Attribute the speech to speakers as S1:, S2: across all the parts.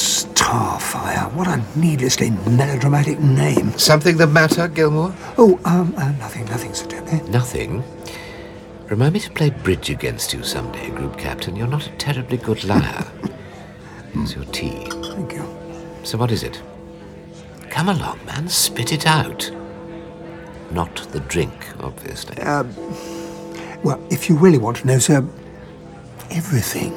S1: Starfire. What a needlessly melodramatic name.
S2: Something the matter, Gilmore?
S1: Oh, um, uh, nothing, nothing, Sir Toby.
S3: Nothing. Remind me to play bridge against you someday, Group Captain. You're not a terribly good liar. Here's your tea.
S1: Thank you.
S3: So what is it? Come along, man. Spit it out. Not the drink, obviously.
S1: Uh, Well, if you really want to know, sir, everything.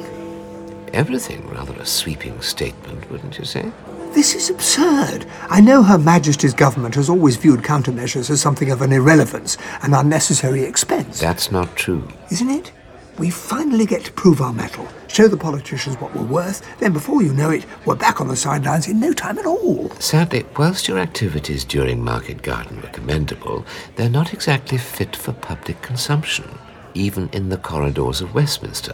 S3: Everything rather a sweeping statement, wouldn't you say?
S1: This is absurd. I know Her Majesty's government has always viewed countermeasures as something of an irrelevance, an unnecessary expense.
S3: That's not true.
S1: isn't it? We finally get to prove our mettle, show the politicians what we're worth, then before you know it, we're back on the sidelines in no time at all.
S3: Sadly, whilst your activities during Market Garden were commendable, they're not exactly fit for public consumption, even in the corridors of Westminster.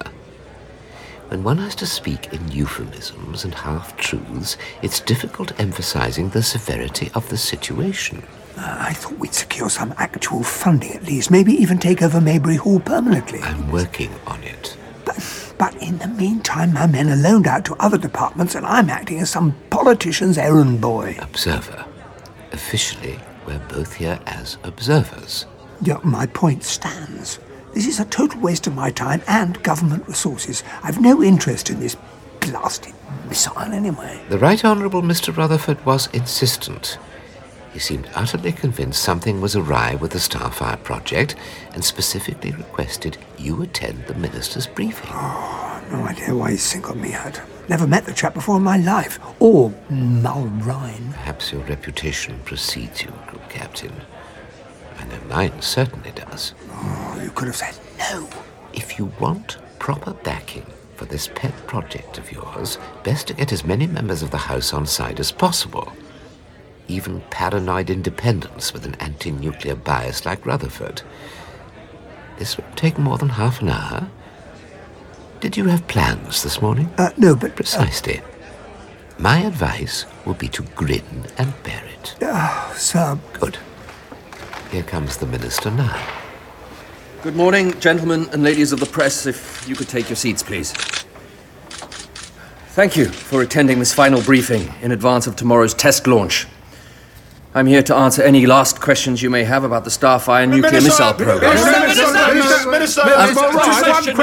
S3: When one has to speak in euphemisms and half truths, it's difficult emphasizing the severity of the situation.
S1: Uh, I thought we'd secure some actual funding at least, maybe even take over Maybury Hall permanently.
S3: I'm working on it.
S1: But, but in the meantime, my men are loaned out to other departments and I'm acting as some politician's errand Mm, boy.
S3: Observer. Officially, we're both here as observers.
S1: Yeah, my point stands. This is a total waste of my time and government resources. I've no interest in this blasted missile anyway.
S3: The Right Honourable Mr. Rutherford was insistent. He seemed utterly convinced something was awry with the Starfire project and specifically requested you attend the Minister's briefing.
S1: Oh, No idea why he singled me out. Never met the chap before in my life, or Mulrine.
S3: Perhaps your reputation precedes you, Group Captain. I know mine certainly does.
S1: Oh, you could have said no.
S3: If you want proper backing for this pet project of yours, best to get as many members of the House on side as possible. Even paranoid independents with an anti nuclear bias like Rutherford. This won't take more than half an hour. Did you have plans this morning?
S1: Uh, no, but
S3: Precisely. My advice would be to grin and bear it.
S1: uh, sir,
S3: Good. Here comes the minister now.
S4: Good morning, gentlemen and ladies of the press. If you could take your seats, please. Thank you for attending this final briefing in advance of tomorrow's test launch. I'm here to answer any last questions you may have about the Starfire nuclear missile program.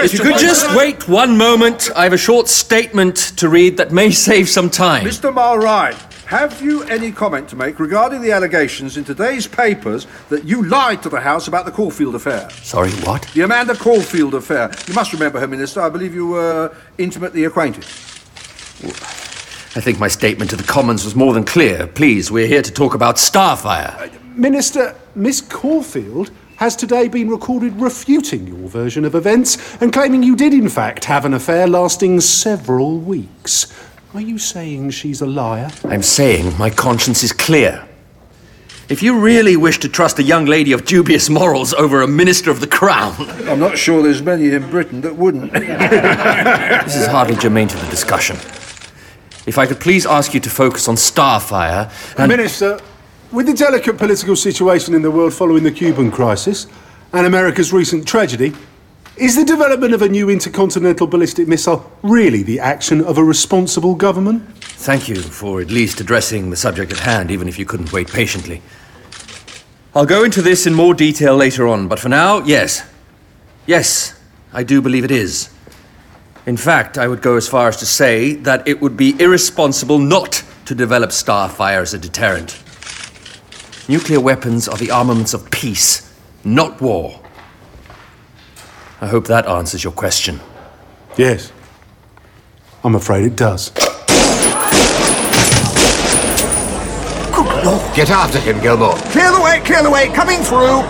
S4: If you could just wait one moment, I have a short statement to read that may save some time.
S5: Mr. Mulrine, have you any comment to make regarding the allegations in today's papers that you lied to the House about the Caulfield affair?
S6: Sorry, what?
S5: The Amanda Caulfield affair. You must remember her, Minister. I believe you were intimately acquainted.
S4: I think my statement to the Commons was more than clear. Please, we're here to talk about Starfire.
S7: Minister, Miss Caulfield has today been recorded refuting your version of events and claiming you did, in fact, have an affair lasting several weeks. Are you saying she's a liar?
S4: I'm saying my conscience is clear. If you really wish to trust a young lady of dubious morals over a minister of the crown,
S5: I'm not sure there's many in Britain that wouldn't.
S4: this is hardly germane to the discussion. If I could please ask you to focus on Starfire and.
S7: Minister, with the delicate political situation in the world following the Cuban crisis and America's recent tragedy, is the development of a new intercontinental ballistic missile really the action of a responsible government?
S4: Thank you for at least addressing the subject at hand, even if you couldn't wait patiently. I'll go into this in more detail later on, but for now, yes. Yes, I do believe it is. In fact, I would go as far as to say that it would be irresponsible not to develop Starfire as a deterrent. Nuclear weapons are the armaments of peace, not war. I hope that answers your question.
S7: Yes. I'm afraid it does.
S3: Get after him, Gilmore.
S1: clear the way, clear the way, coming through.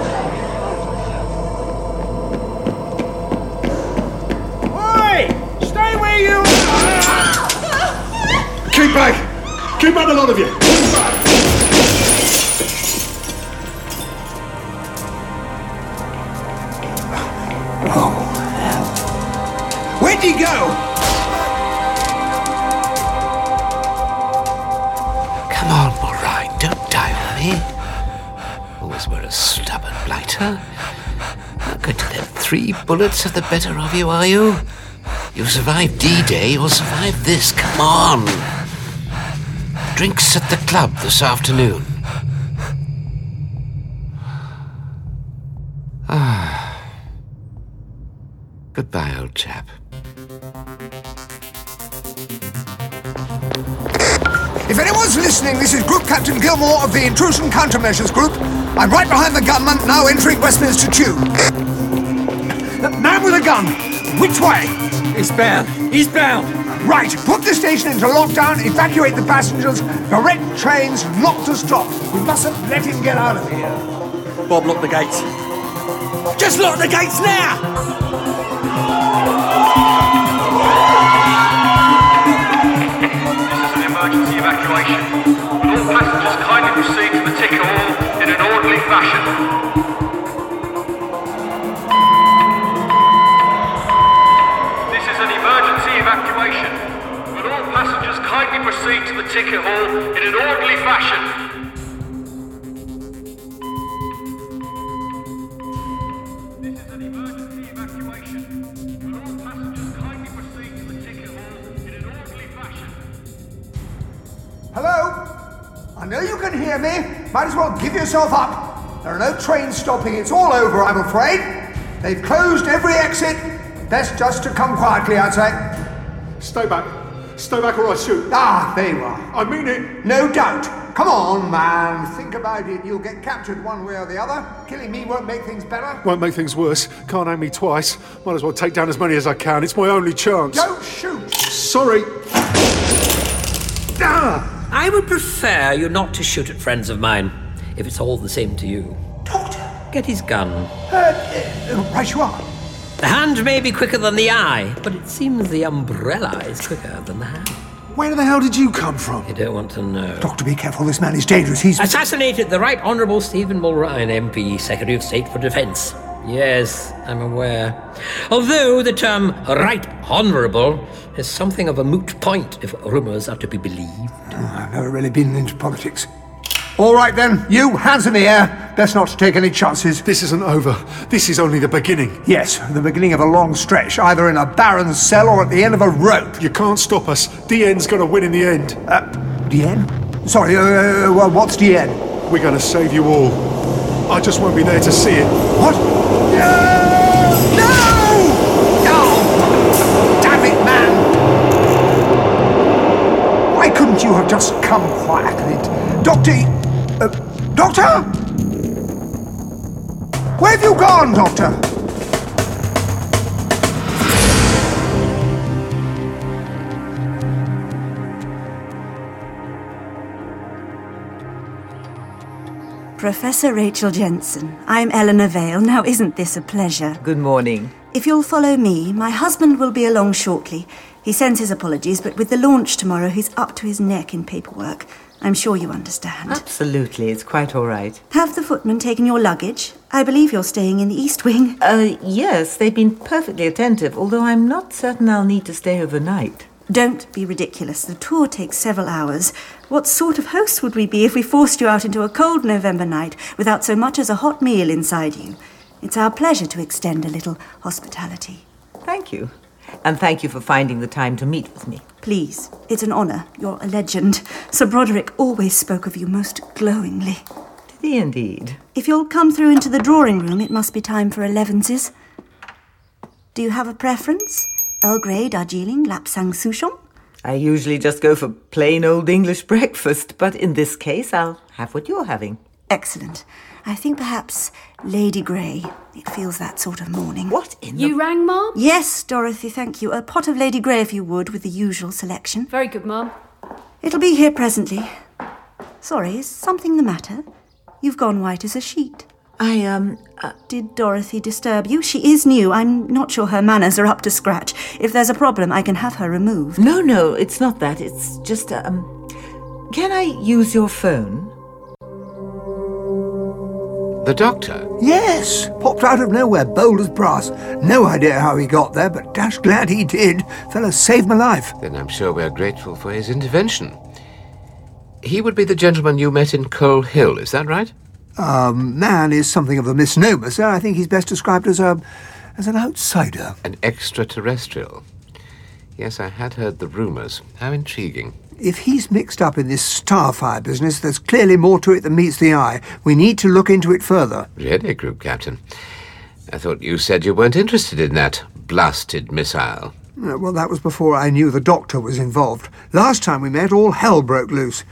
S8: Oi! Stay where you
S7: Keep back! Keep back, a lot of you!
S1: Where'd he go?
S3: Come on, Morine, don't die on me. Always were a stubborn blighter. Not going to let three bullets have the better of you, are you? You survived D-Day, you'll survive this. Come on. Drinks at the club this afternoon. Ah. Goodbye, old chap.
S1: If anyone's listening, this is Group Captain Gilmore of the Intrusion Countermeasures Group. I'm right behind the gunman, now entering Westminster Chew. That man with a gun! Which way?
S9: He's bound. He's bound.
S1: Right, put the station into lockdown, evacuate the passengers, direct trains not to stop. We mustn't let him get out of here.
S9: Bob, lock the gates. Just lock the gates now!
S4: an emergency evacuation. Will all passengers kindly proceed to the ticket hall in an orderly fashion? This is an emergency evacuation. Will all passengers kindly proceed to the ticket hall in an orderly fashion? This is an emergency evacuation. Will all passengers kindly proceed to the ticket hall in an orderly fashion?
S1: Hello? I know you can hear me. Might as well give yourself up. There are no trains stopping. It's all over, I'm afraid. They've closed every exit. Best just to come quietly outside.
S7: Stay back. Stay back or I shoot.
S1: Ah, there you are.
S7: I mean it.
S1: No doubt. Come on, man. Think about it. You'll get captured one way or the other. Killing me won't make things better.
S7: Won't make things worse. Can't aim me twice. Might as well take down as many as I can. It's my only chance.
S1: Don't shoot.
S7: Sorry.
S10: I would prefer you not to shoot at friends of mine, if it's all the same to you.
S1: Doctor.
S10: Get his gun.
S1: Uh, right you are.
S10: The hand may be quicker than the eye, but it seems the umbrella is quicker than the hand.
S7: Where the hell did you come from?
S10: You don't want to know.
S1: Doctor, be careful. This man is dangerous. He's.
S10: Assassinated the Right Honourable Stephen Mulryan, MP, Secretary of State for Defence. Yes, I'm aware. Although the term Right Honourable is something of a moot point if rumours are to be believed.
S1: Hmm, I've never really been into politics. All right then. You, hands in the air. Best not to take any chances.
S7: This isn't over. This is only the beginning.
S1: Yes, the beginning of a long stretch, either in a barren cell or at the end of a rope.
S7: You can't stop us. DN's gonna win in the end.
S1: Uh, DN? Sorry, uh, well, what's DN?
S7: We're gonna save you all. I just won't be there to see it.
S1: What? No! No! Oh, damn it, man! Why couldn't you have just come quietly? Doctor... Uh, doctor? Where have you gone, Doctor?
S11: Professor Rachel Jensen, I'm Eleanor Vale. Now, isn't this a pleasure?
S12: Good morning.
S11: If you'll follow me, my husband will be along shortly. He sends his apologies, but with the launch tomorrow, he's up to his neck in paperwork. I'm sure you understand.
S12: Absolutely, it's quite all right.
S11: Have the footman taken your luggage? I believe you're staying in the East Wing.
S12: Uh, yes, they've been perfectly attentive, although I'm not certain I'll need to stay overnight.
S11: Don't be ridiculous. The tour takes several hours. What sort of hosts would we be if we forced you out into a cold November night without so much as a hot meal inside you? It's our pleasure to extend a little hospitality.
S12: Thank you. And thank you for finding the time to meet with me.
S11: Please, it's an honour. You're a legend. Sir Broderick always spoke of you most glowingly.
S12: Did he indeed?
S11: If you'll come through into the drawing room, it must be time for elevenses. Do you have a preference? Earl Grey, Darjeeling, Lapsang Souchong?
S12: I usually just go for plain old English breakfast, but in this case, I'll have what you're having.
S11: Excellent. I think perhaps Lady Grey. It feels that sort of morning.
S12: What in
S13: You rang, Mom?
S11: Yes, Dorothy, thank you. A pot of Lady Grey, if you would, with the usual selection.
S13: Very good, Mom.
S11: It'll be here presently. Sorry, is something the matter? You've gone white as a sheet.
S12: the... I, um,
S11: Did Dorothy disturb you? She is new. I'm not sure her manners are up to scratch. If there's a problem, I can have her removed.
S12: No, no, it's not that. It's just um can I use your phone?
S3: The doctor.
S1: Yes, popped out of nowhere, bold as brass. No idea how he got there, but dash glad he did. Fella saved my life.
S3: Then I'm sure we're grateful for his intervention. He would be the gentleman you met in Coal Hill, is that right?
S1: Um, Man is something of a misnomer, sir. I think he's best described as a, as an outsider.
S3: An extraterrestrial. Yes, I had heard the rumours. How intriguing.
S1: If he's mixed up in this starfire business, there's clearly more to it than meets the eye. We need to look into it further.
S3: Really, Group Captain? I thought you said you weren't interested in that blasted missile.
S1: Uh, Well, that was before I knew the doctor was involved. Last time we met, all hell broke loose.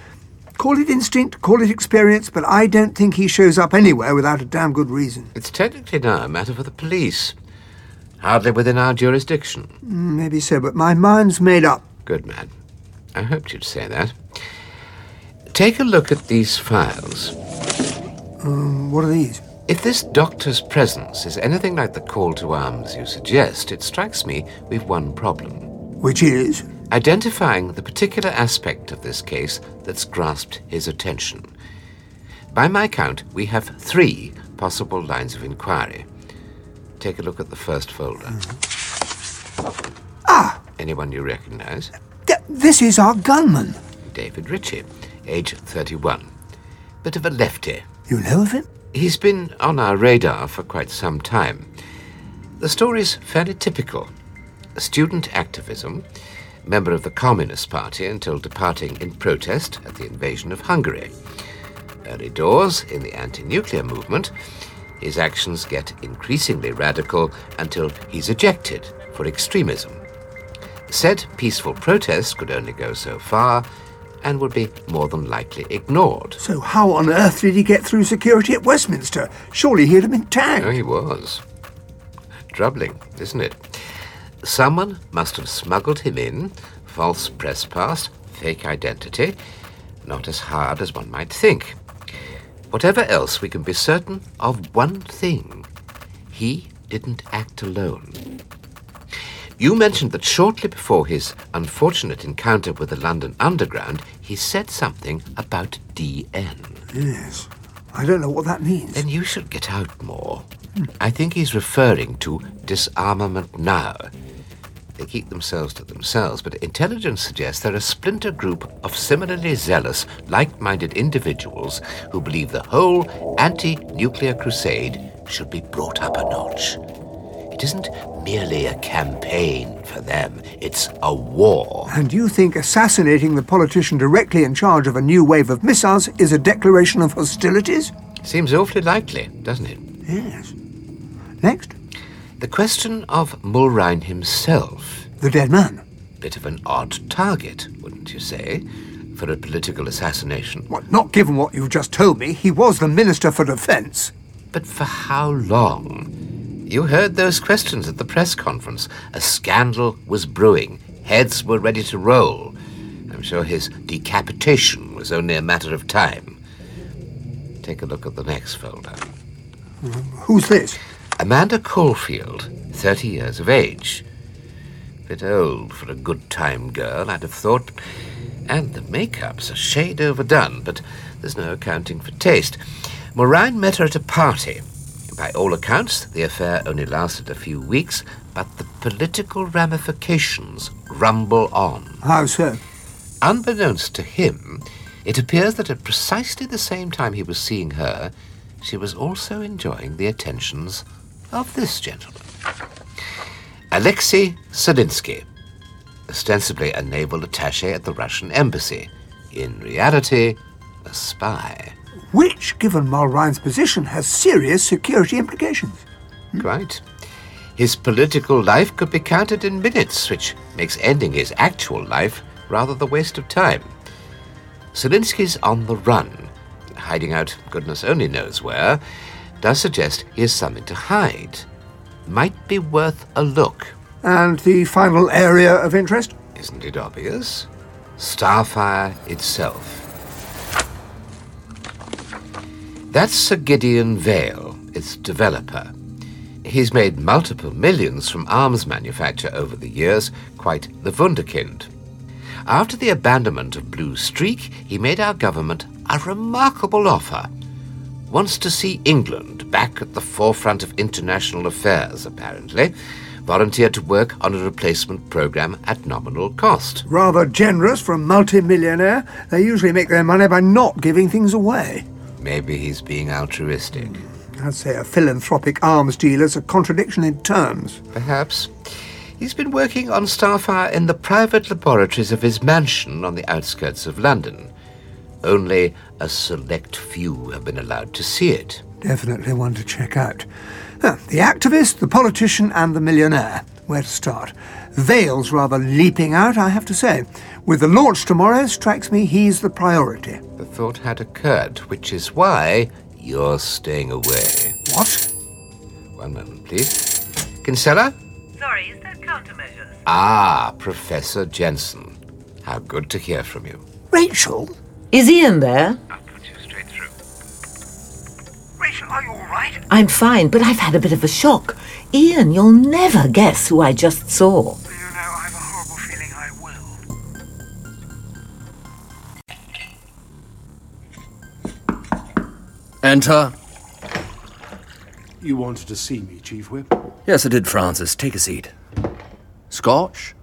S1: Call it instinct, call it experience, but I don't think he shows up anywhere without a damn good reason.
S3: It's technically now a matter for the police. Hardly within our jurisdiction.
S1: Mm, Maybe so, but my mind's made up.
S3: Good man. I hoped you'd say that. Take a look at these files.
S1: Um, what are these?
S3: If this doctor's presence is anything like the call to arms you suggest, it strikes me we've one problem.
S1: Which is?
S3: Identifying the particular aspect of this case that's grasped his attention. By my count, we have three possible lines of inquiry. Take a look at the first folder.
S1: Ah!
S3: Anyone you recognize?
S1: Th- this is our gunman.
S3: David Ritchie, age 31. Bit of a lefty.
S1: You know of him?
S3: He's been on our radar for quite some time. The story's fairly typical student activism, member of the Communist Party until departing in protest at the invasion of Hungary. Early doors in the anti nuclear movement, his actions get increasingly radical until he's ejected for extremism. Said peaceful protest could only go so far and would be more than likely ignored.
S1: So, how on earth did he get through security at Westminster? Surely he'd have been tagged.
S3: Oh, he was. Troubling, isn't it? Someone must have smuggled him in, false press pass, fake identity. Not as hard as one might think. Whatever else, we can be certain of one thing. He didn't act alone. You mentioned that shortly before his unfortunate encounter with the London Underground, he said something about DN.
S1: Yes. I don't know what that means.
S3: Then you should get out more. I think he's referring to disarmament now. They keep themselves to themselves, but intelligence suggests they're a splinter group of similarly zealous, like minded individuals who believe the whole anti nuclear crusade should be brought up a notch. It isn't merely a campaign for them, it's a war.
S1: And you think assassinating the politician directly in charge of a new wave of missiles is a declaration of hostilities?
S3: Seems awfully likely, doesn't it?
S1: Yes. Next,
S3: The question of Mulrine himself
S1: the dead man.
S3: bit of an odd target, wouldn't you say, for a political assassination?
S1: What, not given what you've just told me, he was the Minister for Defence.
S3: But for how long? You heard those questions at the press conference. A scandal was brewing, heads were ready to roll. I'm sure his decapitation was only a matter of time. Take a look at the next folder.
S1: Who's this?
S3: Amanda Caulfield, 30 years of age. Bit old for a good time girl, I'd have thought. And the makeup's a shade overdone, but there's no accounting for taste. Morine met her at a party. By all accounts, the affair only lasted a few weeks, but the political ramifications rumble on.
S1: How so?
S3: Unbeknownst to him, it appears that at precisely the same time he was seeing her, she was also enjoying the attentions of this gentleman. Alexei Sadinsky, ostensibly a naval attache at the Russian embassy, in reality, a spy.
S1: Which, given Mulrine's position, has serious security implications. Hmm?
S3: Quite. His political life could be counted in minutes, which makes ending his actual life rather the waste of time. Selinsky's on the run, hiding out goodness only knows where, does suggest he has something to hide. Might be worth a look,
S1: And the final area of interest?
S3: isn't it obvious? Starfire itself. That's Sir Gideon Vale, its developer. He's made multiple millions from arms manufacture over the years, quite the Wunderkind. After the abandonment of Blue Streak, he made our government a remarkable offer. Wants to see England back at the forefront of international affairs, apparently. Volunteered to work on a replacement program at nominal cost.
S1: Rather generous for a multimillionaire. They usually make their money by not giving things away.
S3: Maybe he's being altruistic.
S1: I'd say a philanthropic arms dealer's a contradiction in terms.
S3: Perhaps. He's been working on Starfire in the private laboratories of his mansion on the outskirts of London. Only a select few have been allowed to see it.
S1: Definitely one to check out. Ah, the activist, the politician, and the millionaire. Where to start? Vale's rather leaping out, I have to say. With the launch tomorrow, strikes me he's the priority.
S3: The thought had occurred, which is why you're staying away.
S1: What?
S3: One moment, please. Kinsella?
S14: Sorry, is that countermeasures?
S3: Ah, Professor Jensen. How good to hear from you.
S1: Rachel?
S12: Is he in there?
S14: Rachel, are you all right?
S12: I'm fine, but I've had a bit of a shock. Ian, you'll never guess who I just saw.
S4: Enter.
S7: You wanted to see me, Chief Whip.
S4: Yes, I did, Francis. Take a seat. Scotch?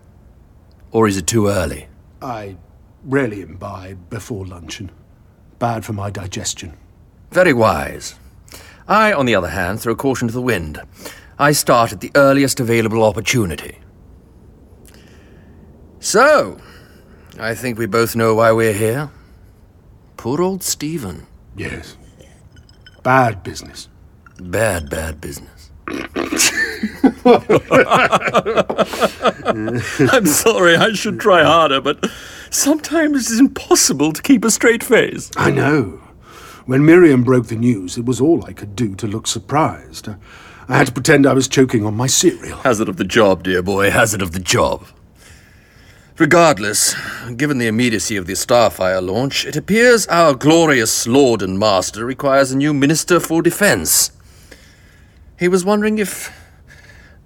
S4: Or is it too early?
S7: I rarely imbibe before luncheon. Bad for my digestion.
S4: Very wise. I, on the other hand, throw caution to the wind. I start at the earliest available opportunity. So, I think we both know why we're here. Poor old Stephen.
S7: Yes. Bad business.
S4: Bad, bad business.
S15: I'm sorry, I should try harder, but sometimes it's impossible to keep a straight face.
S7: I know. When Miriam broke the news, it was all I could do to look surprised. I had to pretend I was choking on my cereal.
S4: Hazard of the job, dear boy, hazard of the job. Regardless, given the immediacy of the Starfire launch, it appears our glorious lord and master requires a new minister for defense. He was wondering if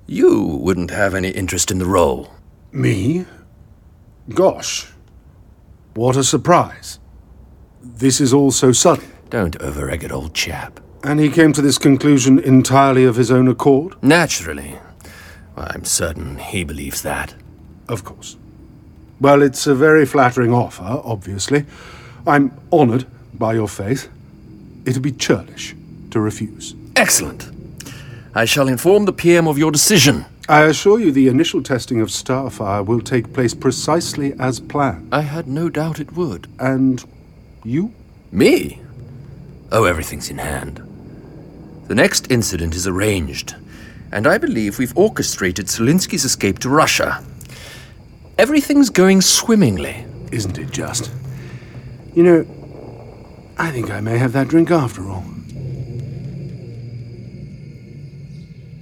S4: you wouldn't have any interest in the role.
S7: Me? Gosh. What a surprise. This is all so sudden.
S4: Don't overegg it, old chap.
S7: And he came to this conclusion entirely of his own accord?
S4: Naturally. I'm certain he believes that.
S7: Of course. Well, it's a very flattering offer, obviously. I'm honoured by your faith. It'd be churlish to refuse.
S4: Excellent. I shall inform the PM of your decision.
S7: I assure you the initial testing of Starfire will take place precisely as planned.
S4: I had no doubt it would.
S7: And you?
S4: Me? Oh, everything's in hand. The next incident is arranged, and I believe we've orchestrated Solinsky's escape to Russia. Everything's going swimmingly.
S7: Isn't it just? You know, I think I may have that drink after all.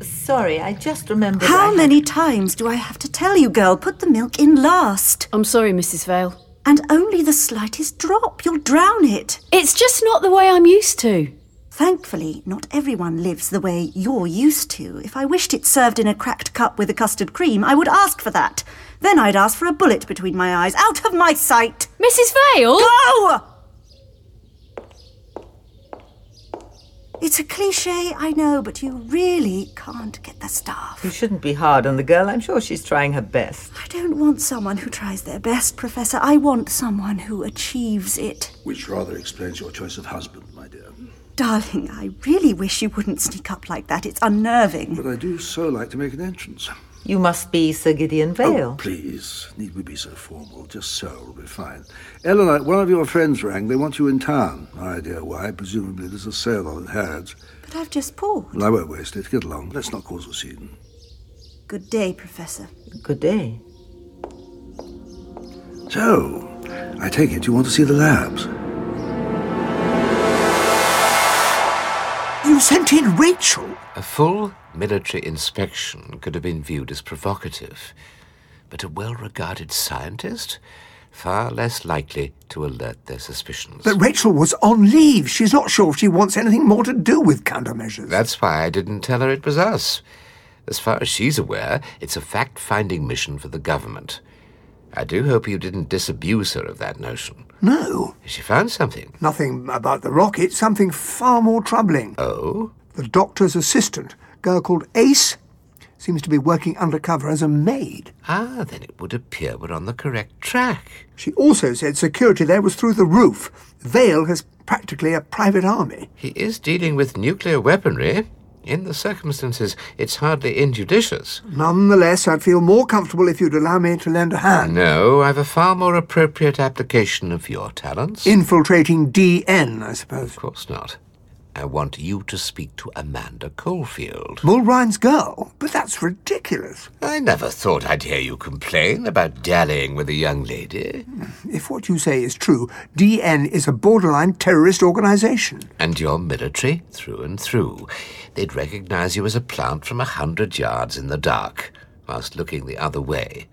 S12: Sorry, I just remembered. I
S11: How
S12: had-
S11: many times do I have to tell you, girl? Put the milk in last.
S16: I'm sorry, Mrs. Vale.
S11: And only the slightest drop. You'll drown it.
S16: It's just not the way I'm used to.
S11: Thankfully, not everyone lives the way you're used to. If I wished it served in a cracked cup with a custard cream, I would ask for that. Then I'd ask for a bullet between my eyes. Out of my sight!
S16: Mrs. Vale!
S11: Go! It's a cliche, I know, but you really can't get the staff.
S12: You shouldn't be hard on the girl. I'm sure she's trying her best.
S11: I don't want someone who tries their best, Professor. I want someone who achieves it.
S17: Which rather explains your choice of husband, my dear.
S11: Darling, I really wish you wouldn't sneak up like that. It's unnerving.
S17: But I do so like to make an entrance.
S12: You must be Sir Gideon Vale.
S17: Oh, please, need we be so formal? Just so refined. Eleanor, one of your friends rang. They want you in town. No idea why. Presumably there's a sale on at Harrods.
S11: But I've just paused.
S17: Well, I won't waste it. Get along. Let's not cause a scene.
S11: Good day, Professor.
S12: Good day.
S17: So, I take it you want to see the labs.
S1: You sent in Rachel?
S3: A full military inspection could have been viewed as provocative, but a well regarded scientist? Far less likely to alert their suspicions.
S1: But Rachel was on leave. She's not sure if she wants anything more to do with countermeasures.
S3: That's why I didn't tell her it was us. As far as she's aware, it's a fact finding mission for the government. I do hope you didn't disabuse her of that notion.
S1: No.
S3: She found something.
S1: Nothing about the rocket, something far more troubling.
S3: Oh?
S1: The doctor's assistant, girl called Ace, seems to be working undercover as a maid.
S3: Ah, then it would appear we're on the correct track.
S1: She also said security there was through the roof. Vale has practically a private army.
S3: He is dealing with nuclear weaponry. In the circumstances, it's hardly injudicious.
S1: Nonetheless, I'd feel more comfortable if you'd allow me to lend a hand.
S3: No, I've a far more appropriate application of your talents.
S1: Infiltrating DN, I suppose. Of
S3: course not. I want you to speak to Amanda Caulfield.
S1: Mulrine's girl? But that's ridiculous.
S3: I never thought I'd hear you complain about dallying with a young lady.
S1: If what you say is true, DN is a borderline terrorist organization.
S3: And you're military through and through. They'd recognize you as a plant from a hundred yards in the dark, whilst looking the other way.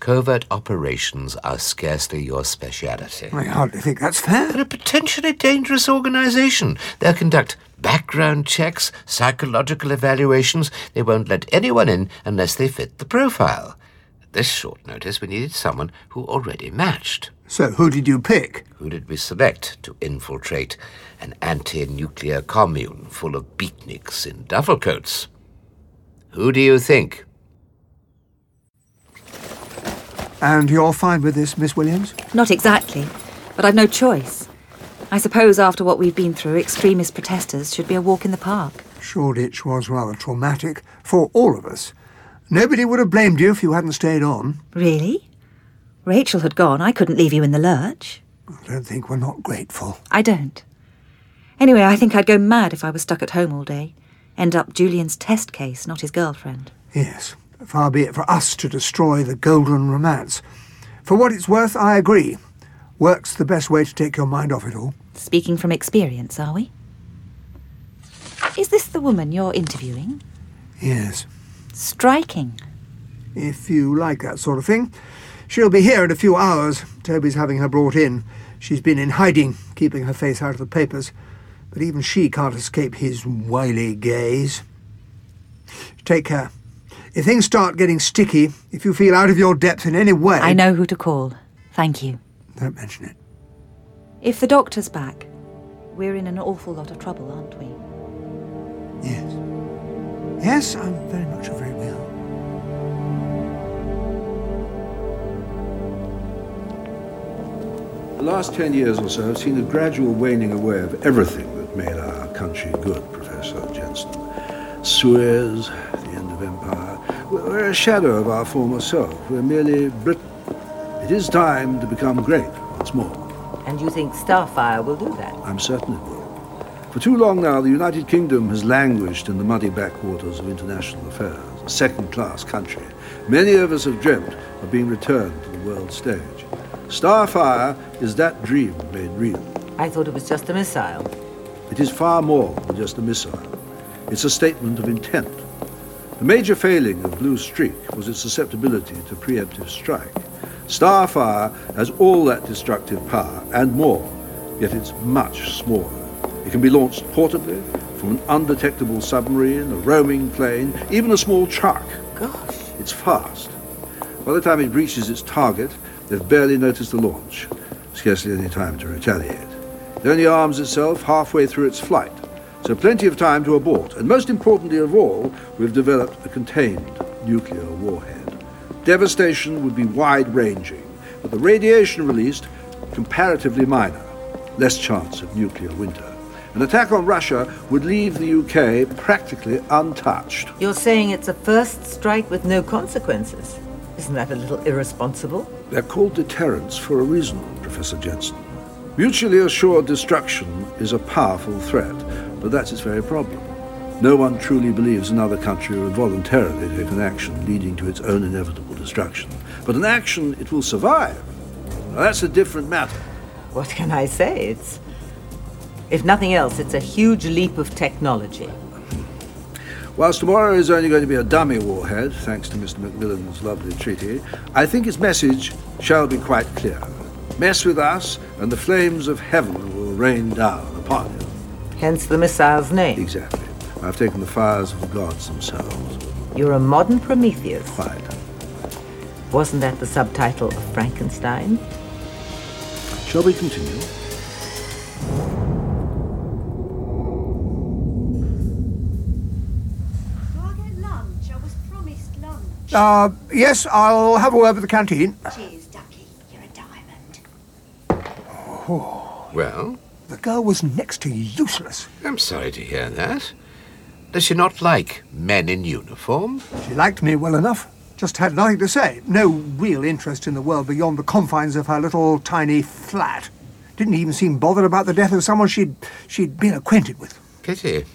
S3: Covert operations are scarcely your speciality.
S1: I hardly think that's fair.
S3: They're a potentially dangerous organization. They'll conduct background checks, psychological evaluations. They won't let anyone in unless they fit the profile. At this short notice, we needed someone who already matched.
S1: So, who did you pick?
S3: Who did we select to infiltrate an anti nuclear commune full of beatniks in duffel coats? Who do you think?
S1: And you're fine with this, Miss Williams?
S18: Not exactly, but I've no choice. I suppose after what we've been through, extremist protesters should be a walk in the park.
S1: Shoreditch was rather traumatic for all of us. Nobody would have blamed you if you hadn't stayed on.
S18: Really? Rachel had gone. I couldn't leave you in the lurch.
S1: I don't think we're not grateful.
S18: I don't. Anyway, I think I'd go mad if I was stuck at home all day. End up Julian's test case, not his girlfriend.
S1: Yes, far be it for us to destroy the golden romance. For what it's worth, I agree. Work's the best way to take your mind off it all.
S18: Speaking from experience, are we? Is this the woman you're interviewing?
S1: Yes.
S18: Striking.
S1: If you like that sort of thing. She'll be here in a few hours. Toby's having her brought in. She's been in hiding, keeping her face out of the papers. But even she can't escape his wily gaze. Take care. If things start getting sticky, if you feel out of your depth in any way.
S18: I know who to call. Thank you.
S1: Don't mention it.
S18: If the doctor's back, we're in an awful lot of trouble, aren't we?
S1: Yes. Yes, I'm very much afraid we are.
S5: The last ten years or so have seen a gradual waning away of everything that made our country good, Professor Jensen. Suez, the end of empire. We're a shadow of our former self. We're merely Britain. It is time to become great once more.
S12: And you think Starfire will do that?
S5: I'm certain it will. For too long now, the United Kingdom has languished in the muddy backwaters of international affairs, a second class country. Many of us have dreamt of being returned to the world stage. Starfire is that dream made real.
S12: I thought it was just a missile.
S5: It is far more than just a missile. It's a statement of intent. The major failing of Blue Streak was its susceptibility to preemptive strike. Starfire has all that destructive power and more, yet it's much smaller. It can be launched portably from an undetectable submarine, a roaming plane, even a small truck.
S12: Gosh.
S5: It's fast. By the time it reaches its target, they've barely noticed the launch, scarcely any time to retaliate. It only arms itself halfway through its flight, so plenty of time to abort. And most importantly of all, we've developed a contained nuclear warhead. Devastation would be wide ranging, but the radiation released comparatively minor, less chance of nuclear winter. An attack on Russia would leave the UK practically untouched.
S12: You're saying it's a first strike with no consequences. Isn't that a little irresponsible?
S5: They're called deterrents for a reason, Professor Jensen. Mutually assured destruction is a powerful threat, but that's its very problem. No one truly believes another country will voluntarily take an action leading to its own inevitable destruction, but an action it will survive. Now, that's a different matter.
S12: What can I say? It's. If nothing else, it's a huge leap of technology.
S5: Whilst tomorrow is only going to be a dummy warhead, thanks to Mr. Macmillan's lovely treaty, I think its message shall be quite clear. Mess with us, and the flames of heaven will rain down upon you.
S12: Hence the missile's name.
S5: Exactly. I've taken the fires of the gods themselves.
S12: You're a modern Prometheus.
S5: Quite.
S12: Wasn't that the subtitle of Frankenstein?
S5: Shall we continue?
S4: Forget lunch. I was promised lunch.
S1: Uh, yes, I'll have a word with the canteen.
S4: Cheers, ducky. You're a diamond.
S1: Oh,
S3: Well,
S1: the girl was next to useless.
S3: I'm sorry to hear that. Does she not like men in uniform?
S1: She liked me well enough. Just had nothing to say. No real interest in the world beyond the confines of her little tiny flat. Didn't even seem bothered about the death of someone she'd she'd been acquainted with.
S3: Pity.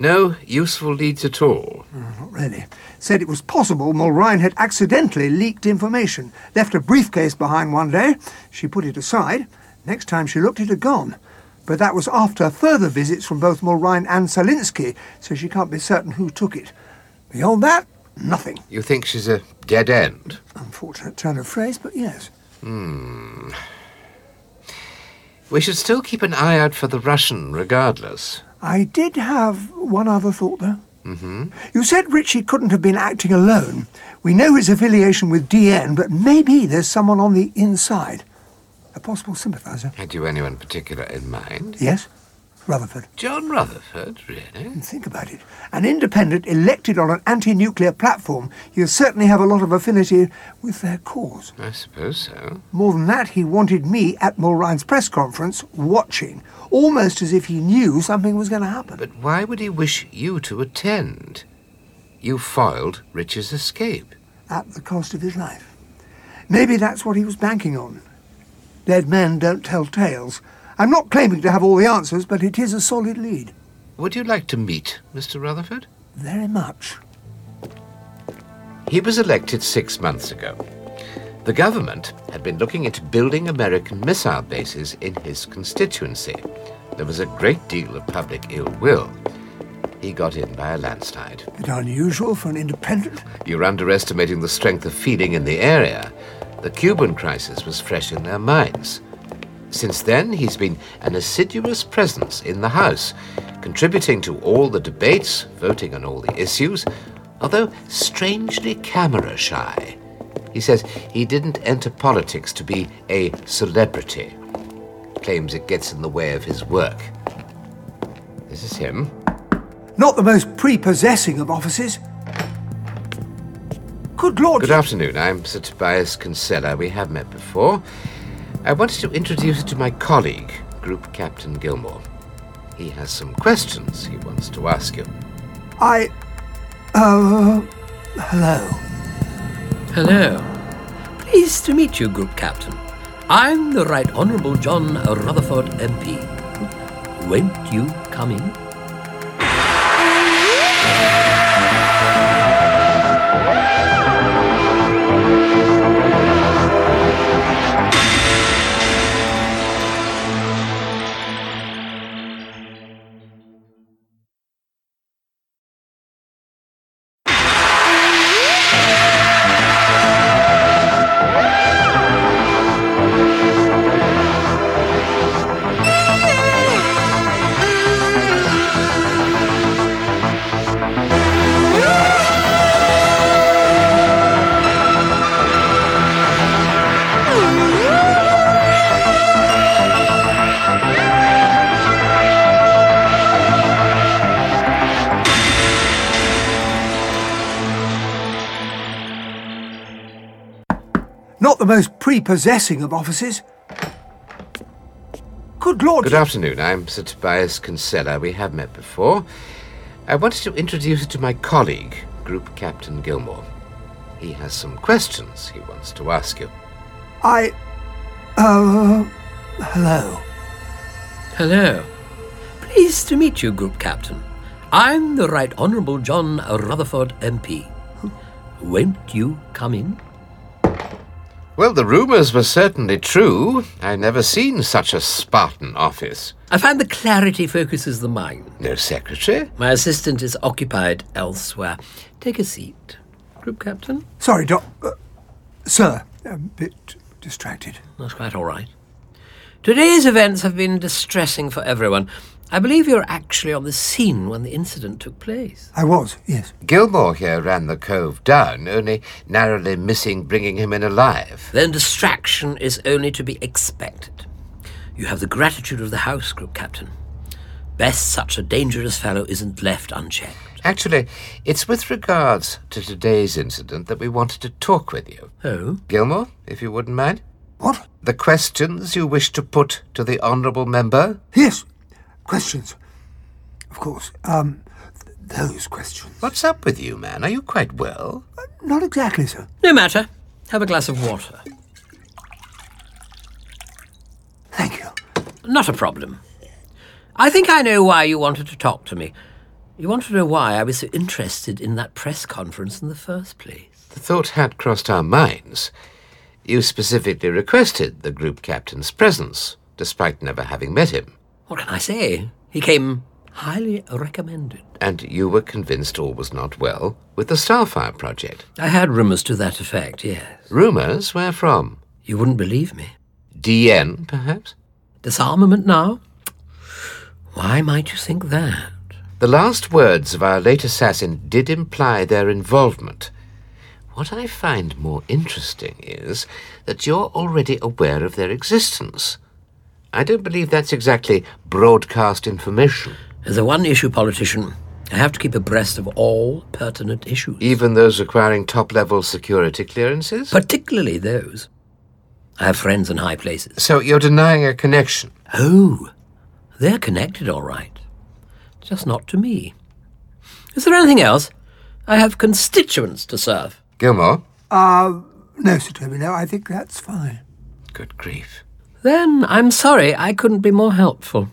S3: No useful leads at all.
S1: Not really. Said it was possible Mulrine had accidentally leaked information. Left a briefcase behind one day. She put it aside. Next time she looked, it had gone. But that was after further visits from both Mulrine and Salinsky, so she can't be certain who took it. Beyond that, nothing.
S3: You think she's a dead end?
S1: Unfortunate turn of phrase, but yes.
S3: Hmm. We should still keep an eye out for the Russian, regardless.
S1: I did have one other thought, though.
S3: Mm-hmm.
S1: You said Ritchie couldn't have been acting alone. We know his affiliation with DN, but maybe there's someone on the inside. A possible sympathiser.
S3: Had you anyone particular in mind?
S1: Yes? Rutherford.
S3: John Rutherford, really?
S1: Think about it. An independent elected on an anti nuclear platform, he'll certainly have a lot of affinity with their cause.
S3: I suppose so.
S1: More than that, he wanted me at Mulrine's press conference watching, almost as if he knew something was going to happen.
S3: But why would he wish you to attend? You foiled Rich's escape.
S1: at the cost of his life. Maybe that's what he was banking on. Dead men don't tell tales. I'm not claiming to have all the answers, but it is a solid lead.
S3: Would you like to meet Mr. Rutherford?
S1: Very much.
S3: He was elected six months ago. The government had been looking into building American missile bases in his constituency. There was a great deal of public ill will. He got in by a landslide.
S1: Bit unusual for an independent.
S3: You're underestimating the strength of feeling in the area. The Cuban crisis was fresh in their minds. Since then, he's been an assiduous presence in the House, contributing to all the debates, voting on all the issues, although strangely camera shy. He says he didn't enter politics to be a celebrity, claims it gets in the way of his work. This is him.
S1: Not the most prepossessing of offices. Good Lord!
S3: Good afternoon. I'm Sir Tobias Kinsella. We have met before. I wanted to introduce you to my colleague, Group Captain Gilmore. He has some questions he wants to ask you.
S1: I. Uh. Hello.
S10: Hello. Pleased to meet you, Group Captain. I'm the Right Honourable John Rutherford MP. Won't you come in?
S12: Hmm.
S1: Not the most prepossessing of offices. Good Lord!
S3: Good afternoon. I'm Sir Tobias Kinsella. We have met before. I wanted to introduce you to my colleague, Group Captain Gilmore. He has some questions he wants to ask you.
S1: I. Uh. Hello.
S10: Hello. Pleased to meet you, Group Captain. I'm the Right Honourable John Rutherford MP. Won't you come in?
S3: Well, the rumours were certainly true. I never seen such a Spartan office.
S10: I find the clarity focuses the mind.
S3: No secretary?
S10: My assistant is occupied elsewhere. Take a seat, Group Captain.
S1: Sorry, Doc. Uh, sir, a bit distracted.
S10: That's quite all right. Today's events have been distressing for everyone. I believe you were actually on the scene when the incident took place.
S1: I was, yes.
S3: Gilmore here ran the cove down, only narrowly missing bringing him in alive.
S10: Then distraction is only to be expected. You have the gratitude of the House, Group Captain. Best such a dangerous fellow isn't left unchecked.
S3: Actually, it's with regards to today's incident that we wanted to talk with you.
S10: Oh?
S3: Gilmore, if you wouldn't mind.
S1: What?
S3: The questions you wish to put to the Honourable Member?
S1: Yes, questions. Of course. Um, th-
S3: Those questions. What's up with you, man? Are you quite well?
S1: Not exactly, sir.
S10: No matter. Have a glass of water.
S1: Thank you.
S10: Not a problem. I think I know why you wanted to talk to me. You want to know why I was so interested in that press conference in the first place.
S3: The thought had crossed our minds. You specifically requested the group captain's presence, despite never having met him,
S10: What can I say? He came highly recommended.
S3: and you were convinced all was not well with the Starfire project.
S10: I had rumours to that effect, yes.
S3: Rumours? Where from?
S10: You wouldn't believe me.
S3: DN, perhaps?
S10: Disarmament now? Why might you think that?
S3: The last words of our late assassin did imply their involvement. What I find more interesting is that you're already aware of their existence. I don't believe that's exactly broadcast information.
S10: As a one issue politician, I have to keep abreast of all pertinent issues.
S3: Even those requiring top level security clearances?
S10: Particularly those. I have friends in high places.
S3: So you're denying a connection?
S10: Oh, they're connected all right. Just not to me. Is there anything else? I have constituents to serve.
S3: Gilmore?
S1: Uh, no, Sir Toby, no, I think that's fine.
S3: Good grief.
S10: Then I'm sorry I couldn't be more helpful.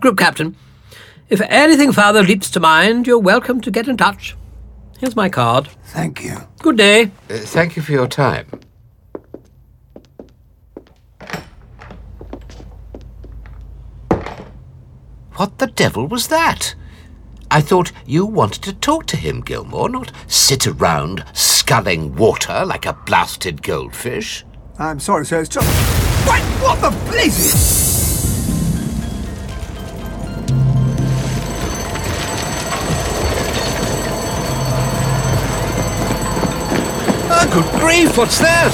S10: Group Captain, if anything further leaps to mind, you're welcome to get in touch. Here's my card.
S1: Thank you.
S10: Good day.
S3: Uh, thank you for your time. What the devil was that? I thought you wanted to talk to him, Gilmore, not sit around sculling water like a blasted goldfish.
S1: I'm sorry, sir, it's just. Wait, what the blazes?
S3: Ah, good grief, what's that?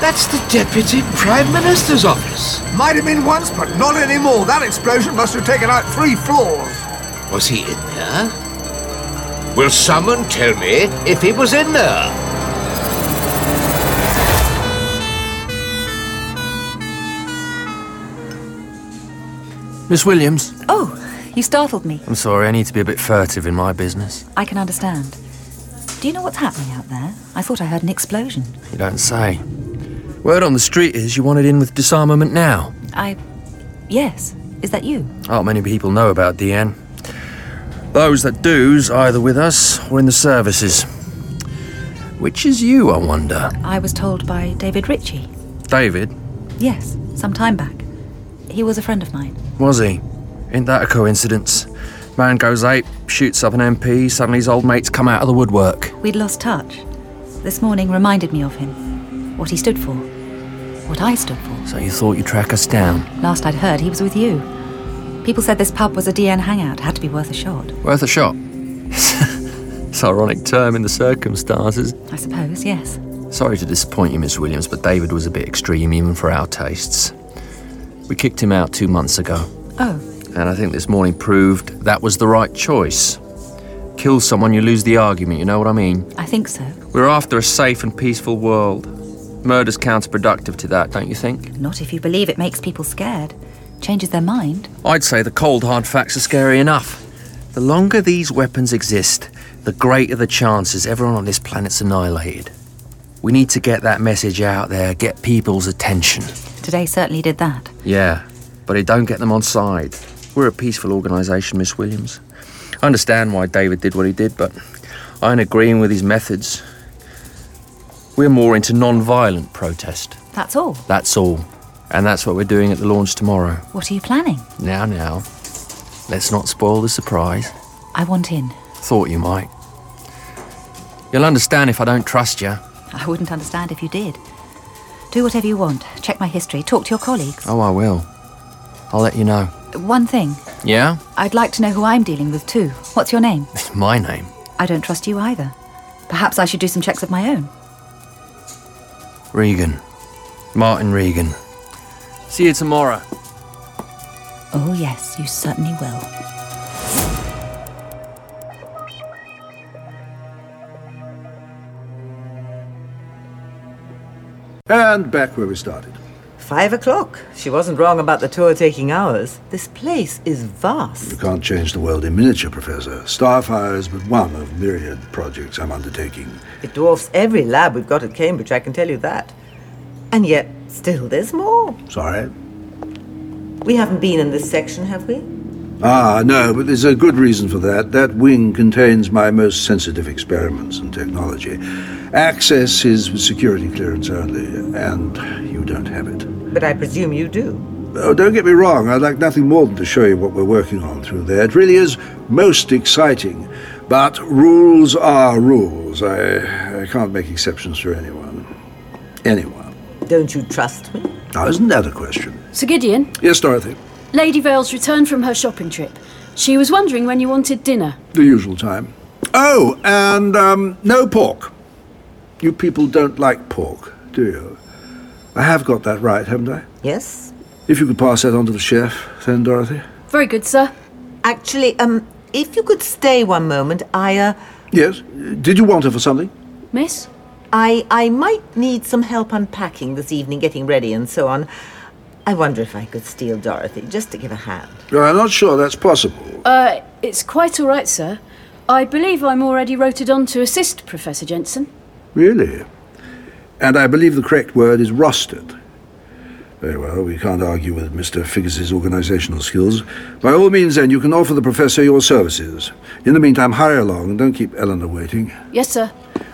S3: That's the Deputy Prime Minister's office.
S19: Might have been once, but not anymore. That explosion must have taken out three floors.
S3: Was he in there? Will someone tell me if he was in there?
S4: Miss Williams?
S18: Oh, you startled me.
S4: I'm sorry, I need to be a bit furtive in my business.
S18: I can understand. Do you know what's happening out there? I thought I heard an explosion.
S4: You don't say. Word on the street is you want it in with disarmament now.
S18: I. Yes. Is that you?
S4: Not many people know about DN. Those that do's either with us or in the services. Which is you, I wonder?
S18: I was told by David Ritchie.
S4: David,
S18: Yes, some time back. He was a friend of mine.
S4: was he? Ain't that a coincidence? Man goes ape, shoots up an MP, suddenly his old mates come out of the woodwork.
S18: We'd lost touch. This morning reminded me of him. What he stood for. What I stood for.
S4: So you thought you'd track us down.
S18: Last I'd heard, he was with you. People said this pub was a DN hangout, had to be worth a shot.
S4: Worth a shot. it's an ironic term in the circumstances.
S18: I suppose, yes.
S4: Sorry to disappoint you, Miss Williams, but David was a bit extreme even for our tastes. We kicked him out two months ago,
S18: Oh,
S4: and I think this morning proved that was the right choice. Kill someone, you lose the argument, you know what I mean?
S18: I think so.
S4: We're after a safe and peaceful world. Murder's counterproductive to that, don't you think?
S18: Not if you believe it makes people scared. Changes their mind.
S4: I'd say the cold hard facts are scary enough. The longer these weapons exist, the greater the chances everyone on this planet's annihilated. We need to get that message out there, get people's attention.
S18: Today certainly did that.
S4: Yeah, but it don't get them on side. We're a peaceful organisation, Miss Williams. I understand why David did what he did, but I ain't agreeing with his methods. We're more into non-violent protest.
S18: That's all.
S4: That's all. And that's what we're doing at the launch tomorrow.
S18: What are you planning?
S4: Now, now, let's not spoil the surprise.
S18: I want in.
S4: Thought you might. You'll understand if I don't trust you.
S18: I wouldn't understand if you did. Do whatever you want. Check my history. Talk to your colleagues.
S4: Oh, I will. I'll let you know.
S18: One thing.
S4: Yeah?
S18: I'd like to know who I'm dealing with, too. What's your name?
S4: My name.
S18: I don't trust you either. Perhaps I should do some checks of my own.
S4: Regan. Martin Regan. See you tomorrow.
S18: Oh, yes, you certainly will.
S5: And back where we started.
S12: Five o'clock. She wasn't wrong about the tour taking hours. This place is vast.
S5: You can't change the world in miniature, Professor. Starfire is but one of myriad projects I'm undertaking.
S12: It dwarfs every lab we've got at Cambridge, I can tell you that. And yet, still there's more.
S5: Sorry?
S12: We haven't been in this section, have we?
S5: Ah, no, but there's a good reason for that. That wing contains my most sensitive experiments and technology. Access is with security clearance only, and you don't have it.
S12: But I presume you do.
S5: Oh, don't get me wrong, I'd like nothing more than to show you what we're working on through there. It really is most exciting. But rules are rules. I, I can't make exceptions for anyone. Anyone.
S12: Don't you trust me?
S5: Now, isn't that a question?
S16: Sir Gideon,
S5: Yes, Dorothy.
S16: Lady Vale's returned from her shopping trip. She was wondering when you wanted dinner.
S5: The usual time. Oh, and um, no pork. You people don't like pork, do you? I have got that right, haven't I?
S12: Yes.
S5: If you could pass that on to the chef, then, Dorothy.
S16: Very good, sir.
S12: Actually, um, if you could stay one moment, I, uh,
S5: Yes? Did you want her for something?
S16: Miss?
S12: I, I might need some help unpacking this evening, getting ready and so on. I wonder if I could steal Dorothy just to give a hand.
S5: Well, I'm not sure that's possible.
S16: Uh, it's quite all right, sir. I believe I'm already roted on to assist Professor Jensen.
S5: Really? And I believe the correct word is rostered. Very well, we can't argue with Mr. Figgis's organizational skills. By all means, then, you can offer the professor your services. In the meantime, hurry along and don't keep Eleanor waiting.
S16: Yes, sir.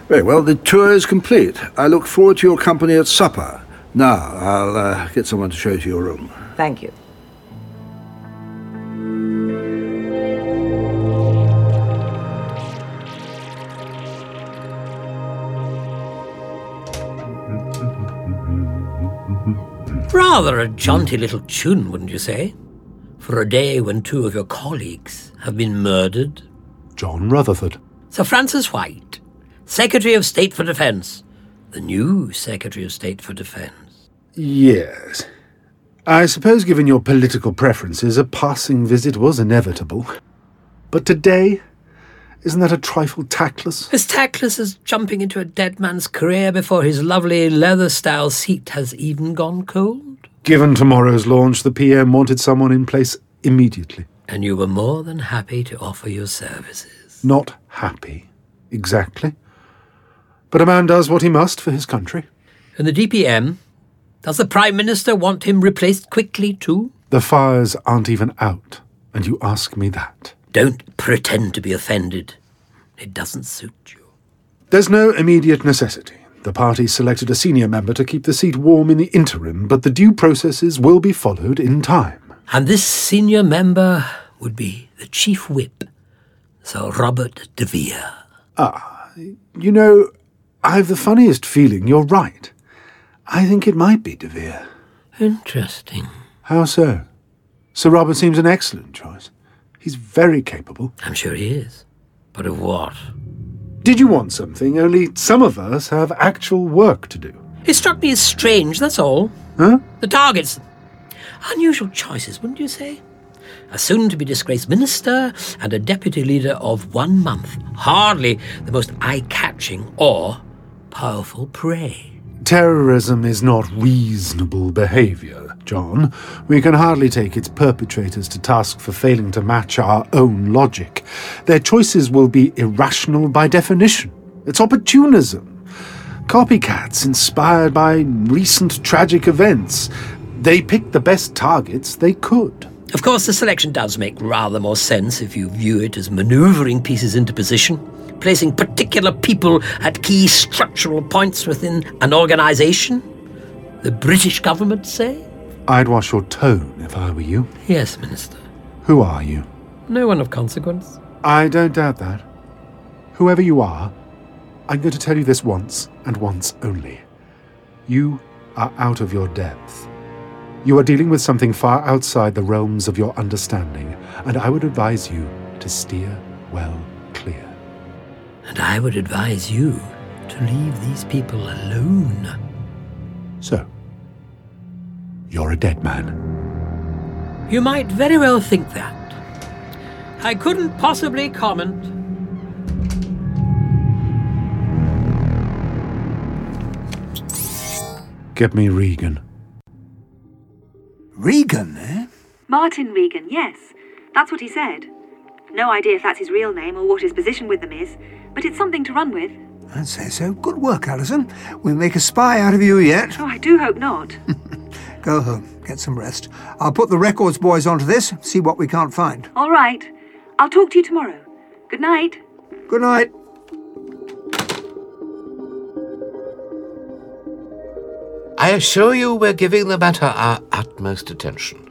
S5: Very well, the tour is complete. I look forward to your company at supper. Now, I'll uh, get someone to show you to your room.
S12: Thank you.
S10: Rather a jaunty little tune, wouldn't you say? For a day when two of your colleagues have been murdered.
S7: John Rutherford.
S10: Sir Francis White, Secretary of State for Defence. The new Secretary of State for Defence.
S7: Yes. I suppose, given your political preferences, a passing visit was inevitable. But today, isn't that a trifle tactless?
S10: As tactless as jumping into a dead man's career before his lovely leather style seat has even gone cold.
S7: Given tomorrow's launch, the PM wanted someone in place immediately.
S10: And you were more than happy to offer your services.
S7: Not happy, exactly. But a man does what he must for his country.
S10: And the DPM? Does the Prime Minister want him replaced quickly too?
S7: The fires aren't even out, and you ask me that.
S10: Don't pretend to be offended. It doesn't suit you.
S7: There's no immediate necessity. The party selected a senior member to keep the seat warm in the interim, but the due processes will be followed in time.
S10: And this senior member would be the Chief Whip, Sir Robert de Vere.
S7: Ah, you know, I've the funniest feeling you're right. I think it might be De Vere.
S10: Interesting.
S7: How so? Sir Robert seems an excellent choice. He's very capable.
S10: I'm sure he is. But of what?
S7: Did you want something? Only some of us have actual work to do.
S10: It struck me as strange, that's all.
S7: Huh?
S10: The targets. Unusual choices, wouldn't you say? A soon to be disgraced minister and a deputy leader of one month. Hardly the most eye catching or powerful prey.
S7: Terrorism is not reasonable behaviour, John. We can hardly take its perpetrators to task for failing to match our own logic. Their choices will be irrational by definition. It's opportunism. Copycats inspired by recent tragic events. They picked the best targets they could.
S10: Of course, the selection does make rather more sense if you view it as manoeuvring pieces into position, placing particular people at key structural points within an organisation. The British government, say?
S7: I'd wash your tone if I were you.
S10: Yes, Minister.
S7: Who are you?
S10: No one of consequence.
S7: I don't doubt that. Whoever you are, I'm going to tell you this once and once only. You are out of your depth. You are dealing with something far outside the realms of your understanding, and I would advise you to steer well clear.
S10: And I would advise you to leave these people alone.
S7: So, you're a dead man.
S10: You might very well think that. I couldn't possibly comment.
S7: Get me Regan.
S1: Regan, eh?
S20: Martin Regan, yes. That's what he said. No idea if that's his real name or what his position with them is, but it's something to run with.
S1: I'd say so. Good work, Alison. We'll make a spy out of you yet.
S20: Oh, I do hope not.
S1: Go home, get some rest. I'll put the records boys onto this, see what we can't find.
S20: All right. I'll talk to you tomorrow. Good night.
S1: Good night.
S3: I assure you we're giving the matter our utmost attention.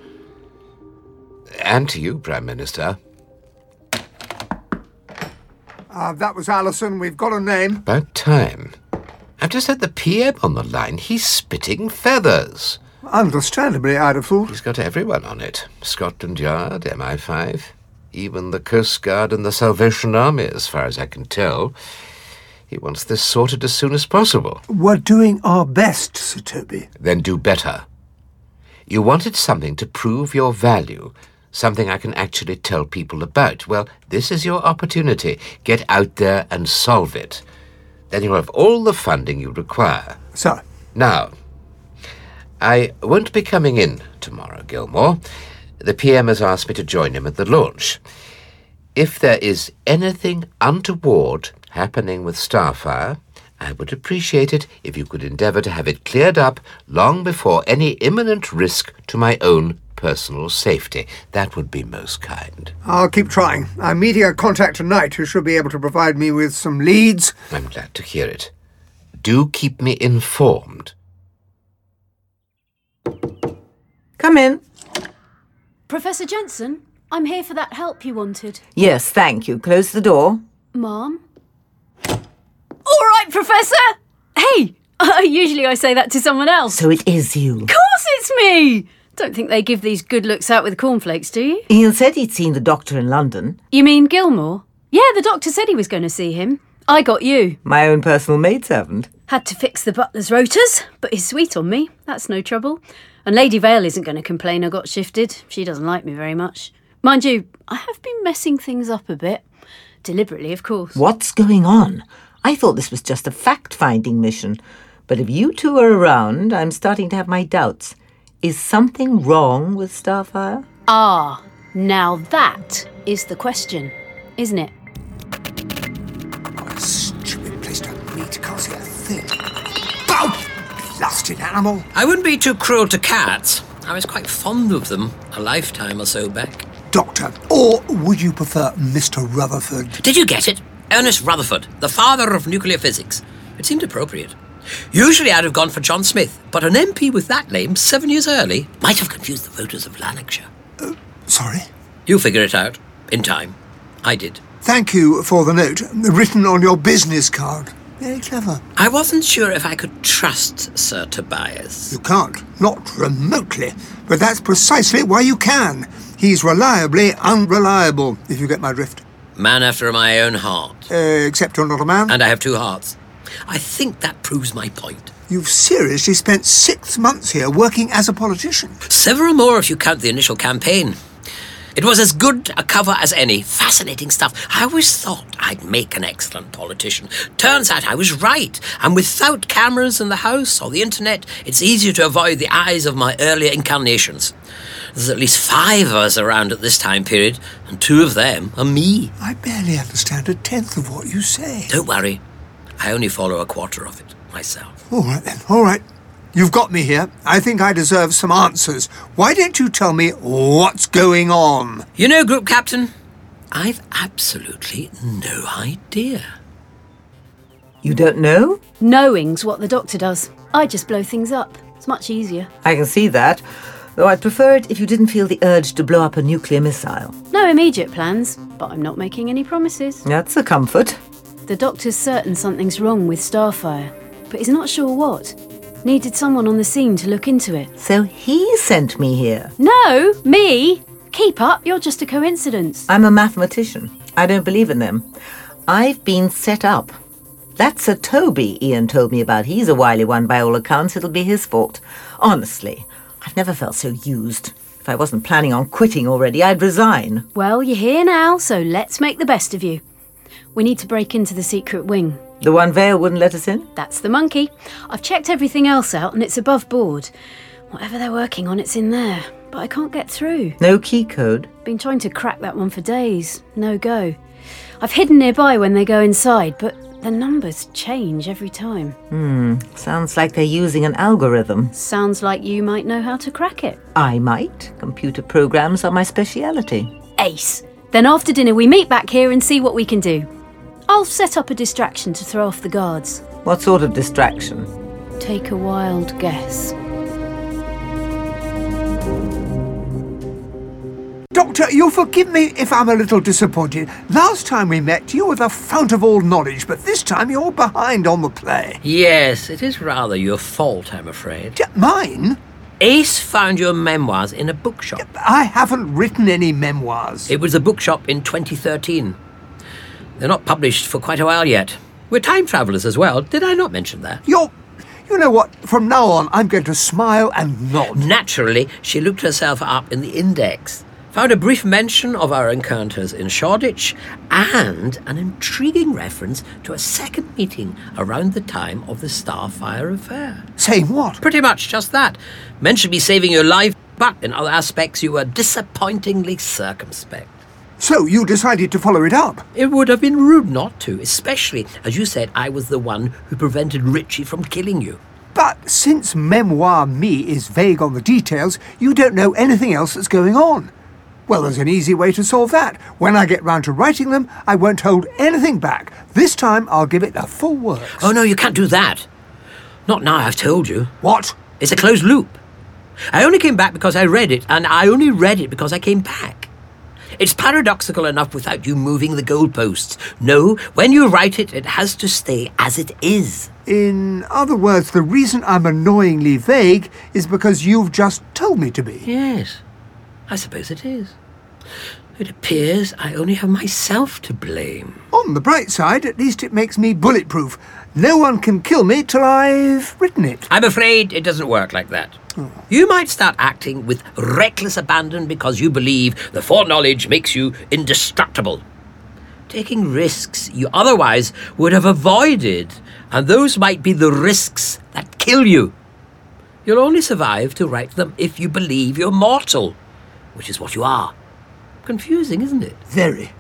S3: And to you, Prime Minister.
S1: Uh, that was Alison. We've got a name.
S3: About time. I've just had the PM on the line. He's spitting feathers.
S1: Understandably, I'd have thought.
S3: He's got everyone on it Scotland Yard, MI5, even the Coast Guard and the Salvation Army, as far as I can tell. He wants this sorted as soon as possible.
S1: We're doing our best, Sir Toby.
S3: Then do better. You wanted something to prove your value, something I can actually tell people about. Well, this is your opportunity. Get out there and solve it. Then you'll have all the funding you require.
S1: Sir.
S3: Now, I won't be coming in tomorrow, Gilmore. The PM has asked me to join him at the launch. If there is anything untoward happening with Starfire, I would appreciate it if you could endeavour to have it cleared up long before any imminent risk to my own personal safety. That would be most kind.
S1: I'll keep trying. I'm meeting a contact tonight who should be able to provide me with some leads.
S3: I'm glad to hear it. Do keep me informed.
S12: Come in.
S16: Professor Jensen, I'm here for that help you wanted.
S12: Yes, thank you. Close the door.
S16: Mom? All right, Professor! Hey! usually I say that to someone else.
S12: So it is you.
S16: Of course it's me! Don't think they give these good looks out with cornflakes, do you?
S12: Ian said he'd seen the doctor in London.
S16: You mean Gilmore? Yeah, the doctor said he was going to see him. I got you.
S12: My own personal maidservant.
S16: Had to fix the butler's rotors, but he's sweet on me. That's no trouble. And Lady Vale isn't going to complain I got shifted. She doesn't like me very much. Mind you, I have been messing things up a bit. Deliberately, of course.
S12: What's going on? I thought this was just a fact finding mission. But if you two are around, I'm starting to have my doubts. Is something wrong with Starfire?
S16: Ah, now that is the question, isn't it?
S1: Stupid place to meet. Can't see a thing. Bow! Oh, Blasted animal.
S10: I wouldn't be too cruel to cats. I was quite fond of them a lifetime or so back.
S1: Doctor, or would you prefer Mr. Rutherford?
S10: Did you get it? Ernest Rutherford, the father of nuclear physics. It seemed appropriate. Usually I'd have gone for John Smith, but an MP with that name seven years early might have confused the voters of Lanarkshire.
S1: Uh, Sorry?
S10: You figure it out. In time. I did.
S1: Thank you for the note written on your business card. Very clever.
S10: I wasn't sure if I could trust Sir Tobias.
S1: You can't, not remotely. But that's precisely why you can. He's reliably unreliable, if you get my drift.
S10: Man after my own heart.
S1: Uh, except you're not a man.
S10: And I have two hearts. I think that proves my point.
S1: You've seriously spent six months here working as a politician.
S10: Several more if you count the initial campaign. It was as good a cover as any. Fascinating stuff. I always thought I'd make an excellent politician. Turns out I was right. And without cameras in the house or the internet, it's easier to avoid the eyes of my earlier incarnations. There's at least five of us around at this time period, and two of them are me.
S1: I barely understand a tenth of what you say.
S10: Don't worry. I only follow a quarter of it myself.
S1: All right then, all right. You've got me here. I think I deserve some answers. Why don't you tell me what's going on?
S10: You know, Group Captain, I've absolutely no idea.
S12: You don't know?
S16: Knowing's what the doctor does. I just blow things up. It's much easier.
S12: I can see that, though I'd prefer it if you didn't feel the urge to blow up a nuclear missile.
S16: No immediate plans, but I'm not making any promises.
S12: That's a comfort.
S16: The doctor's certain something's wrong with Starfire, but he's not sure what. Needed someone on the scene to look into it.
S12: So he sent me here.
S16: No, me! Keep up, you're just a coincidence.
S12: I'm a mathematician. I don't believe in them. I've been set up. That's a Toby Ian told me about. He's a wily one by all accounts. It'll be his fault. Honestly, I've never felt so used. If I wasn't planning on quitting already, I'd resign.
S16: Well, you're here now, so let's make the best of you. We need to break into the secret wing.
S12: The one Vale wouldn't let us in?
S16: That's the monkey. I've checked everything else out and it's above board. Whatever they're working on, it's in there. but I can't get through.
S12: No key code.
S16: Been trying to crack that one for days. No go. I've hidden nearby when they go inside, but the numbers change every time.
S12: Hmm, sounds like they're using an algorithm.
S16: Sounds like you might know how to crack it.
S12: I might. Computer programs are my speciality.
S16: Ace. Then after dinner, we meet back here and see what we can do. I'll set up a distraction to throw off the guards.
S12: What sort of distraction?
S16: Take a wild guess.
S1: Doctor, you'll forgive me if I'm a little disappointed. Last time we met, you were the fount of all knowledge, but this time you're behind on the play.
S10: Yes, it is rather your fault, I'm afraid.
S1: mine?
S10: Ace found your memoirs in a bookshop.
S1: I haven't written any memoirs.
S10: It was a bookshop in 2013. They're not published for quite a while yet. We're time travellers as well. Did I not mention that?
S1: You're. You know what? From now on, I'm going to smile and nod.
S10: Naturally, she looked herself up in the index, found a brief mention of our encounters in Shoreditch, and an intriguing reference to a second meeting around the time of the Starfire affair.
S1: Saying what?
S10: Pretty much just that. Mentioned me saving your life, but in other aspects, you were disappointingly circumspect.
S1: So you decided to follow it up?
S10: It would have been rude not to, especially as you said I was the one who prevented Richie from killing you.
S1: But since Memoir Me is vague on the details, you don't know anything else that's going on. Well, there's an easy way to solve that. When I get round to writing them, I won't hold anything back. This time, I'll give it a full works.
S10: Oh, no, you can't do that. Not now, I've told you.
S1: What?
S10: It's a closed loop. I only came back because I read it, and I only read it because I came back. It's paradoxical enough without you moving the goalposts. No, when you write it, it has to stay as it is.
S1: In other words, the reason I'm annoyingly vague is because you've just told me to be.
S10: Yes, I suppose it is. It appears I only have myself to blame.
S1: On the bright side, at least it makes me bulletproof. No one can kill me till I've written it.
S10: I'm afraid it doesn't work like that. You might start acting with reckless abandon because you believe the foreknowledge makes you indestructible. Taking risks you otherwise would have avoided, and those might be the risks that kill you. You'll only survive to write them if you believe you're mortal, which is what you are. Confusing, isn't it?
S1: Very.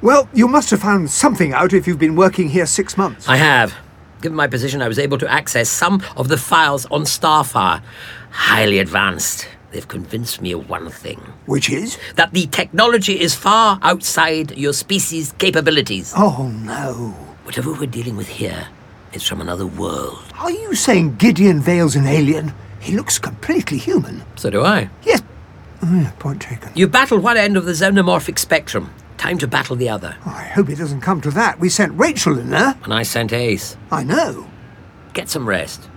S1: Well, you must have found something out if you've been working here six months.
S10: I have. Given my position, I was able to access some of the files on Starfire. Highly advanced. They've convinced me of one thing
S1: Which is?
S10: that the technology is far outside your species' capabilities.
S1: Oh, no.
S10: Whatever we're dealing with here is from another world.
S1: Are you saying Gideon Vale's an alien? He looks completely human.
S10: So do I.
S1: Yes. Oh, yeah, point taken.
S10: You battle one end of the xenomorphic spectrum. Time to battle the other.
S1: I hope it doesn't come to that. We sent Rachel in there.
S10: And I sent Ace.
S1: I know.
S10: Get some rest.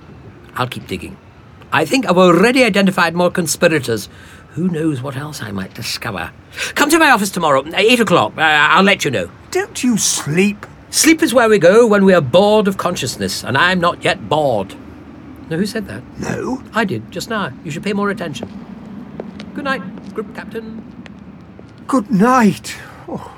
S10: I'll keep digging. I think I've already identified more conspirators. Who knows what else I might discover? Come to my office tomorrow, uh, 8 o'clock. Uh, I'll let you know.
S1: Don't you sleep?
S10: Sleep is where we go when we are bored of consciousness, and I'm not yet bored. Now, who said that?
S1: No.
S10: I did, just now. You should pay more attention. Good night, Group Captain.
S1: Good night. Oh.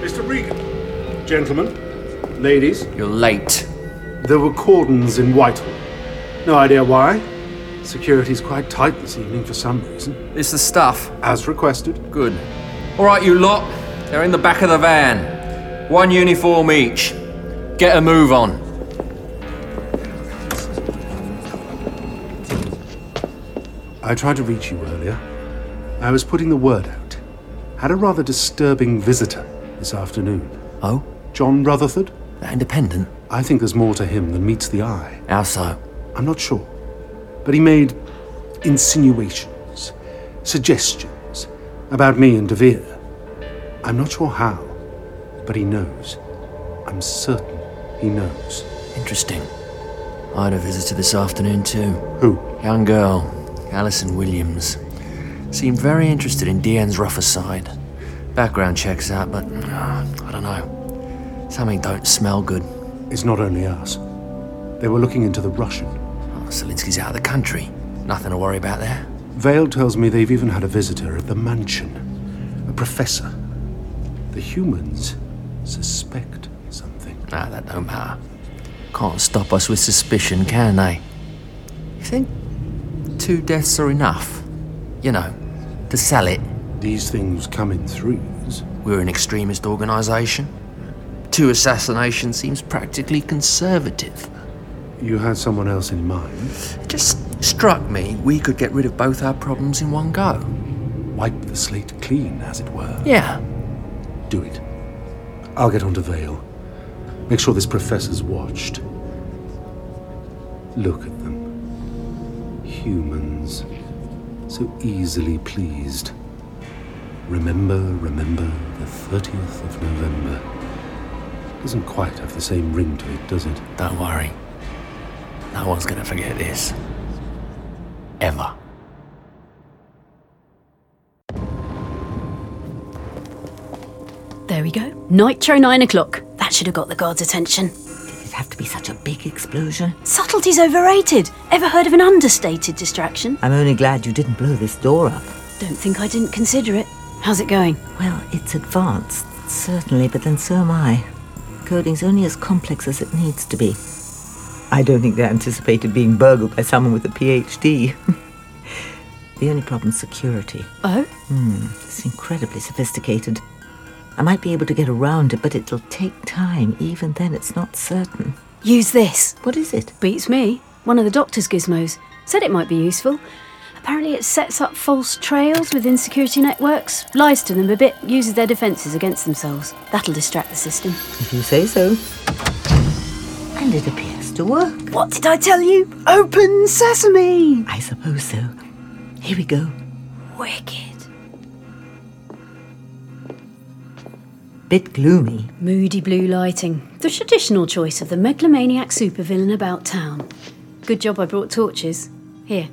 S7: Mr. Regan. Gentlemen, ladies.
S4: You're late.
S7: There were cordons in Whitehall. No idea why. Security's quite tight this evening for some reason.
S4: It's the stuff.
S7: As requested.
S4: Good. All right, you lot. They're in the back of the van. One uniform each. Get a move on.
S7: I tried to reach you earlier. I was putting the word out. Had a rather disturbing visitor this afternoon.
S4: Oh?
S7: John Rutherford?
S4: Independent?
S7: I think there's more to him than meets the eye.
S4: How so?
S7: I'm not sure. But he made insinuations, suggestions about me and Devere. I'm not sure how, but he knows. I'm certain he knows.
S4: Interesting. I had a visitor this afternoon, too.
S7: Who?
S4: Young girl, Alison Williams. Seemed very interested in Deanne's rougher side. Background checks out, but uh, I don't know. Something don't smell good.
S7: It's not only us. They were looking into the Russian.
S4: Selinsky's Ah, out of the country. Nothing to worry about there.
S7: Vale tells me they've even had a visitor at the mansion. A professor. The humans suspect something.
S4: Ah, that don't matter. Can't stop us with suspicion, can they? You think two deaths are enough? You know, to sell it.
S7: These things come in threes.
S4: We're an extremist organisation. Two assassinations seems practically conservative.
S7: You had someone else in mind.
S4: It just struck me we could get rid of both our problems in one go.
S7: Wipe the slate clean, as it were.
S4: Yeah.
S7: Do it. I'll get onto Vale. Make sure this professor's watched. Look at them. Humans. So easily pleased. Remember, remember the 30th of November. Doesn't quite have the same ring to it, does it?
S4: Don't worry. No one's gonna forget this. Ever.
S16: There we go. Nitro 9 o'clock. That should have got the guard's attention.
S12: Did it have to be such a big explosion?
S16: Subtlety's overrated. Ever heard of an understated distraction?
S12: I'm only glad you didn't blow this door up.
S16: Don't think I didn't consider it. How's it going?
S12: Well, it's advanced, certainly, but then so am I. Coding's only as complex as it needs to be. I don't think they anticipated being burgled by someone with a PhD. the only problem's security.
S16: Oh?
S12: Hmm, it's incredibly sophisticated. I might be able to get around it, but it'll take time. Even then, it's not certain.
S16: Use this.
S12: What is it?
S16: Beats me. One of the doctor's gizmos. Said it might be useful. Apparently, it sets up false trails within security networks, lies to them a bit, uses their defences against themselves. That'll distract the system.
S12: If you say so. And it appears to work.
S16: What did I tell you? Open sesame!
S12: I suppose so. Here we go.
S16: Wicked.
S12: Bit gloomy.
S16: Moody blue lighting. The traditional choice of the megalomaniac supervillain about town. Good job I brought torches. Here.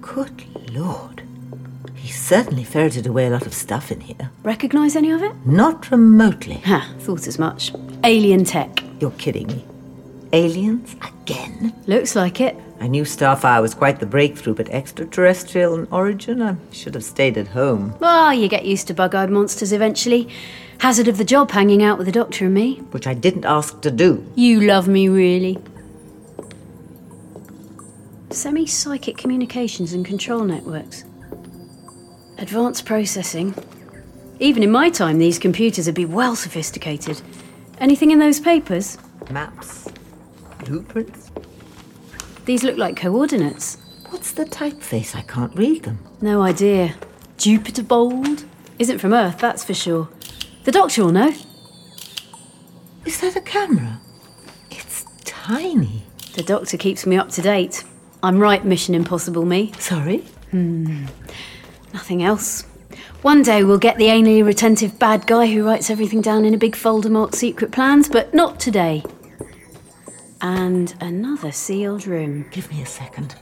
S12: Good lord. He certainly ferreted away a lot of stuff in here.
S16: Recognise any of it?
S12: Not remotely.
S16: Ha, thought as much. Alien tech.
S12: You're kidding me. Aliens? Again?
S16: Looks like it.
S12: I knew Starfire was quite the breakthrough, but extraterrestrial in origin? I should have stayed at home.
S16: Ah, you get used to bug eyed monsters eventually. Hazard of the job hanging out with the doctor and me.
S12: Which I didn't ask to do.
S16: You love me, really. Semi psychic communications and control networks. Advanced processing. Even in my time, these computers would be well sophisticated. Anything in those papers?
S12: Maps. Blueprints?
S16: These look like coordinates.
S12: What's the typeface? I can't read them.
S16: No idea. Jupiter Bold? Isn't from Earth, that's for sure. The doctor will know.
S12: Is that a camera? It's tiny.
S16: The doctor keeps me up to date. I'm right, Mission Impossible me.
S12: Sorry?
S16: Hmm. Nothing else. One day we'll get the anally retentive bad guy who writes everything down in a big folder marked secret plans, but not today. And another sealed room.
S12: Give me a second.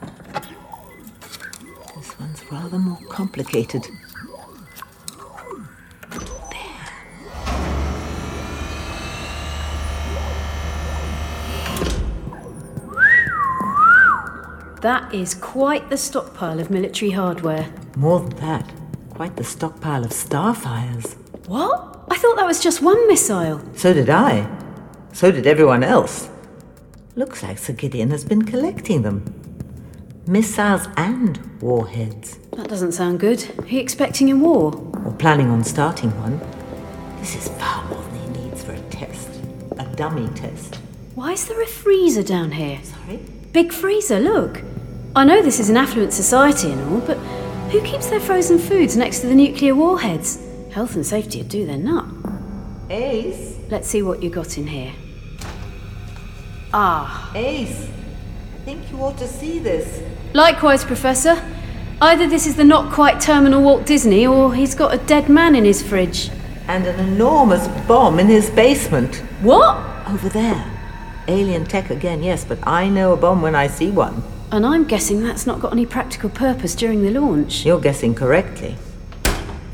S12: This one's rather more complicated.
S16: That is quite the stockpile of military hardware.
S12: More than that, quite the stockpile of starfires.
S16: What? I thought that was just one missile.
S12: So did I. So did everyone else. Looks like Sir Gideon has been collecting them. Missiles and warheads.
S16: That doesn't sound good. Are you expecting a war?
S12: Or planning on starting one. This is far more than he needs for a test. A dummy test.
S16: Why is there a freezer down here?
S12: Sorry?
S16: Big freezer, look. I know this is an affluent society and all, but who keeps their frozen foods next to the nuclear warheads? Health and safety would do their nut.
S12: Ace?
S16: Let's see what you got in here. Ah.
S12: Ace, I think you ought to see this.
S16: Likewise, Professor. Either this is the not quite terminal Walt Disney, or he's got a dead man in his fridge.
S12: And an enormous bomb in his basement.
S16: What?
S12: Over there. Alien tech again, yes, but I know a bomb when I see one.
S16: And I'm guessing that's not got any practical purpose during the launch.
S12: You're guessing correctly.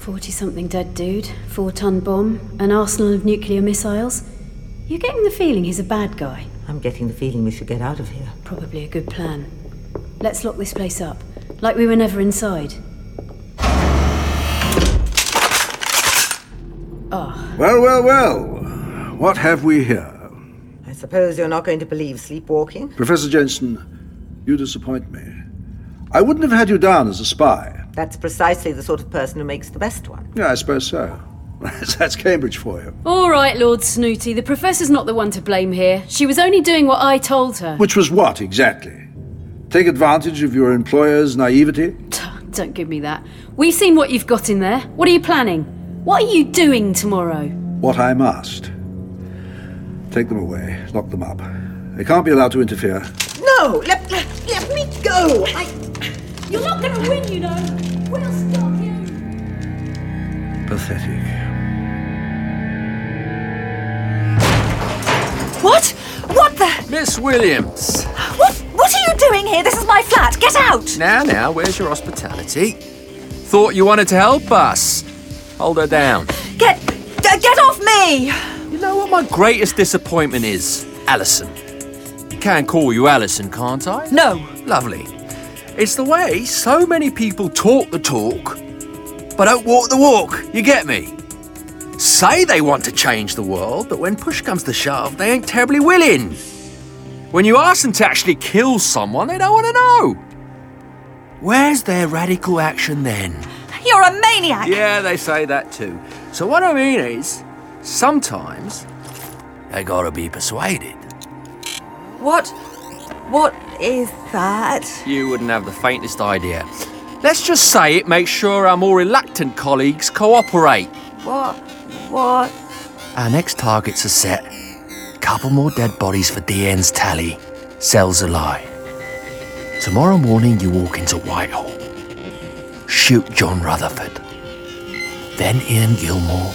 S16: 40 something dead dude, four ton bomb, an arsenal of nuclear missiles. You're getting the feeling he's a bad guy.
S12: I'm getting the feeling we should get out of here.
S16: Probably a good plan. Let's lock this place up, like we were never inside.
S17: Well, well, well. What have we here?
S12: I suppose you're not going to believe sleepwalking?
S17: Professor Jensen, you disappoint me. I wouldn't have had you down as a spy.
S12: That's precisely the sort of person who makes the best one.
S17: Yeah, I suppose so. That's Cambridge for you.
S16: All right, Lord Snooty, the Professor's not the one to blame here. She was only doing what I told her.
S17: Which was what, exactly? Take advantage of your employer's naivety?
S16: Don't give me that. We've seen what you've got in there. What are you planning? What are you doing tomorrow?
S17: What I'm asked. Take them away, lock them up. They can't be allowed to interfere.
S12: No! Let, let, let me go! I...
S16: You're not going to win, you know. We'll stop you.
S17: Pathetic.
S18: What? What the?
S4: Miss Williams.
S18: What? What are you doing here? This is my flat. Get out!
S4: Now, now, where's your hospitality? Thought you wanted to help us. Hold her down.
S18: Get, g- get off me!
S4: You know what my greatest disappointment is, Alison. Can call you Alison, can't I?
S18: No.
S4: Lovely. It's the way so many people talk the talk, but don't walk the walk. You get me? Say they want to change the world, but when push comes to shove, they ain't terribly willing. When you ask them to actually kill someone, they don't want to know. Where's their radical action then?
S18: You're a maniac.
S4: Yeah, they say that too. So what I mean is, sometimes they gotta be persuaded.
S18: What? What is that?
S4: You wouldn't have the faintest idea. Let's just say it makes sure our more reluctant colleagues cooperate.
S18: What? What?
S4: Our next targets are set. Couple more dead bodies for DN's tally. Sells a lie. Tomorrow morning you walk into Whitehall. Shoot John Rutherford. Then Ian Gilmore.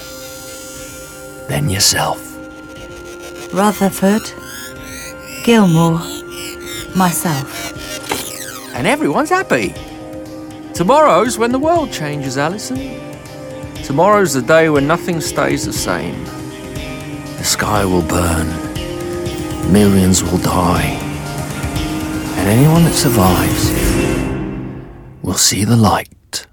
S4: Then yourself.
S18: Rutherford, Gilmore, myself.
S4: And everyone's happy. Tomorrow's when the world changes, Alison. Tomorrow's the day when nothing stays the same. The sky will burn. Millions will die. And anyone that survives will see the light.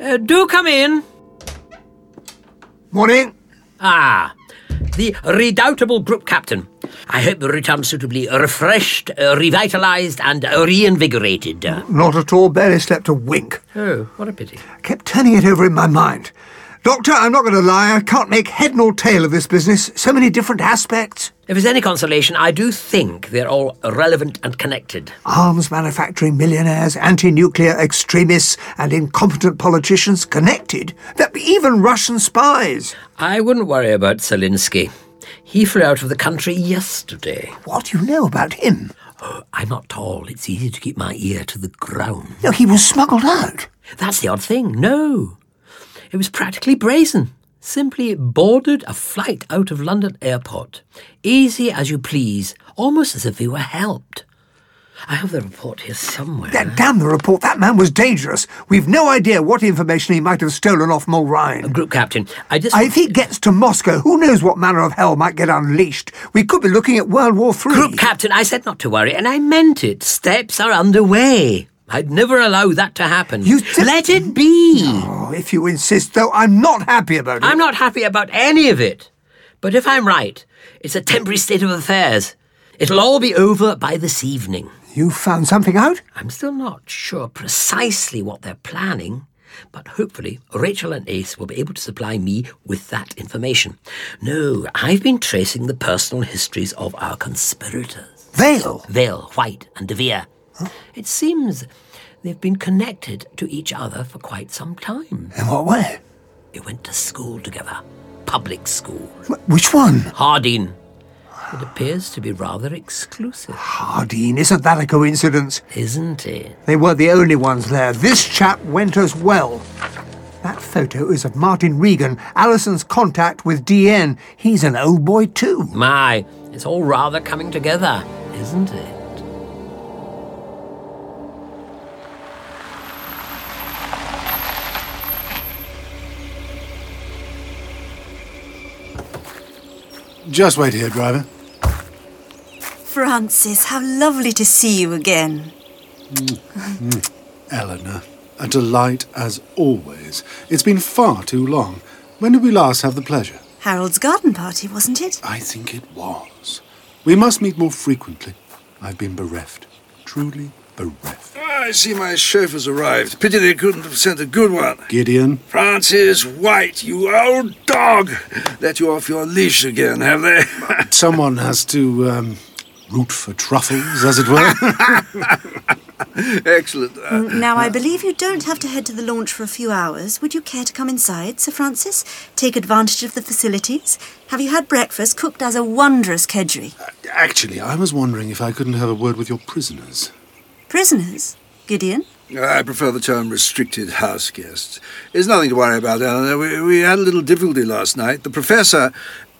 S10: Uh, do come in.
S1: Morning.
S10: Ah, the redoubtable group captain. I hope you return suitably refreshed, uh, revitalized, and uh, reinvigorated.
S1: Not at all, barely slept a wink.
S10: Oh, what a pity.
S1: I kept turning it over in my mind. Doctor, I'm not going to lie, I can't make head nor tail of this business. So many different aspects.
S10: If it's any consolation, I do think they're all relevant and connected.
S1: Arms manufacturing millionaires, anti nuclear extremists, and incompetent politicians connected. That even Russian spies.
S10: I wouldn't worry about Zelensky. He flew out of the country yesterday.
S1: What do you know about him?
S10: Oh, I'm not tall. It's easy to keep my ear to the ground.
S1: No, he was smuggled out.
S10: That's the odd thing. No. It was practically brazen. Simply boarded a flight out of London airport. Easy as you please, almost as if he were helped. I have the report here somewhere.
S1: That, damn the report, that man was dangerous. We've no idea what information he might have stolen off Mulrine.
S10: Group captain, I just.
S1: If he gets to Moscow, who knows what manner of hell might get unleashed? We could be looking at World War Three.
S10: Group captain, I said not to worry, and I meant it. Steps are underway. I'd never allow that to happen.
S1: You let it be. No, Oh, if you insist, though, I'm not happy about it.
S10: I'm not happy about any of it. But if I'm right, it's a temporary state of affairs. It'll all be over by this evening.
S1: You found something out?
S10: I'm still not sure precisely what they're planning, but hopefully Rachel and Ace will be able to supply me with that information. No, I've been tracing the personal histories of our conspirators.
S1: Vale?
S10: Vale, White, and DeVere. It seems they've been connected to each other for quite some time.
S1: In what way?
S10: They went to school together. Public school.
S1: Which one?
S10: Harding. It appears to be rather exclusive.
S1: Hardeen, isn't that a coincidence?
S10: Isn't it?
S1: They weren't the only ones there. This chap went as well. That photo is of Martin Regan, Allison's contact with DN. He's an old boy, too.
S10: My, it's all rather coming together, isn't it?
S7: Just wait here, driver.
S11: Francis, how lovely to see you again.
S7: Mm, Eleanor, a delight as always. It's been far too long. When did we last have the pleasure?
S11: Harold's garden party, wasn't it?
S7: I think it was. We must meet more frequently. I've been bereft. Truly bereft.
S5: Ah, I see my chauffeur's arrived. Pity they couldn't have sent a good one.
S7: Gideon,
S5: Francis White, you old dog! Let you off your leash again, have they?
S7: someone has to um, root for truffles, as it were.
S5: Excellent. Uh,
S11: Mm, Now, I believe you don't have to head to the launch for a few hours. Would you care to come inside, Sir Francis? Take advantage of the facilities? Have you had breakfast cooked as a wondrous kedgeree?
S7: Actually, I was wondering if I couldn't have a word with your prisoners.
S11: Prisoners? Gideon?
S5: I prefer the term restricted house guests. There's nothing to worry about, Eleanor. We, we had a little difficulty last night. The professor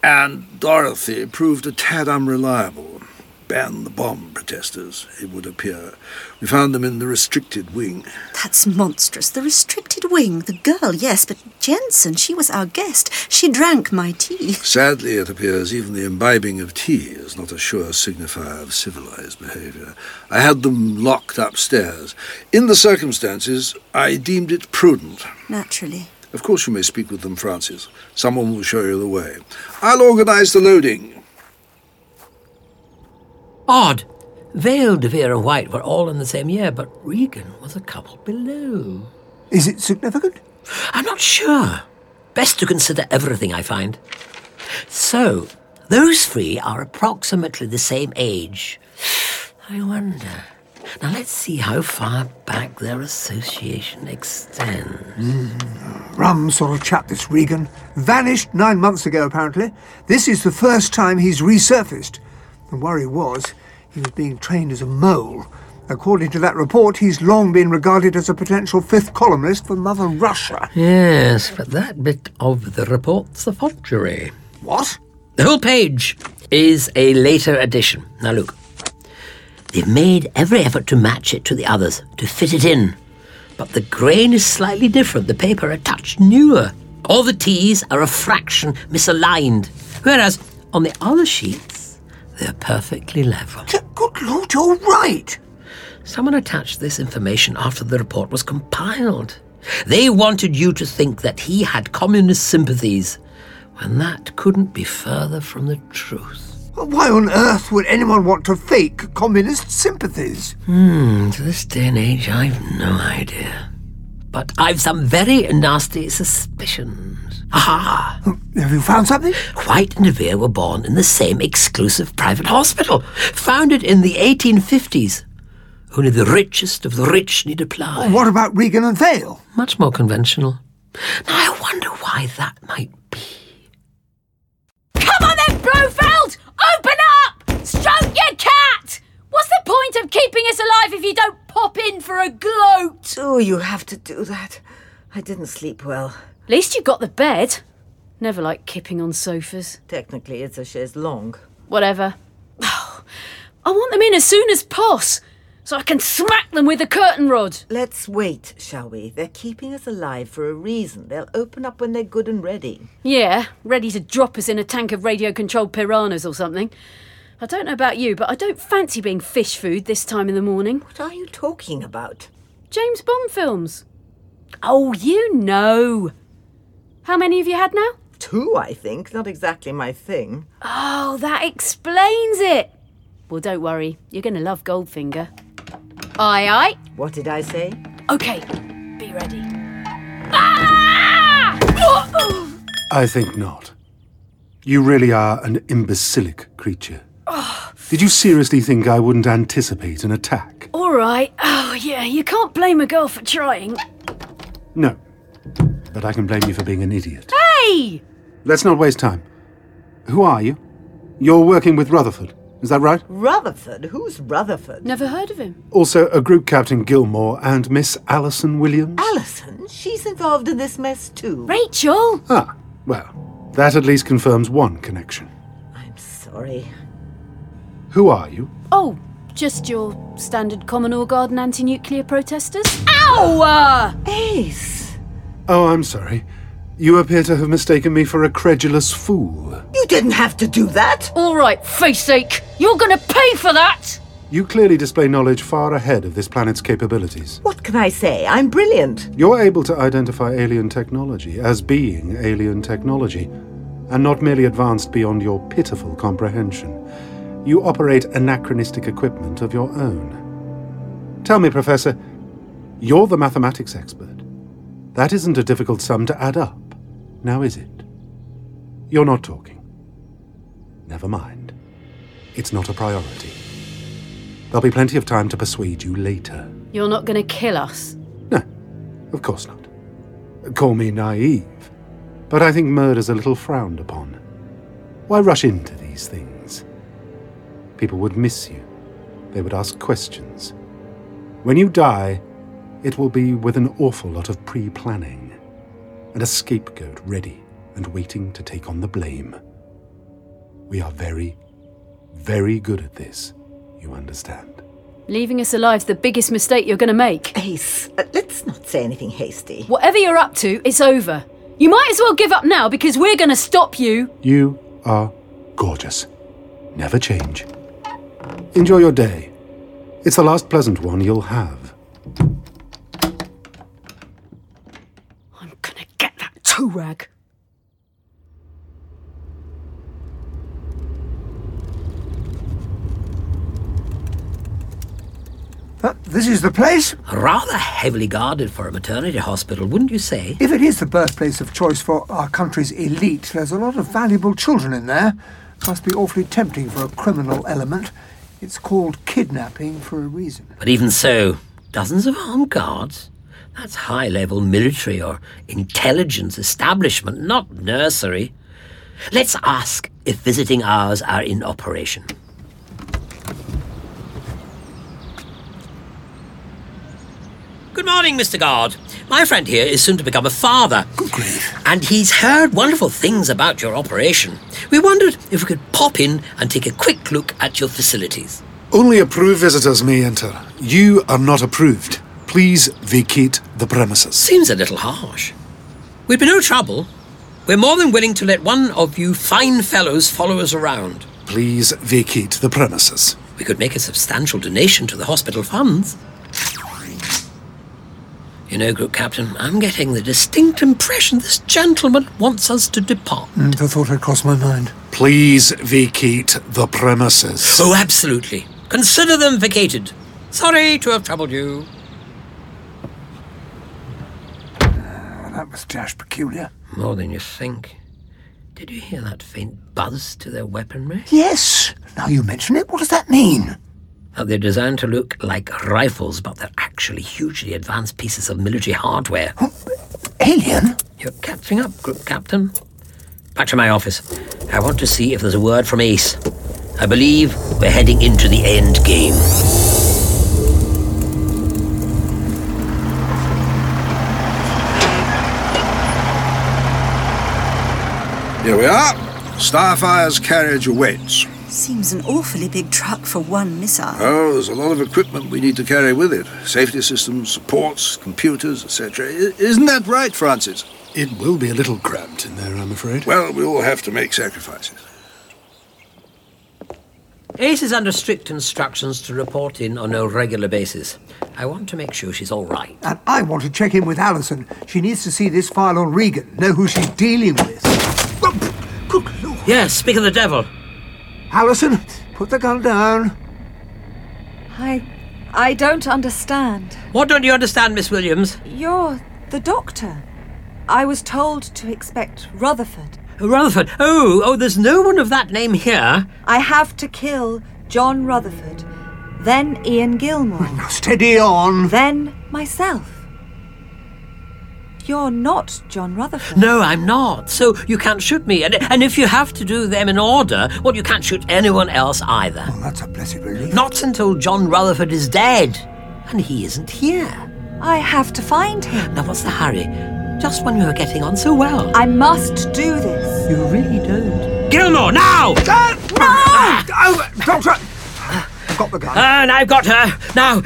S5: and Dorothy proved a tad unreliable. Ban the bomb protesters, it would appear. We found them in the restricted wing.
S11: That's monstrous. The restricted wing. The girl, yes, but Jensen, she was our guest. She drank my tea.
S5: Sadly, it appears even the imbibing of tea is not a sure signifier of civilized behavior. I had them locked upstairs. In the circumstances, I deemed it prudent.
S11: Naturally.
S5: Of course, you may speak with them, Francis. Someone will show you the way. I'll organize the loading.
S10: Odd. Vale, DeVere, and White were all in the same year, but Regan was a couple below.
S1: Is it significant?
S10: I'm not sure. Best to consider everything, I find. So, those three are approximately the same age. I wonder. Now, let's see how far back their association extends.
S1: Mm, Rum sort of chap, this Regan. Vanished nine months ago, apparently. This is the first time he's resurfaced. The worry was he was being trained as a mole. According to that report, he's long been regarded as a potential fifth columnist for Mother Russia.
S10: Yes, but that bit of the report's a forgery.
S1: What?
S10: The whole page is a later edition. Now look, they've made every effort to match it to the others, to fit it in. But the grain is slightly different, the paper a touch newer. All the T's are a fraction misaligned, whereas on the other sheets, they're perfectly level.
S1: Good Lord, you're right!
S10: Someone attached this information after the report was compiled. They wanted you to think that he had communist sympathies, when that couldn't be further from the truth.
S1: Why on earth would anyone want to fake communist sympathies?
S10: Hmm, to this day and age, I've no idea. But I've some very nasty suspicions. Aha!
S1: Have you found something?
S10: White and DeVere were born in the same exclusive private hospital, founded in the 1850s. Only the richest of the rich need apply.
S1: What about Regan and Vale?
S10: Much more conventional. Now I wonder why that might
S16: Come on then, Blofeld! Open up! Stroke your cat! What's the point of keeping us alive if you don't pop in for a gloat?
S12: Oh, you have to do that. I didn't sleep well.
S16: At least you got the bed. Never like kipping on sofas.
S12: Technically, it's a chaise longue.
S16: Whatever. I want them in as soon as pos, so I can smack them with a curtain rod.
S12: Let's wait, shall we? They're keeping us alive for a reason. They'll open up when they're good and ready.
S16: Yeah, ready to drop us in a tank of radio controlled piranhas or something. I don't know about you, but I don't fancy being fish food this time in the morning. What
S12: are you talking about?
S16: James Bond films. Oh, you know. How many have you had now?
S12: Two, I think. Not exactly my thing.
S16: Oh, that explains it. Well, don't worry. You're going to love Goldfinger. Aye, aye.
S12: What did I say?
S16: Okay, be ready. Ah!
S7: I think not. You really are an imbecilic creature. Did you seriously think I wouldn't anticipate an attack?
S16: All right. Oh, yeah, you can't blame a girl for trying.
S7: No. But I can blame you for being an idiot.
S16: Hey!
S7: Let's not waste time. Who are you? You're working with Rutherford, is that right?
S12: Rutherford? Who's Rutherford?
S16: Never heard of him.
S7: Also, a group captain Gilmore and Miss Alison Williams?
S12: Alison? She's involved in this mess too.
S16: Rachel!
S7: Ah, well, that at least confirms one connection.
S12: Sorry.
S7: Who are you?
S16: Oh, just your standard common or garden anti nuclear protesters. Ow! Uh!
S12: Ace!
S7: Oh, I'm sorry. You appear to have mistaken me for a credulous fool.
S12: You didn't have to do that!
S16: All right, faceache, you're gonna pay for that!
S7: You clearly display knowledge far ahead of this planet's capabilities.
S12: What can I say? I'm brilliant.
S7: You're able to identify alien technology as being alien technology, and not merely advanced beyond your pitiful comprehension. You operate anachronistic equipment of your own. Tell me, Professor, you're the mathematics expert. That isn't a difficult sum to add up, now is it? You're not talking. Never mind. It's not a priority. There'll be plenty of time to persuade you later.
S16: You're not gonna kill us.
S7: Of course not. Call me naive, but I think murder's a little frowned upon. Why rush into these things? People would miss you, they would ask questions. When you die, it will be with an awful lot of pre planning and a scapegoat ready and waiting to take on the blame. We are very, very good at this, you understand.
S16: Leaving us alive's the biggest mistake you're gonna make.
S12: Ace, uh, let's not say anything hasty.
S16: Whatever you're up to, it's over. You might as well give up now because we're gonna stop you.
S7: You are gorgeous. Never change. Enjoy your day. It's the last pleasant one you'll have.
S16: Toe rag.
S1: This is the place.
S10: Rather heavily guarded for a maternity hospital, wouldn't you say?
S1: If it is the birthplace of choice for our country's elite, there's a lot of valuable children in there. Must be awfully tempting for a criminal element. It's called kidnapping for a reason.
S10: But even so, dozens of armed guards. That's high level military or intelligence establishment, not nursery. Let's ask if visiting hours are in operation. Good morning, Mr. Guard. My friend here is soon to become a father. Good grief. And he's heard wonderful things about your operation. We wondered if we could pop in and take a quick look at your facilities.
S21: Only approved visitors may enter. You are not approved. Please vacate the premises.
S10: Seems a little harsh. We'd be no trouble. We're more than willing to let one of you fine fellows follow us around.
S21: Please vacate the premises.
S10: We could make a substantial donation to the hospital funds. You know, Group Captain, I'm getting the distinct impression this gentleman wants us to depart.
S1: Mm, the thought had crossed my mind.
S21: Please vacate the premises.
S10: Oh, absolutely. Consider them vacated. Sorry to have troubled you.
S1: Uh, That was dash peculiar.
S10: More than you think. Did you hear that faint buzz to their weaponry?
S1: Yes. Now you mention it, what does that mean?
S10: That they're designed to look like rifles, but they're actually hugely advanced pieces of military hardware.
S1: Oh, Alien?
S10: You're catching up, Group Captain. Back to my office. I want to see if there's a word from Ace. I believe we're heading into the end game.
S17: Here we are. Starfire's carriage awaits.
S11: Seems an awfully big truck for one missile.
S17: Oh, there's a lot of equipment we need to carry with it safety systems, supports, computers, etc. I- Isn't that right, Francis?
S21: It will be a little cramped in there, I'm afraid.
S17: Well, we all have to make sacrifices.
S10: Ace is under strict instructions to report in on a regular basis. I want to make sure she's all right.
S1: And I want to check in with Allison. She needs to see this file on Regan, know who she's dealing with.
S10: Yes, speak of the devil.
S1: Allison, put the gun down.
S18: I. I don't understand.
S10: What don't you understand, Miss Williams?
S18: You're the doctor. I was told to expect Rutherford.
S10: Rutherford. Oh, oh, there's no one of that name here.
S18: I have to kill John Rutherford, then Ian Gilmore,
S1: Steady on.
S18: then myself. You're not John Rutherford.
S10: No, I'm not. So you can't shoot me. And, and if you have to do them in order, well, you can't shoot anyone else either. Well,
S1: Oh, that's a blessed relief.
S10: Not until John Rutherford is dead. And he isn't here.
S18: I have to find him.
S10: Now, what's the hurry? Just when we were getting on so well.
S18: I must do this.
S10: You really don't. Gilmore, now! Ah!
S1: Oh, Doctor! I've got the gun.
S10: And Ah, I've got her. Now,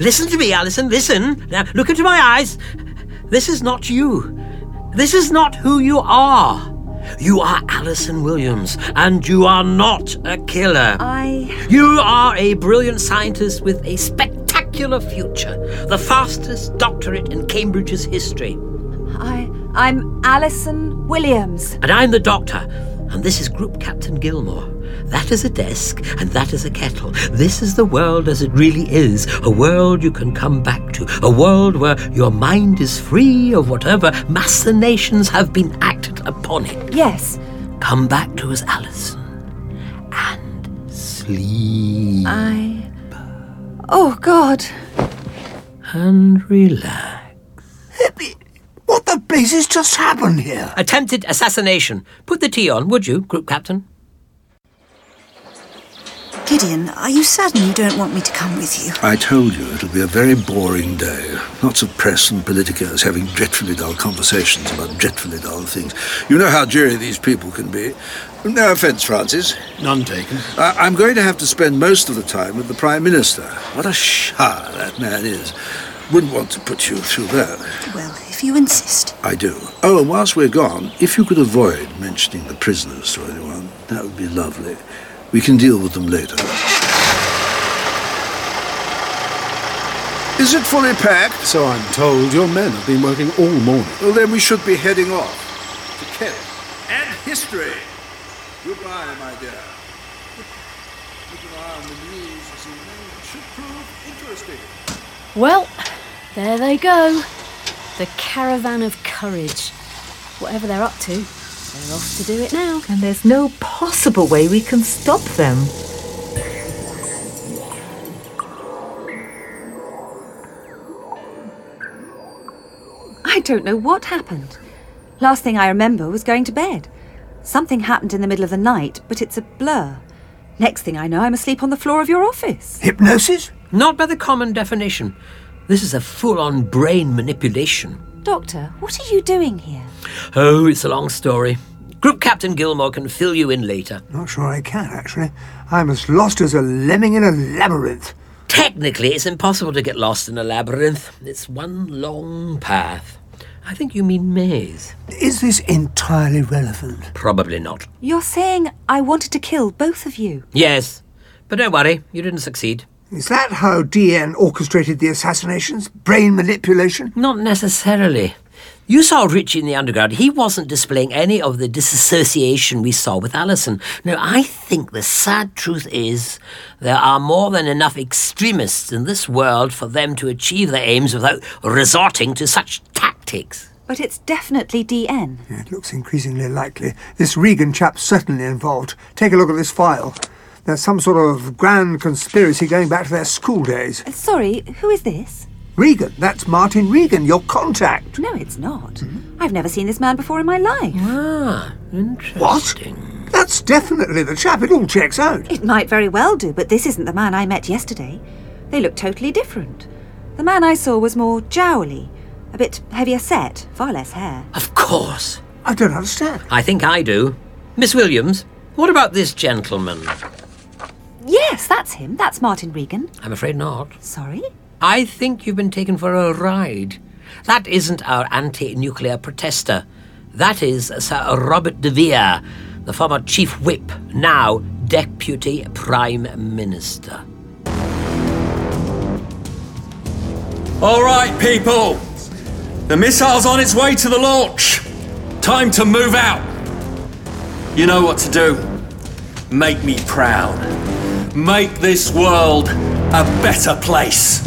S10: listen to me, Alison. Listen. Now, look into my eyes. This is not you. This is not who you are. You are Alison Williams, and you are not a
S18: Uh.
S10: killer.
S18: I.
S10: You are a brilliant scientist with a spectacular future, the fastest doctorate in Cambridge's history.
S18: I. I'm Alison Williams.
S10: And I'm the doctor, and this is Group Captain Gilmore. That is a desk, and that is a kettle. This is the world as it really is a world you can come back to, a world where your mind is free of whatever machinations have been acted upon it.
S18: Yes.
S10: Come back to us, Alison, and sleep.
S18: I. Oh, God.
S10: And relax.
S1: What the blazes just happened here?
S10: Attempted assassination. Put the tea on, would you, Group Captain?
S11: Gideon, are you certain you don't want me to come with you?
S17: I told you it'll be a very boring day. Lots of press and politicos having dreadfully dull conversations about dreadfully dull things. You know how dreary these people can be. No offence, Francis.
S21: None taken.
S17: I- I'm going to have to spend most of the time with the Prime Minister. What a shah that man is. Wouldn't want to put you through that.
S11: Well, if you insist.
S17: I do. Oh, and whilst we're gone, if you could avoid mentioning the prisoners to anyone, that would be lovely. We can deal with them later. Is it fully packed?
S21: So I'm told your men have been working all morning.
S17: Well, then we should be heading off to Kent and history. Goodbye, my dear. Keep an eye on the news this evening. It should prove interesting.
S16: Well, there they go. The caravan of courage. Whatever they're up to, they're off to do it now.
S12: And there's no possible way we can stop them.
S18: I don't know what happened. Last thing I remember was going to bed. Something happened in the middle of the night, but it's a blur. Next thing I know, I'm asleep on the floor of your office.
S1: Hypnosis?
S10: Not by the common definition. This is a full on brain manipulation.
S18: Doctor, what are you doing here?
S10: Oh, it's a long story. Group Captain Gilmore can fill you in later.
S1: Not sure I can, actually. I'm as lost as a lemming in a labyrinth.
S10: Technically, it's impossible to get lost in a labyrinth. It's one long path. I think you mean maze.
S1: Is this entirely relevant?
S10: Probably not.
S18: You're saying I wanted to kill both of you.
S10: Yes. But don't worry, you didn't succeed.
S1: Is that how DN orchestrated the assassinations? Brain manipulation?
S10: Not necessarily. You saw Richie in the underground. He wasn't displaying any of the disassociation we saw with Allison. No, I think the sad truth is there are more than enough extremists in this world for them to achieve their aims without resorting to such tactics.
S18: But it's definitely DN.
S1: It looks increasingly likely. This Regan chap's certainly involved. Take a look at this file. There's some sort of grand conspiracy going back to their school days.
S18: Uh, Sorry, who is this?
S1: Regan, that's Martin Regan, your contact.
S18: No, it's not. I've never seen this man before in my life.
S10: Ah,
S1: What? That's definitely the chap. It all checks out.
S18: It might very well do, but this isn't the man I met yesterday. They look totally different. The man I saw was more jowly, a bit heavier set, far less hair.
S10: Of course.
S1: I don't understand.
S10: I think I do. Miss Williams, what about this gentleman?
S18: Yes, that's him. That's Martin Regan.
S10: I'm afraid not.
S18: Sorry?
S10: I think you've been taken for a ride. That isn't our anti nuclear protester. That is Sir Robert de Vere, the former chief whip, now Deputy Prime Minister.
S4: All right, people. The missile's on its way to the launch. Time to move out. You know what to do. Make me proud. Make this world a better place.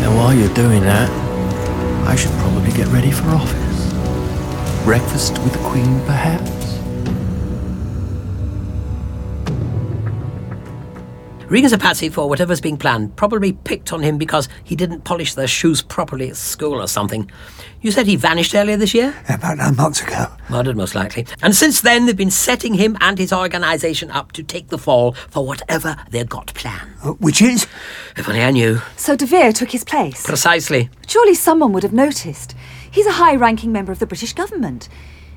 S22: Now, while you're doing that, I should probably get ready for office. Breakfast with the Queen, perhaps?
S10: Riga's a patsy for whatever's being planned. Probably picked on him because he didn't polish their shoes properly at school or something. You said he vanished earlier this year?
S1: About nine months ago.
S10: Murdered, most likely. And since then, they've been setting him and his organisation up to take the fall for whatever they've got planned.
S1: Uh, which is?
S10: If only I knew.
S18: So De Vere took his place.
S10: Precisely.
S18: Surely someone would have noticed. He's a high ranking member of the British government.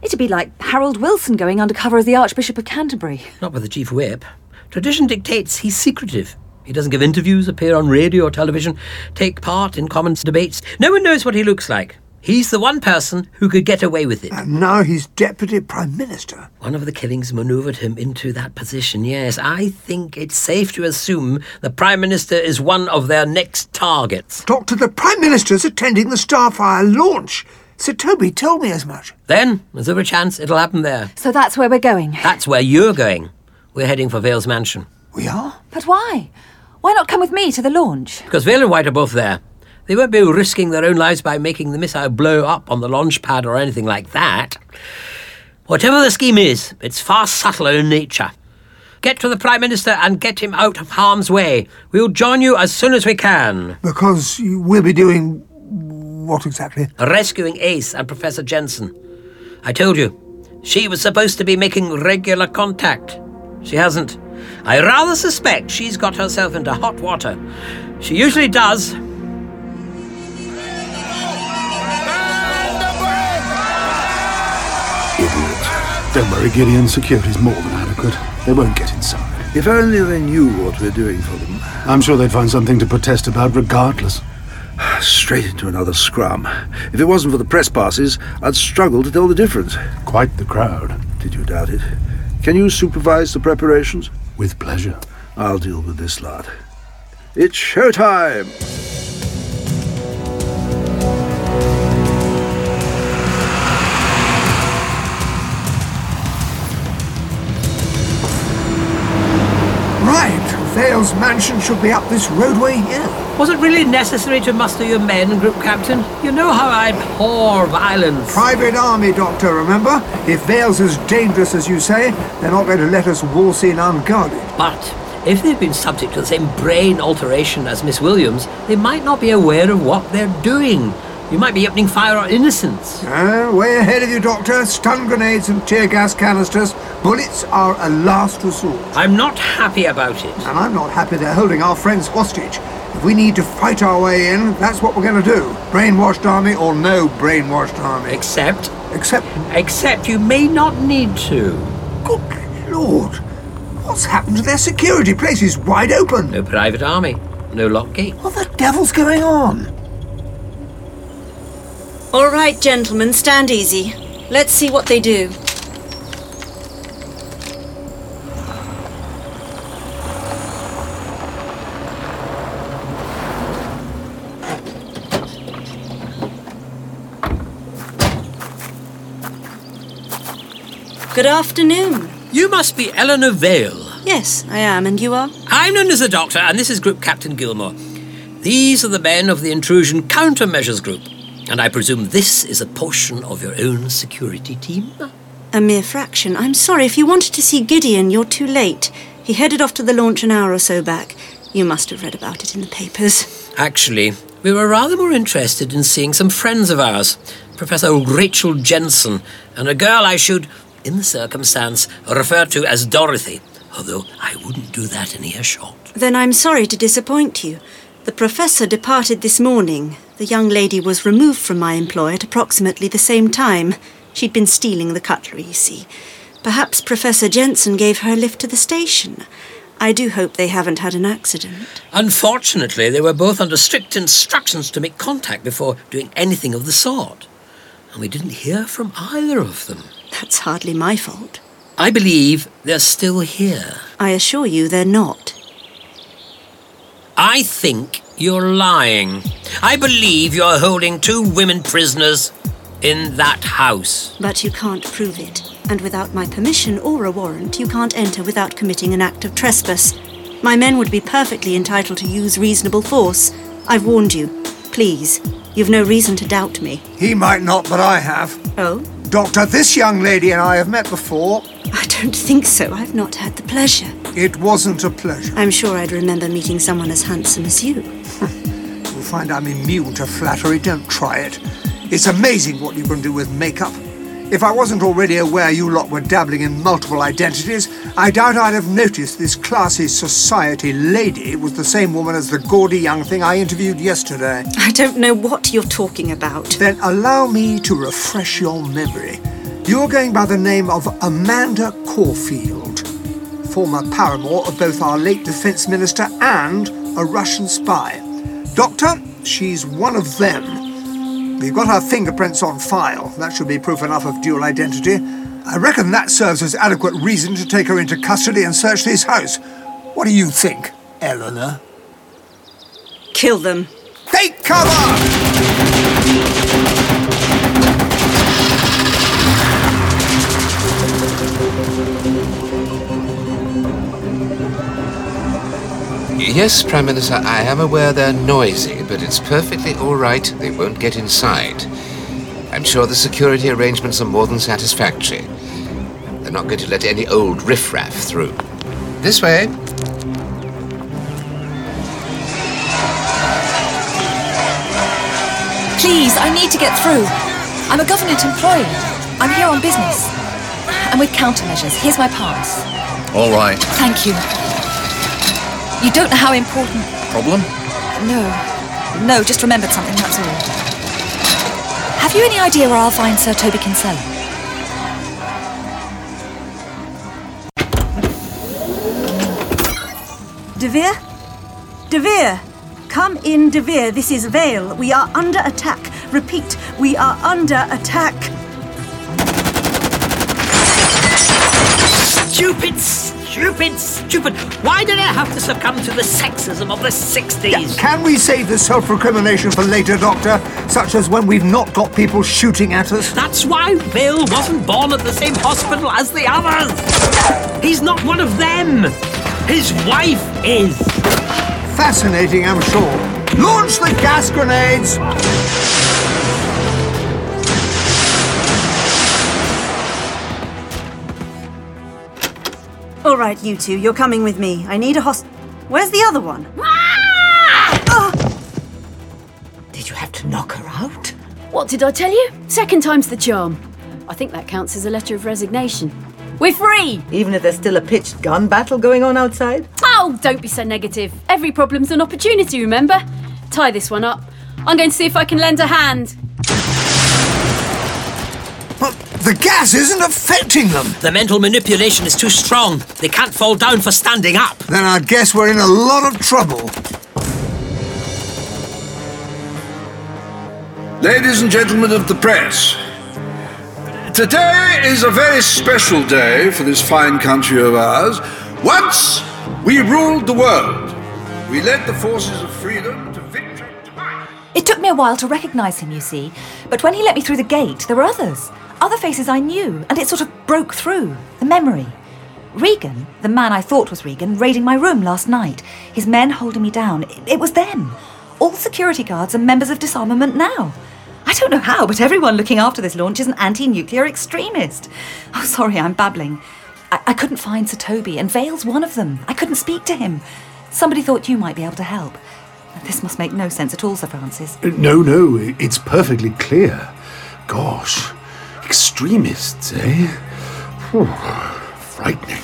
S18: It'd be like Harold Wilson going undercover as the Archbishop of Canterbury.
S10: Not with the chief whip. Tradition dictates he's secretive. He doesn't give interviews, appear on radio or television, take part in common debates. No one knows what he looks like. He's the one person who could get away with it.
S1: And now he's Deputy Prime Minister.
S10: One of the killings manoeuvred him into that position, yes. I think it's safe to assume the Prime Minister is one of their next targets.
S1: Doctor, the Prime Minister's attending the Starfire launch. Sir Toby told me as much.
S10: Then, there's every chance it'll happen there.
S18: So that's where we're going.
S10: That's where you're going. We're heading for Vale's mansion.
S1: We are?
S18: But why? Why not come with me to the launch?
S10: Because Vale and White are both there. They won't be risking their own lives by making the missile blow up on the launch pad or anything like that. Whatever the scheme is, it's far subtler in nature. Get to the Prime Minister and get him out of harm's way. We'll join you as soon as we can.
S1: Because you will be doing what exactly?
S10: Rescuing Ace and Professor Jensen. I told you, she was supposed to be making regular contact. She hasn't. I rather suspect she's got herself into hot water. She usually does,
S7: Don't worry, Gideon. Security's more than adequate. They won't get inside.
S5: If only they knew what we're doing for them.
S7: I'm sure they'd find something to protest about regardless.
S5: Straight into another scrum. If it wasn't for the press passes, I'd struggle to tell the difference.
S7: Quite the crowd.
S5: Did you doubt it? Can you supervise the preparations?
S7: With pleasure.
S5: I'll deal with this lot. It's showtime!
S1: Right, Vale's mansion should be up this roadway here.
S10: Was it really necessary to muster your men, Group Captain? You know how I abhor violence.
S1: Private army, Doctor, remember? If Vale's as dangerous as you say, they're not going to let us waltz in unguarded.
S10: But if they've been subject to the same brain alteration as Miss Williams, they might not be aware of what they're doing. You might be opening fire on innocents.
S1: Uh, way ahead of you, Doctor. Stun grenades and tear gas canisters. Bullets are a last resort.
S10: I'm not happy about it.
S1: And I'm not happy they're holding our friends hostage. If we need to fight our way in, that's what we're going to do. Brainwashed army or no brainwashed army.
S10: Except?
S1: Except.
S10: Except you may not need to.
S1: Good Lord. What's happened to their security? Place is wide open.
S10: No private army, no lock gate.
S1: What the devil's going on?
S11: All right, gentlemen, stand easy. Let's see what they do. Good afternoon.
S10: You must be Eleanor Vale.
S11: Yes, I am, and you are?
S10: I'm known as the Doctor, and this is Group Captain Gilmore. These are the men of the Intrusion Countermeasures Group, and I presume this is a portion of your own security team?
S11: A mere fraction. I'm sorry, if you wanted to see Gideon, you're too late. He headed off to the launch an hour or so back. You must have read about it in the papers.
S10: Actually, we were rather more interested in seeing some friends of ours Professor Rachel Jensen, and a girl I should, in the circumstance, refer to as Dorothy, although I wouldn't do that in earshot.
S11: Then I'm sorry to disappoint you. The professor departed this morning. The young lady was removed from my employ at approximately the same time. She'd been stealing the cutlery, you see. Perhaps Professor Jensen gave her a lift to the station. I do hope they haven't had an accident.
S10: Unfortunately, they were both under strict instructions to make contact before doing anything of the sort, and we didn't hear from either of them.
S11: That's hardly my fault.
S10: I believe they're still here.
S11: I assure you they're not.
S10: I think you're lying. I believe you're holding two women prisoners in that house.
S11: But you can't prove it. And without my permission or a warrant, you can't enter without committing an act of trespass. My men would be perfectly entitled to use reasonable force. I've warned you. Please, you've no reason to doubt me.
S1: He might not, but I have.
S11: Oh?
S1: Doctor, this young lady and I have met before.
S11: I don't think so. I've not had the pleasure.
S1: It wasn't a pleasure.
S11: I'm sure I'd remember meeting someone as handsome as you.
S1: You'll find I'm immune to flattery. Don't try it. It's amazing what you can do with makeup. If I wasn't already aware you lot were dabbling in multiple identities, I doubt I'd have noticed this classy society lady was the same woman as the gaudy young thing I interviewed yesterday.
S11: I don't know what you're talking about.
S1: Then allow me to refresh your memory. You're going by the name of Amanda Caulfield, former paramour of both our late defence minister and a Russian spy. Doctor, she's one of them. We've got her fingerprints on file. That should be proof enough of dual identity. I reckon that serves as adequate reason to take her into custody and search this house. What do you think, Eleanor?
S11: Kill them.
S1: Take cover!
S3: Yes, Prime Minister, I am aware they're noisy, but it's perfectly all right. They won't get inside. I'm sure the security arrangements are more than satisfactory. They're not going to let any old riffraff through. This way.
S18: Please, I need to get through. I'm a government employee. I'm here on business. And with countermeasures, here's my pass.
S23: All right.
S18: Thank you. You don't know how important.
S23: Problem?
S18: No. No, just remembered something, that's all. Have you any idea where I'll find Sir Toby Kinsella?
S24: Devere? Devere! Come in, Devere. This is Vale. We are under attack. Repeat, we are under attack.
S10: Stupid, stupid, stupid. Why did I have to succumb to the sexism of the 60s?
S1: Can we save this self recrimination for later, Doctor? Such as when we've not got people shooting at us?
S10: That's why Bill wasn't born at the same hospital as the others. He's not one of them. His wife is.
S1: Fascinating, I'm sure. Launch the gas grenades!
S24: All right, you two, you're coming with me. I need a host. Where's the other one?
S12: Did you have to knock her out?
S16: What did I tell you? Second time's the charm. I think that counts as a letter of resignation. We're free!
S12: Even if there's still a pitched gun battle going on outside?
S16: Oh, don't be so negative. Every problem's an opportunity, remember? Tie this one up. I'm going to see if I can lend a hand.
S1: The gas isn't affecting them.
S10: The mental manipulation is too strong. They can't fall down for standing up.
S1: Then I guess we're in a lot of trouble.
S5: Ladies and gentlemen of the press, today is a very special day for this fine country of ours. Once we ruled the world, we led the forces of freedom to victory.
S18: It took me a while to recognise him, you see. But when he let me through the gate, there were others. Other faces I knew, and it sort of broke through the memory. Regan, the man I thought was Regan, raiding my room last night. His men holding me down. It, it was them. All security guards and members of disarmament now. I don't know how, but everyone looking after this launch is an anti nuclear extremist. Oh, sorry, I'm babbling. I, I couldn't find Sir Toby, and Vale's one of them. I couldn't speak to him. Somebody thought you might be able to help. This must make no sense at all, Sir Francis.
S7: Uh, No, no, i- it's perfectly clear. Gosh, extremists, eh? Phew, frightening.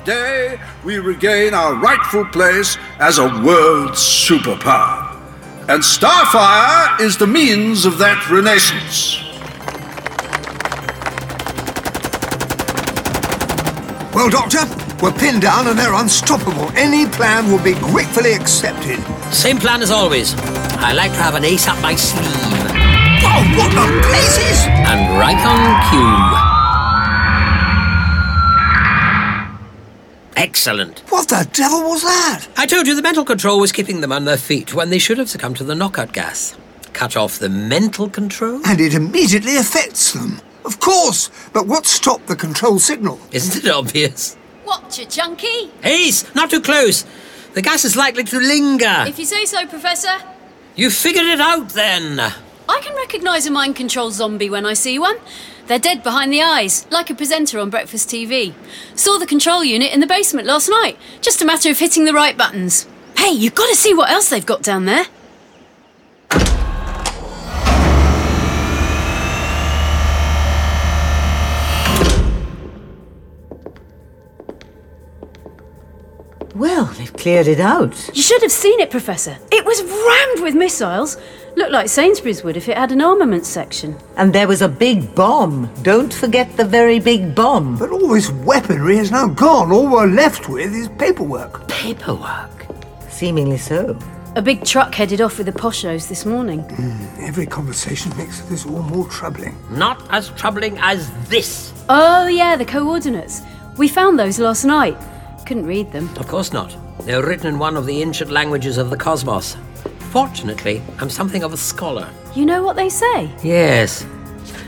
S5: Today, we regain our rightful place as a world superpower. And Starfire is the means of that renaissance.
S1: Well, Doctor, we're pinned down and they're unstoppable. Any plan will be gratefully accepted.
S10: Same plan as always. I like to have an ace up my sleeve.
S1: Oh, what the blazes!
S10: And right on cue. Excellent.
S1: What the devil was that?
S10: I told you the mental control was keeping them on their feet when they should have succumbed to the knockout gas. Cut off the mental control?
S1: And it immediately affects them. Of course, but what stopped the control signal?
S10: Isn't it obvious?
S16: What, you junkie?
S10: Ace, not too close. The gas is likely to linger.
S16: If you say so, Professor.
S10: You figured it out then.
S16: I can recognise a mind control zombie when I see one. They're dead behind the eyes, like a presenter on breakfast TV. Saw the control unit in the basement last night. Just a matter of hitting the right buttons. Hey, you've got to see what else they've got down there.
S12: Well, they've cleared it out.
S16: You should have seen it, Professor. It was rammed with missiles. Looked like Sainsbury's would if it had an armament section.
S12: And there was a big bomb. Don't forget the very big bomb.
S1: But all this weaponry is now gone. All we're left with is paperwork.
S12: Paperwork? Seemingly so.
S16: A big truck headed off with the poshos this morning.
S1: Hmm, Every conversation makes this all more troubling.
S10: Not as troubling as this.
S16: Oh, yeah, the coordinates. We found those last night. Couldn't read them.
S10: Of course not. They were written in one of the ancient languages of the cosmos. Fortunately, I'm something of a scholar.
S16: You know what they say?
S10: Yes.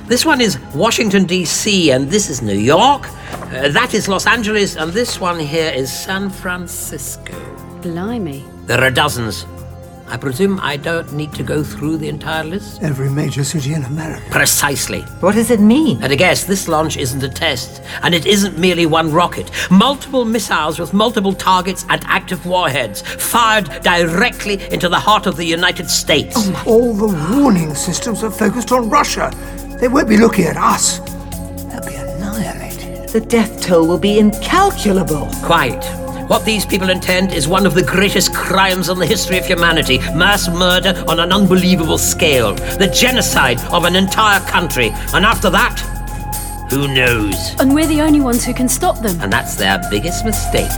S10: This one is Washington, D.C., and this is New York. Uh, that is Los Angeles, and this one here is San Francisco.
S16: Blimey.
S10: There are dozens. I presume I don't need to go through the entire list?
S1: Every major city in America.
S10: Precisely.
S12: What does it mean?
S10: At a guess, this launch isn't a test, and it isn't merely one rocket. Multiple missiles with multiple targets and active warheads fired directly into the heart of the United States.
S1: All the warning systems are focused on Russia. They won't be looking at us.
S12: The death toll will be incalculable.
S10: Quite. What these people intend is one of the greatest crimes in the history of humanity mass murder on an unbelievable scale, the genocide of an entire country. And after that, who knows?
S16: And we're the only ones who can stop them.
S10: And that's their biggest mistake.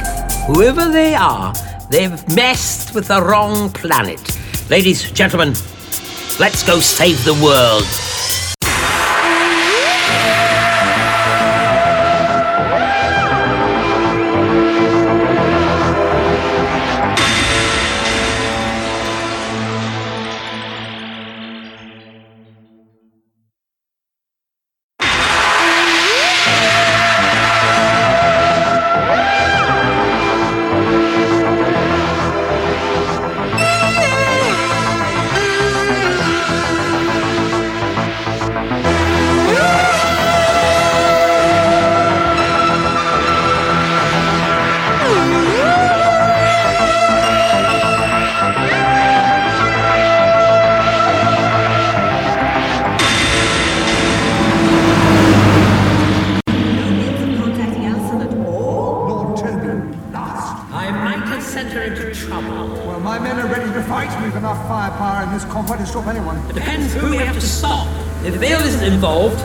S10: Whoever they are, they've messed with the wrong planet. Ladies, gentlemen, let's go save the world. I might have sent her into trouble.
S25: Well, my men are ready to fight. We've enough firepower in this convoy to stop anyone.
S10: It depends who we have to stop. If Vale isn't involved,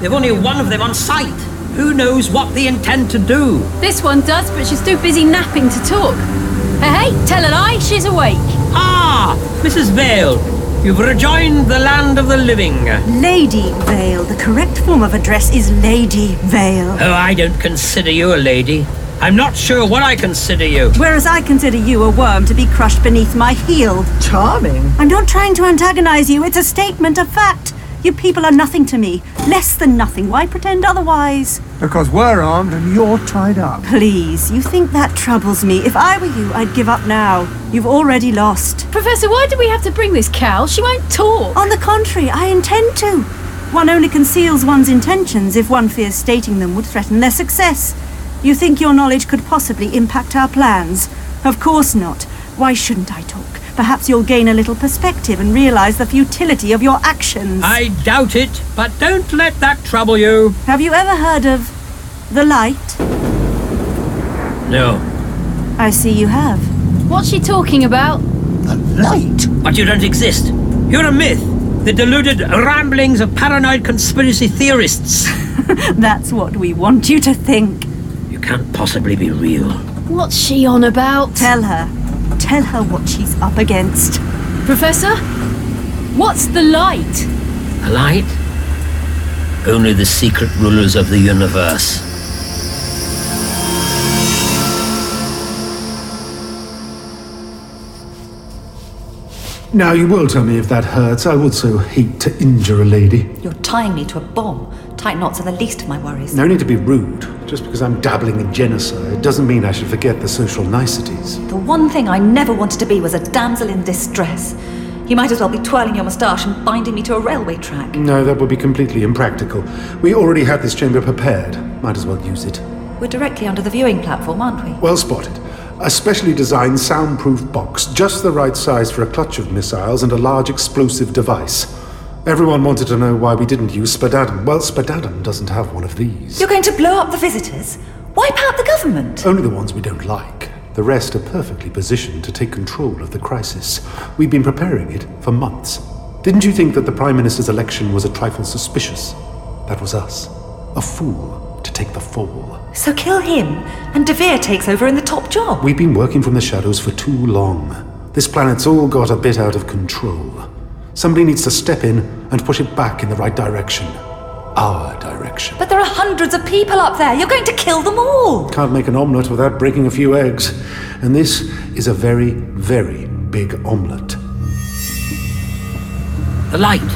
S10: they've only one of them on site. Who knows what they intend to do?
S16: This one does, but she's too busy napping to talk. Hey, hey, tell a lie, she's awake.
S10: Ah, Mrs. Vale, you've rejoined the land of the living.
S11: Lady Vale. The correct form of address is Lady Vale.
S10: Oh, I don't consider you a lady. I'm not sure what I consider you.
S11: Whereas I consider you a worm to be crushed beneath my heel.
S12: Charming.
S11: I'm not trying to antagonize you, it's a statement of fact. You people are nothing to me. Less than nothing. Why pretend otherwise?
S1: Because we're armed and you're tied up.
S11: Please, you think that troubles me. If I were you, I'd give up now. You've already lost.
S16: Professor, why do we have to bring this cow? She won't talk.
S11: On the contrary, I intend to. One only conceals one's intentions if one fears stating them would threaten their success. You think your knowledge could possibly impact our plans? Of course not. Why shouldn't I talk? Perhaps you'll gain a little perspective and realize the futility of your actions.
S10: I doubt it, but don't let that trouble you.
S11: Have you ever heard of the light?
S10: No.
S11: I see you have.
S16: What's she talking about?
S10: Light? But you don't exist. You're a myth. The deluded ramblings of paranoid conspiracy theorists.
S11: That's what we want you to think.
S10: You can't possibly be real.
S16: What's she on about?
S11: Tell her. Tell her what she's up against.
S16: Professor? What's the light?
S10: A light? Only the secret rulers of the universe.
S7: Now, you will tell me if that hurts. I would so hate to injure a lady.
S8: You're tying me to a bomb. Tight knots are the least of my worries.
S7: No need to be rude. Just because I'm dabbling in genocide doesn't mean I should forget the social niceties.
S8: The one thing I never wanted to be was a damsel in distress. You might as well be twirling your moustache and binding me to a railway track.
S7: No, that would be completely impractical. We already had this chamber prepared. Might as well use it.
S8: We're directly under the viewing platform, aren't we?
S7: Well spotted. A specially designed soundproof box, just the right size for a clutch of missiles and a large explosive device. Everyone wanted to know why we didn't use Spadaden. Well, Spadaden doesn't have one of these.
S8: You're going to blow up the visitors? Wipe out the government?
S7: Only the ones we don't like. The rest are perfectly positioned to take control of the crisis. We've been preparing it for months. Didn't you think that the Prime Minister's election was a trifle suspicious? That was us. A fool to take the fall.
S8: So kill him, and De Vere takes over in the top job.
S7: We've been working from the shadows for too long. This planet's all got a bit out of control. Somebody needs to step in and push it back in the right direction. Our direction.
S8: But there are hundreds of people up there. You're going to kill them all.
S7: Can't make an omelette without breaking a few eggs. And this is a very, very big omelette.
S10: The light.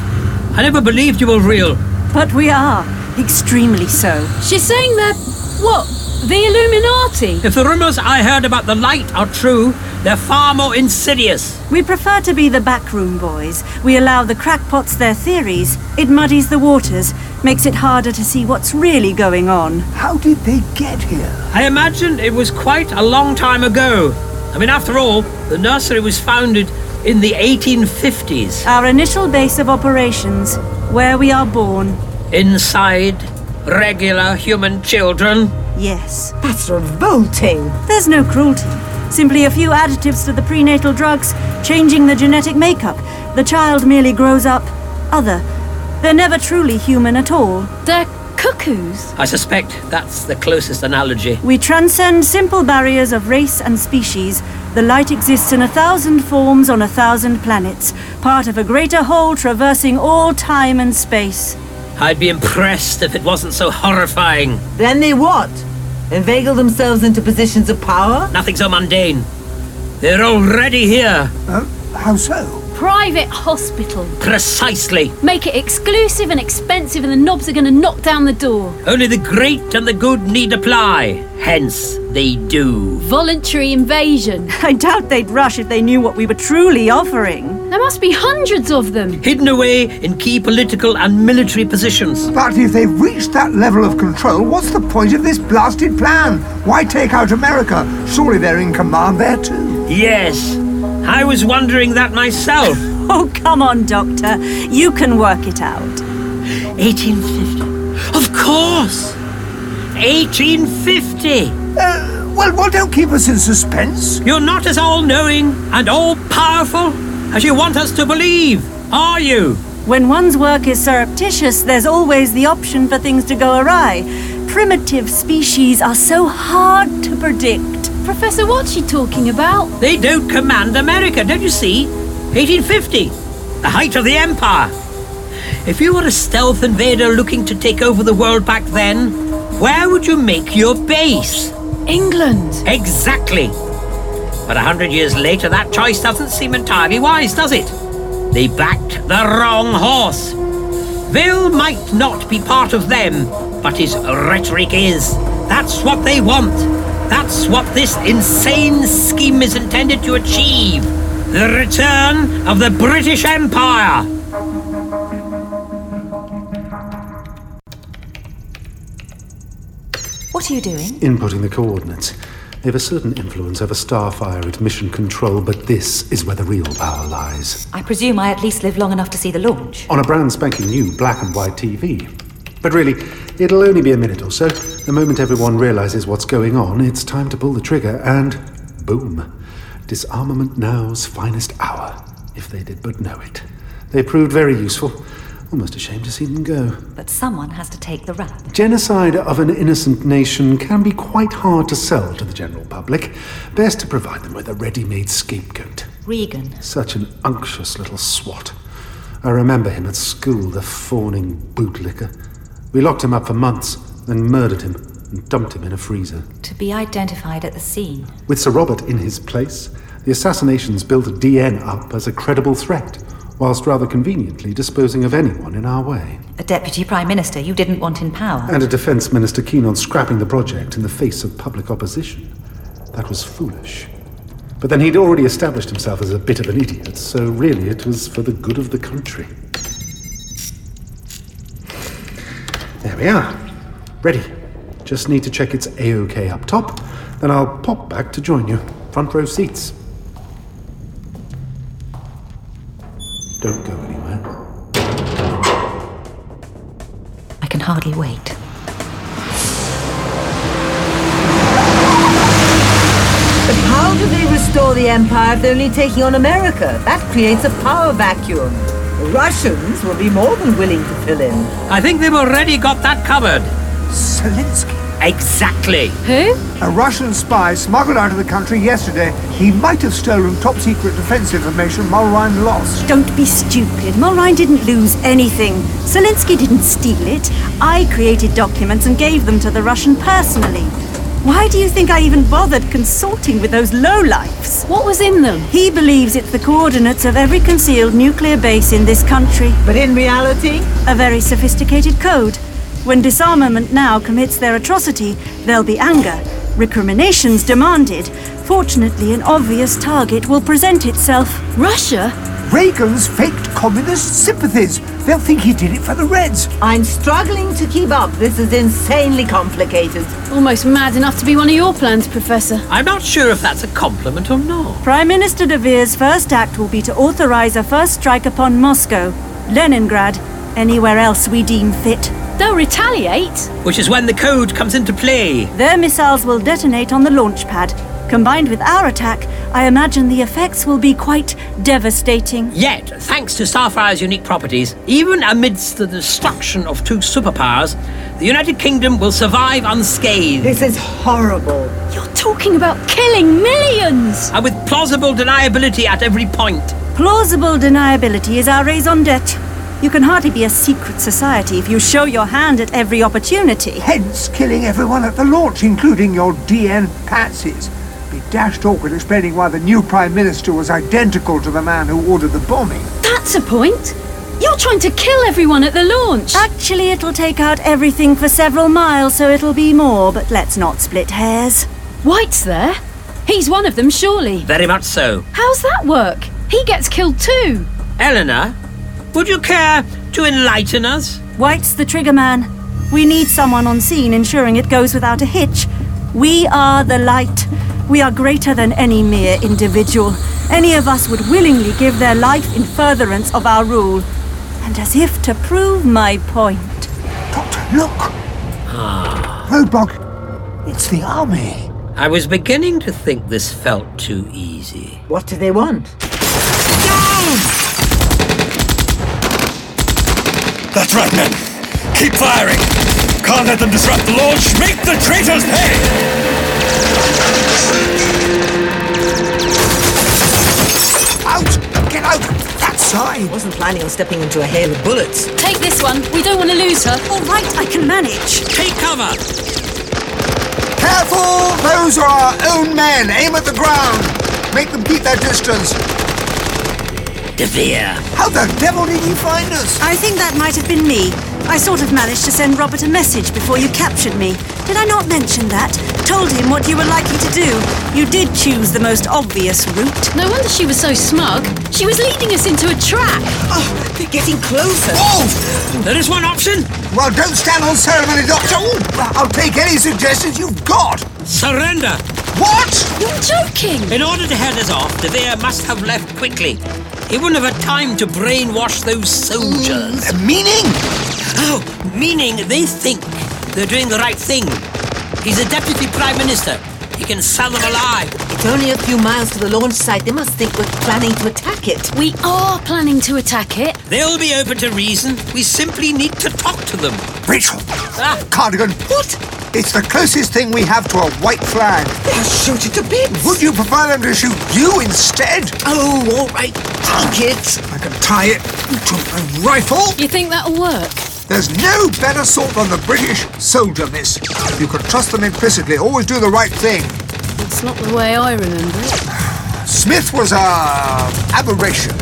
S10: I never believed you were real.
S11: But we are. Extremely so.
S26: She's saying that. What? The Illuminati?
S10: If the rumours I heard about the light are true, they're far more insidious.
S11: We prefer to be the backroom boys. We allow the crackpots their theories. It muddies the waters, makes it harder to see what's really going on.
S1: How did they get here?
S10: I imagine it was quite a long time ago. I mean, after all, the nursery was founded in the 1850s.
S11: Our initial base of operations, where we are born.
S10: Inside, regular human children.
S11: Yes.
S10: That's
S11: Revolting! There's no cruelty. Simply a few additives to the prenatal drugs, changing the genetic makeup. The child merely grows up other. They're never truly human at all.
S26: They're cuckoos.
S10: I suspect that's the closest analogy.
S11: We transcend simple barriers of race and species. The light exists in a thousand forms on a thousand planets, part of a greater whole traversing all time and space.
S10: I'd be impressed if it wasn't so horrifying.
S12: Then they what? Inveigle themselves into positions of power?
S10: Nothing so mundane. They're already here.
S1: Uh, how so?
S26: Private hospital.
S10: Precisely.
S26: Make it exclusive and expensive, and the knobs are going to knock down the door.
S10: Only the great and the good need apply. Hence, they do.
S26: Voluntary invasion.
S11: I doubt they'd rush if they knew what we were truly offering.
S26: There must be hundreds of them.
S10: Hidden away in key political and military positions.
S1: But if they've reached that level of control, what's the point of this blasted plan? Why take out America? Surely they're in command there too.
S10: Yes. I was wondering that myself.
S11: Oh, come on, Doctor. You can work it out.
S10: 1850. Of course! 1850!
S1: Uh, well, well, don't keep us in suspense.
S10: You're not as all knowing and all powerful as you want us to believe, are you?
S11: When one's work is surreptitious, there's always the option for things to go awry. Primitive species are so hard to predict.
S26: Professor, what's she talking about?
S10: They don't command America, don't you see? 1850, the height of the empire. If you were a stealth invader looking to take over the world back then, where would you make your base?
S26: England.
S10: Exactly. But a hundred years later, that choice doesn't seem entirely wise, does it? They backed the wrong horse. Ville might not be part of them, but his rhetoric is. That's what they want. That's what this insane scheme is intended to achieve. The return of the British Empire.
S8: What are you doing?
S7: Inputting the coordinates. They have a certain influence over starfire at mission control, but this is where the real power lies.
S8: I presume I at least live long enough to see the launch.
S7: On a brand spanking new black and white TV. But really, it'll only be a minute or so. The moment everyone realizes what's going on, it's time to pull the trigger and boom. Disarmament now's finest hour, if they did but know it. They proved very useful. Almost ashamed to see them go.
S8: But someone has to take the rap.
S7: Genocide of an innocent nation can be quite hard to sell to the general public. Best to provide them with a ready made scapegoat.
S8: Regan.
S7: Such an unctuous little swot. I remember him at school, the fawning bootlicker. We locked him up for months, then murdered him and dumped him in a freezer.
S8: To be identified at the scene.
S7: With Sir Robert in his place, the assassinations built DN up as a credible threat, whilst rather conveniently disposing of anyone in our way.
S8: A deputy prime minister you didn't want in power.
S7: And a defence minister keen on scrapping the project in the face of public opposition. That was foolish. But then he'd already established himself as a bit of an idiot, so really it was for the good of the country. There we are. Ready. Just need to check it's A OK up top, then I'll pop back to join you. Front row seats. Don't go anywhere.
S8: I can hardly wait.
S12: But how do they restore the empire if they're only taking on America? That creates a power vacuum. The Russians will be more than willing to fill in.
S10: I think they've already got that covered.
S1: Zelensky.
S10: Exactly.
S1: Who? A Russian spy smuggled out of the country yesterday. He might have stolen top secret defense information Mulrine lost.
S11: Don't be stupid. Mulrine didn't lose anything. Zelensky didn't steal it. I created documents and gave them to the Russian personally. Why do you think I even bothered consulting with those lowlifes?
S16: What was in them?
S11: He believes it's the coordinates of every concealed nuclear base in this country.
S12: But in reality?
S11: A very sophisticated code. When disarmament now commits their atrocity, there'll be anger, recriminations demanded. Fortunately, an obvious target will present itself.
S16: Russia?
S1: Reagan's faked communist sympathies. They'll think he did it for the Reds.
S12: I'm struggling to keep up. This is insanely complicated.
S16: Almost mad enough to be one of your plans, Professor.
S10: I'm not sure if that's a compliment or not.
S11: Prime Minister De Vere's first act will be to authorize a first strike upon Moscow, Leningrad, anywhere else we deem fit.
S16: They'll retaliate.
S10: Which is when the code comes into play.
S11: Their missiles will detonate on the launch pad. Combined with our attack, I imagine the effects will be quite devastating.
S10: Yet, thanks to Starfire's unique properties, even amidst the destruction of two superpowers, the United Kingdom will survive unscathed.
S12: This is horrible.
S16: You're talking about killing millions!
S10: And with plausible deniability at every point.
S11: Plausible deniability is our raison d'etre. You can hardly be a secret society if you show your hand at every opportunity.
S1: Hence, killing everyone at the launch, including your DN patsies. Be dashed awkward explaining why the new Prime Minister was identical to the man who ordered the bombing.
S16: That's a point. You're trying to kill everyone at the launch.
S11: Actually, it'll take out everything for several miles, so it'll be more, but let's not split hairs.
S16: White's there. He's one of them, surely.
S10: Very much so.
S16: How's that work? He gets killed too.
S10: Eleanor, would you care to enlighten us?
S11: White's the trigger man. We need someone on scene ensuring it goes without a hitch. We are the light. We are greater than any mere individual. Any of us would willingly give their life in furtherance of our rule. And as if to prove my point.
S1: Doctor, look! Roadblock, it's the army.
S10: Ah, I was beginning to think this felt too easy.
S12: What do they want?
S15: That's right, men. Keep firing. Can't let them disrupt the launch. Make the traitors pay.
S1: Out! Get out! That side!
S12: Wasn't planning on stepping into a hail of bullets.
S26: Take this one. We don't want to lose her.
S11: All right, I can manage.
S10: Take cover!
S19: Careful! Those are our own men. Aim at the ground. Make them keep their distance.
S10: De Vere.
S19: How the devil did you find us?
S11: I think that might have been me. I sort of managed to send Robert a message before you captured me. Did I not mention that? Told him what you were likely to do. You did choose the most obvious route.
S26: No wonder she was so smug. She was leading us into a trap.
S12: Oh, they're getting closer.
S19: Whoa!
S10: There is one option.
S19: Well, don't stand on ceremony, Doctor. Ooh, I'll take any suggestions you've got.
S10: Surrender!
S19: What?
S26: You're joking.
S10: In order to head us off, De Vere must have left quickly. He wouldn't have had time to brainwash those soldiers.
S19: Mm, Meaning?
S10: Oh, meaning they think they're doing the right thing. He's a deputy prime minister. He can sell them alive.
S12: It's only a few miles to the launch site. They must think we're planning to attack it.
S26: We are planning to attack it.
S10: They'll be open to reason. We simply need to talk to them.
S19: Rachel!
S10: Ah.
S19: Cardigan!
S12: What?
S19: It's the closest thing we have to a white flag.
S12: They'll shoot it to bits.
S19: Would you prefer them to shoot you instead?
S12: Oh, all right. Take it.
S19: I can tie it to my rifle.
S26: You think that'll work?
S19: There's no better sort than the British soldier, miss. You can trust them implicitly, always do the right thing.
S26: It's not the way I remember it.
S1: Smith was a
S19: uh,
S1: aberration.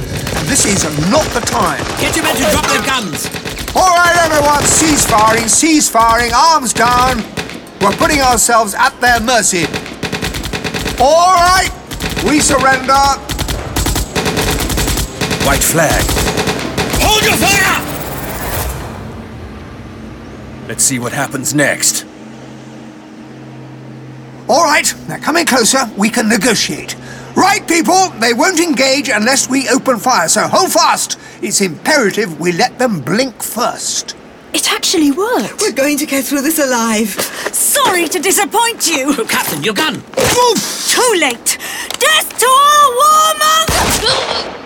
S1: This is not the time.
S10: Get your men to drop their guns.
S1: All right, everyone, cease firing, cease firing, arms down. We're putting ourselves at their mercy. All right, we surrender.
S5: White flag.
S10: Hold your fire!
S4: Let's see what happens next.
S1: All right, they're coming closer. We can negotiate. Right, people, they won't engage unless we open fire, so hold fast. It's imperative we let them blink first.
S11: It actually worked. We're going to get through this alive. Sorry to disappoint you.
S10: Oh, Captain, your gun.
S11: Move! Too late. Death to all warmongers!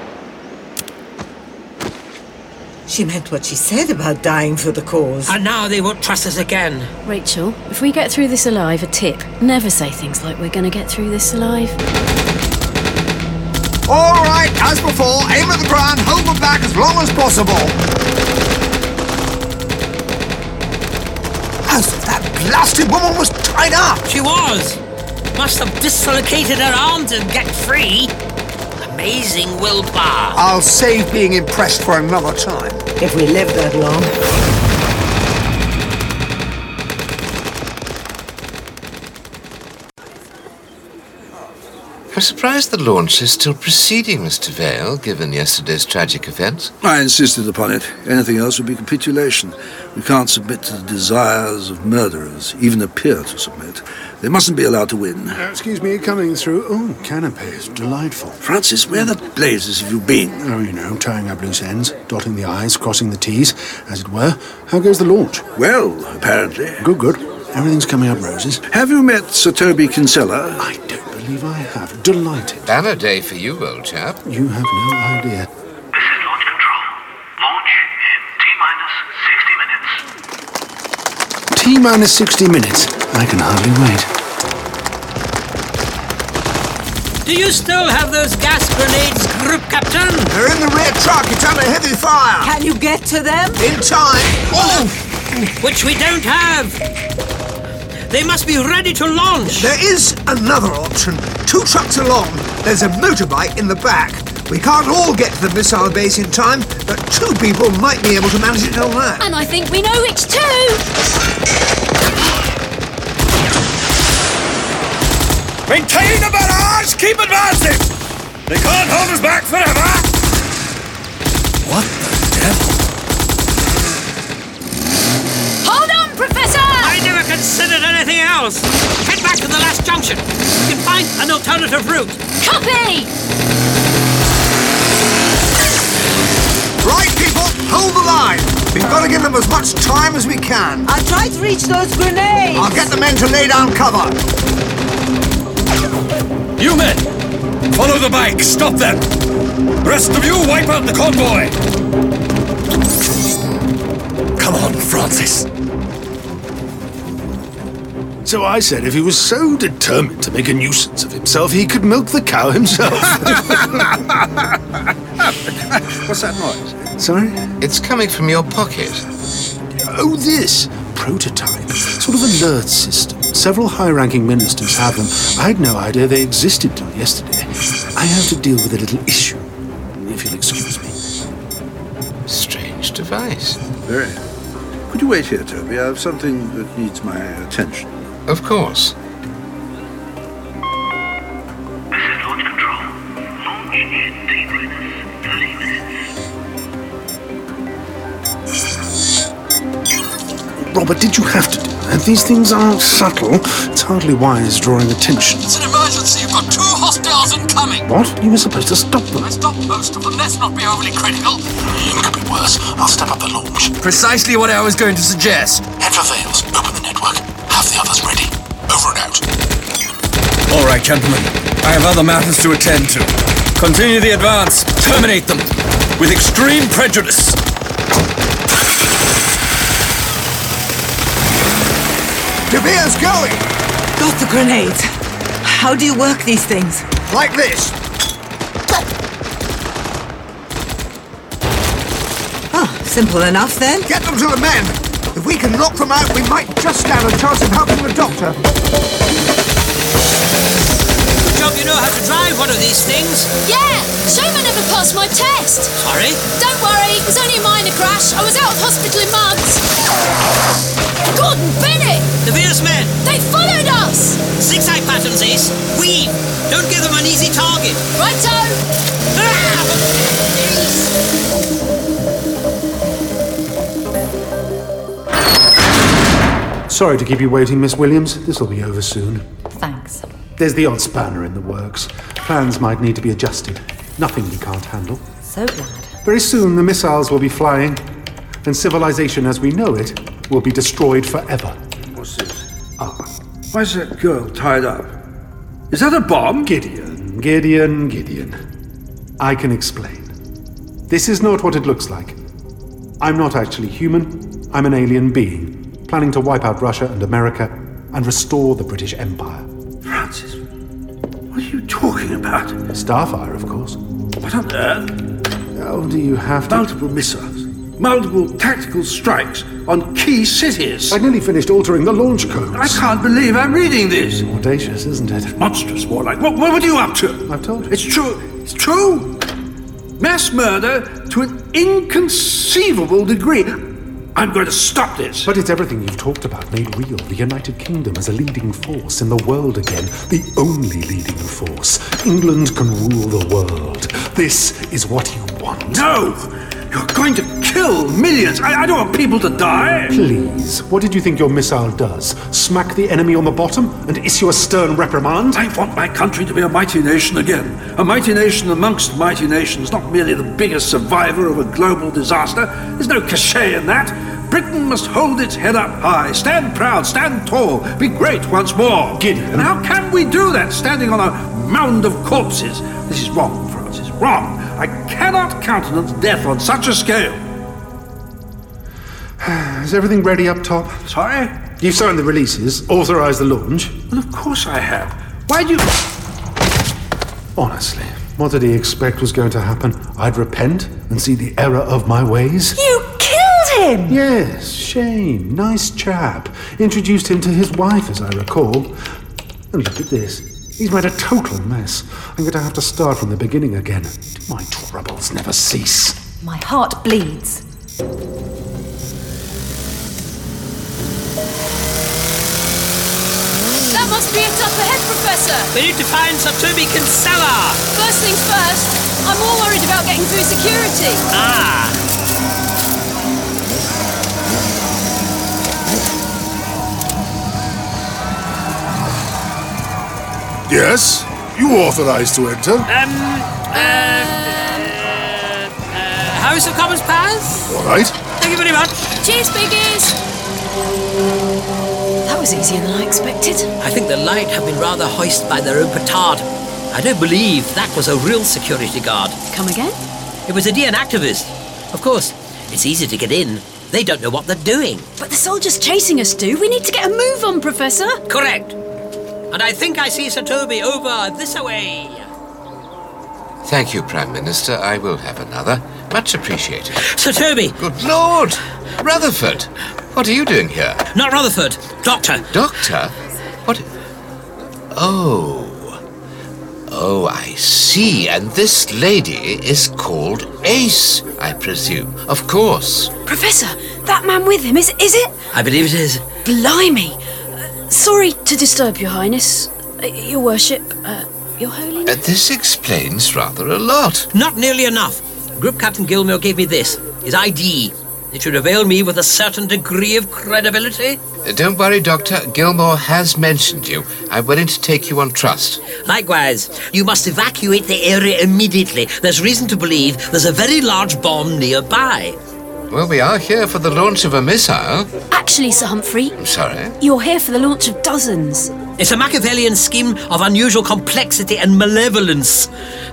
S12: She meant what she said about dying for the cause.
S10: And now they won't trust us again.
S16: Rachel, if we get through this alive, a tip. Never say things like we're going to get through this alive.
S1: All right, as before, aim at the ground, hold them back as long as possible. As that blasted woman was tied up.
S10: She was. Must have dislocated her arms and get free. Amazing willpower.
S1: I'll save being impressed for another time.
S12: If we live that long.
S3: I'm surprised the launch is still proceeding, Mr. Vale, given yesterday's tragic events.
S5: I insisted upon it. Anything else would be capitulation. We can't submit to the desires of murderers, even appear to submit. They mustn't be allowed to win.
S27: Uh, excuse me, coming through. Oh, canapes, delightful.
S5: Francis, where the blazes have you been?
S27: Oh, you know, tying up loose ends, dotting the I's, crossing the T's, as it were. How goes the launch?
S5: Well, apparently.
S27: Good, good. Everything's coming up roses.
S5: Have you met Sir Toby Kinsella?
S27: I don't believe I have. Delighted.
S3: Banner day for you, old chap.
S27: You have no idea. T minus 60 minutes. I can hardly wait.
S10: Do you still have those gas grenades, Group Captain?
S1: They're in the rear truck. It's under heavy fire.
S28: Can you get to them?
S1: In time. Oh,
S10: Which we don't have. They must be ready to launch.
S1: there is another option. Two trucks along. There's a motorbike in the back. We can't all get to the missile base in time, but two people might be able to manage it till then.
S29: And I think we know which two.
S4: Maintain the barrage! Keep advancing! They can't hold us back forever! What the devil?
S29: Hold on, Professor!
S10: I never considered anything else. Head back to the last junction. You can find an alternative route.
S29: Copy!
S1: Right, people, hold the line. We've got to give them as much time as we can.
S12: I'll try to reach those grenades.
S1: I'll get the men to lay down cover.
S4: You men! Follow the bike! Stop them! Rest of you, wipe out the convoy! Come on, Francis!
S7: So I said if he was so determined to make a nuisance of himself, he could milk the cow himself.
S5: What's that noise?
S7: Sorry?
S3: It's coming from your pocket.
S7: Oh, this prototype. Sort of alert system. Several high ranking ministers have them. I'd no idea they existed till yesterday. I have to deal with a little issue, if you'll excuse me.
S3: Strange device.
S5: Very. Could you wait here, Toby? I have something that needs my attention.
S3: Of course.
S7: Robert, did you have to do that? These things are subtle. It's hardly wise drawing attention.
S30: It's an emergency. You've got two hostiles incoming.
S7: What? You were supposed to stop them.
S30: I stopped most of them. Let's not be overly critical. It could be worse. I'll step up the launch.
S4: Precisely what I was going to suggest.
S30: Head for Vales. Open the network. Have the others ready. Over and out.
S4: All right, gentlemen. I have other matters to attend to. Continue the advance. Terminate them. With extreme prejudice.
S1: De Beers going.
S12: Got the grenades. How do you work these things?
S1: Like this.
S12: Oh, simple enough then.
S1: Get them to the men. If we can knock them out, we might just stand a chance of helping the doctor.
S10: Good hope you know how to drive one of these things.
S16: Yeah, Shoma never passed my test.
S10: Sorry?
S16: Don't worry, it was only a minor crash. I was out of hospital in months. Gordon Bennett!
S10: The Venus men!
S16: They followed us!
S10: Six eye patterns, Ace. Weave. Don't give them an easy target. Ah!
S16: Righto!
S7: Sorry to keep you waiting, Miss Williams. This will be over soon.
S18: Thanks.
S7: There's the odd spanner in the works. Plans might need to be adjusted. Nothing we can't handle.
S18: So glad.
S7: Very soon the missiles will be flying, and civilization as we know it will be destroyed forever.
S5: What's this? Ah. Why's that girl tied up? Is that a bomb?
S7: Gideon, Gideon, Gideon. I can explain. This is not what it looks like. I'm not actually human, I'm an alien being, planning to wipe out Russia and America and restore the British Empire.
S5: Francis, what are you talking about?
S7: Starfire, of course.
S5: What on earth?
S7: Oh, do you have to?
S5: Multiple missiles, multiple tactical strikes on key cities.
S7: I nearly finished altering the launch codes.
S5: I can't believe I'm reading this.
S7: Audacious, isn't it?
S5: Monstrous, warlike. What, what were you up to?
S7: I've told you.
S5: It's true. It's true. Mass murder to an inconceivable degree. I'm going to stop this.
S7: But it's everything you've talked about made real. The United Kingdom is a leading force in the world again. The only leading force. England can rule the world. This is what you want.
S5: No! You're going to kill millions. I, I don't want people to die.
S7: Please, what did you think your missile does? Smack the enemy on the bottom and issue a stern reprimand?
S5: I want my country to be a mighty nation again. A mighty nation amongst mighty nations, not merely the biggest survivor of a global disaster. There's no cachet in that. Britain must hold its head up high, stand proud, stand tall, be great once more.
S7: Gideon.
S5: And how can we do that standing on a mound of corpses? This is wrong, Francis, wrong. I cannot countenance death on such a scale.
S7: Is everything ready up top?
S5: Sorry?
S7: You've signed the releases, authorised the launch.
S5: Well, of course I have. Why do you.
S7: Honestly, what did he expect was going to happen? I'd repent and see the error of my ways?
S18: You killed him!
S7: Yes, shame. Nice chap. Introduced him to his wife, as I recall. And look at this. He's made a total mess. I'm going to have to start from the beginning again. My troubles never cease.
S18: My heart bleeds.
S16: That must be it up ahead, Professor!
S10: We need to find Sir Toby Kinsella.
S16: First things first, I'm more worried about getting through security.
S10: Ah.
S31: Yes? You authorized to enter.
S10: Um, uh, uh, House of Commons Pass?
S31: All right.
S10: Thank you very much.
S16: Cheers, biggies! That was easier than I expected.
S10: I think the light have been rather hoisted by their own petard. I don't believe that was a real security guard.
S16: Come again?
S10: It was a DN activist. Of course, it's easy to get in. They don't know what they're doing.
S16: But the soldiers chasing us do. We need to get a move on, Professor.
S10: Correct. And I think I see Sir Toby over this way.
S3: Thank you, Prime Minister. I will have another. Much appreciated.
S10: Sir Toby!
S3: Good Lord! Rutherford! What are you doing here?
S10: Not Rutherford, Doctor.
S3: Doctor? What? Oh. Oh, I see. And this lady is called Ace, I presume. Of course.
S16: Professor, that man with him, is, is it?
S10: I believe it is.
S16: Blimey! Uh, sorry to disturb your highness, uh, your worship, uh, your holiness.
S3: Uh, this explains rather a lot.
S10: Not nearly enough. Group Captain Gilmore gave me this, his ID. It should avail me with a certain degree of credibility.
S3: Uh, Don't worry, Doctor. Gilmore has mentioned you. I'm willing to take you on trust.
S10: Likewise, you must evacuate the area immediately. There's reason to believe there's a very large bomb nearby.
S3: Well, we are here for the launch of a missile.
S16: Actually, Sir Humphrey,
S3: I'm sorry.
S16: you're here for the launch of dozens.
S10: It's a Machiavellian scheme of unusual complexity and malevolence.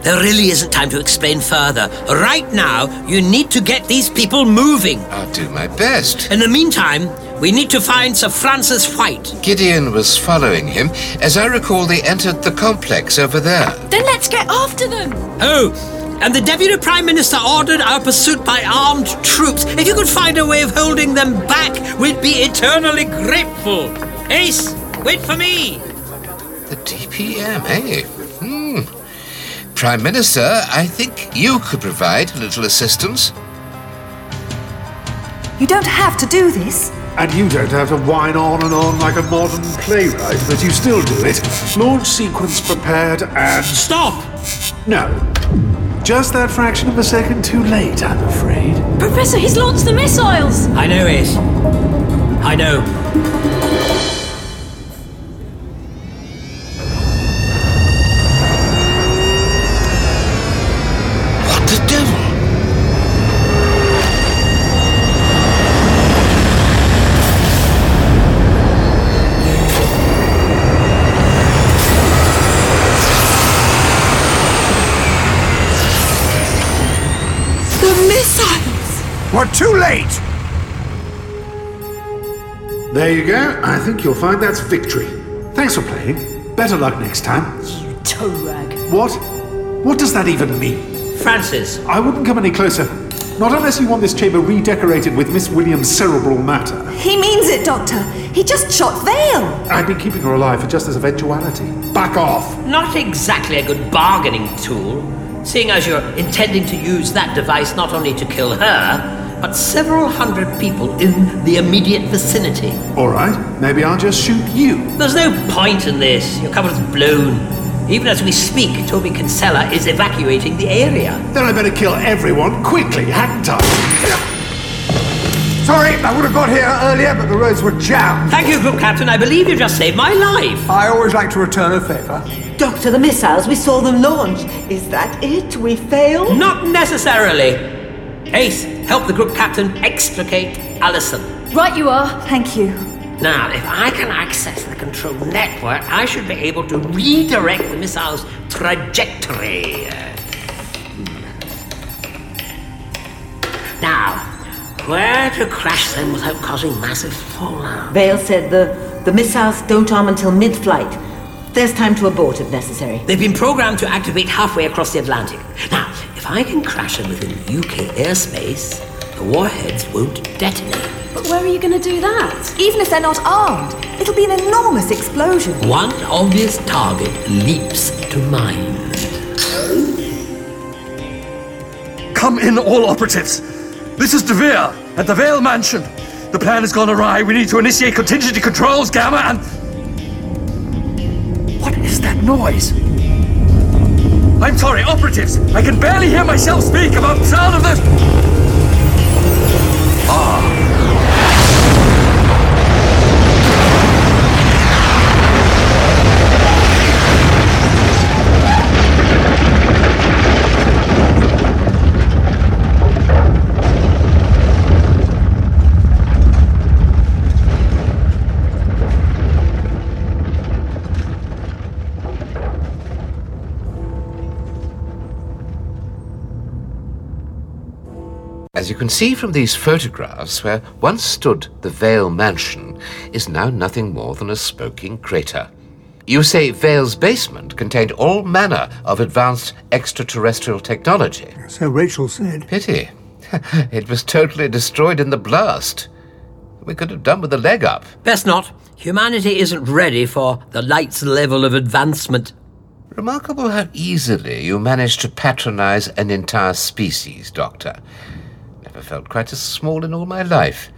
S10: There really isn't time to explain further. Right now, you need to get these people moving.
S3: I'll do my best.
S10: In the meantime, Um, we need to find Sir Francis White.
S3: Gideon was following him. As I recall, they entered the complex over there.
S16: Then let's get after them.
S10: Oh, and the Deputy Prime Minister ordered our pursuit by armed troops. If you could find a way of holding them back, we'd be eternally grateful. Ace, wait for me.
S3: The DPM, eh? Hmm. Prime Minister, I think you could provide a little assistance.
S8: You don't have to do this.
S7: And you don't have to whine on and on like a modern playwright, but you still do it. Launch sequence prepared and.
S10: Stop!
S7: No. Just that fraction of a second too late, I'm afraid.
S26: Professor, he's launched the missiles!
S10: I know it. I know.
S3: What the devil?
S19: The missiles! We're too late!
S7: There you go. I think you'll find that's victory. Thanks for playing. Better luck next time.
S16: Toe rag.
S7: What? What does that even mean?
S10: Francis.
S7: I wouldn't come any closer. Not unless you want this chamber redecorated with Miss Williams' cerebral matter.
S18: He means it, Doctor. He just shot Vale.
S7: I've been keeping her alive for just this eventuality. Back off!
S10: Not exactly a good bargaining tool, seeing as you're intending to use that device not only to kill her, but several hundred people in the immediate vicinity.
S7: Alright, maybe I'll just shoot you.
S10: There's no point in this. Your cover's blown. Even as we speak, Toby Kinsella is evacuating the area.
S7: Then I better kill everyone quickly, hadn't I?
S19: Sorry, I would have got here earlier, but the roads were jammed.
S10: Thank you, Group Captain. I believe you just saved my life.
S19: I always like to return a favour.
S20: Doctor, the missiles, we saw them launch. Is that it? We failed?
S10: Not necessarily. Ace, help the Group Captain extricate Allison.
S16: Right, you are.
S18: Thank you.
S10: Now, if I can access the control network, I should be able to redirect the missile's trajectory. Now, where to crash them without causing massive fallout?
S12: Vale said the, the missiles don't arm until mid flight. There's time to abort if necessary.
S10: They've been programmed to activate halfway across the Atlantic. Now, if I can crash them within UK airspace, the warheads won't detonate.
S16: But where are you going to do that?
S8: Even if they're not armed, it'll be an enormous explosion.
S10: One obvious target leaps to mine.
S15: Come in, all operatives. This is De Vere at the Vale Mansion. The plan has gone awry. We need to initiate contingency controls, Gamma, and. What is that noise? I'm sorry, operatives. I can barely hear myself speak about the sound of this. Ah,
S3: As you can see from these photographs, where once stood the Vale Mansion is now nothing more than a smoking crater. You say Vale's basement contained all manner of advanced extraterrestrial technology.
S1: So Rachel said.
S3: Pity. It was totally destroyed in the blast. We could have done with a leg up.
S10: Best not. Humanity isn't ready for the light's level of advancement.
S3: Remarkable how easily you managed to patronize an entire species, Doctor. Never felt quite as small in all my life.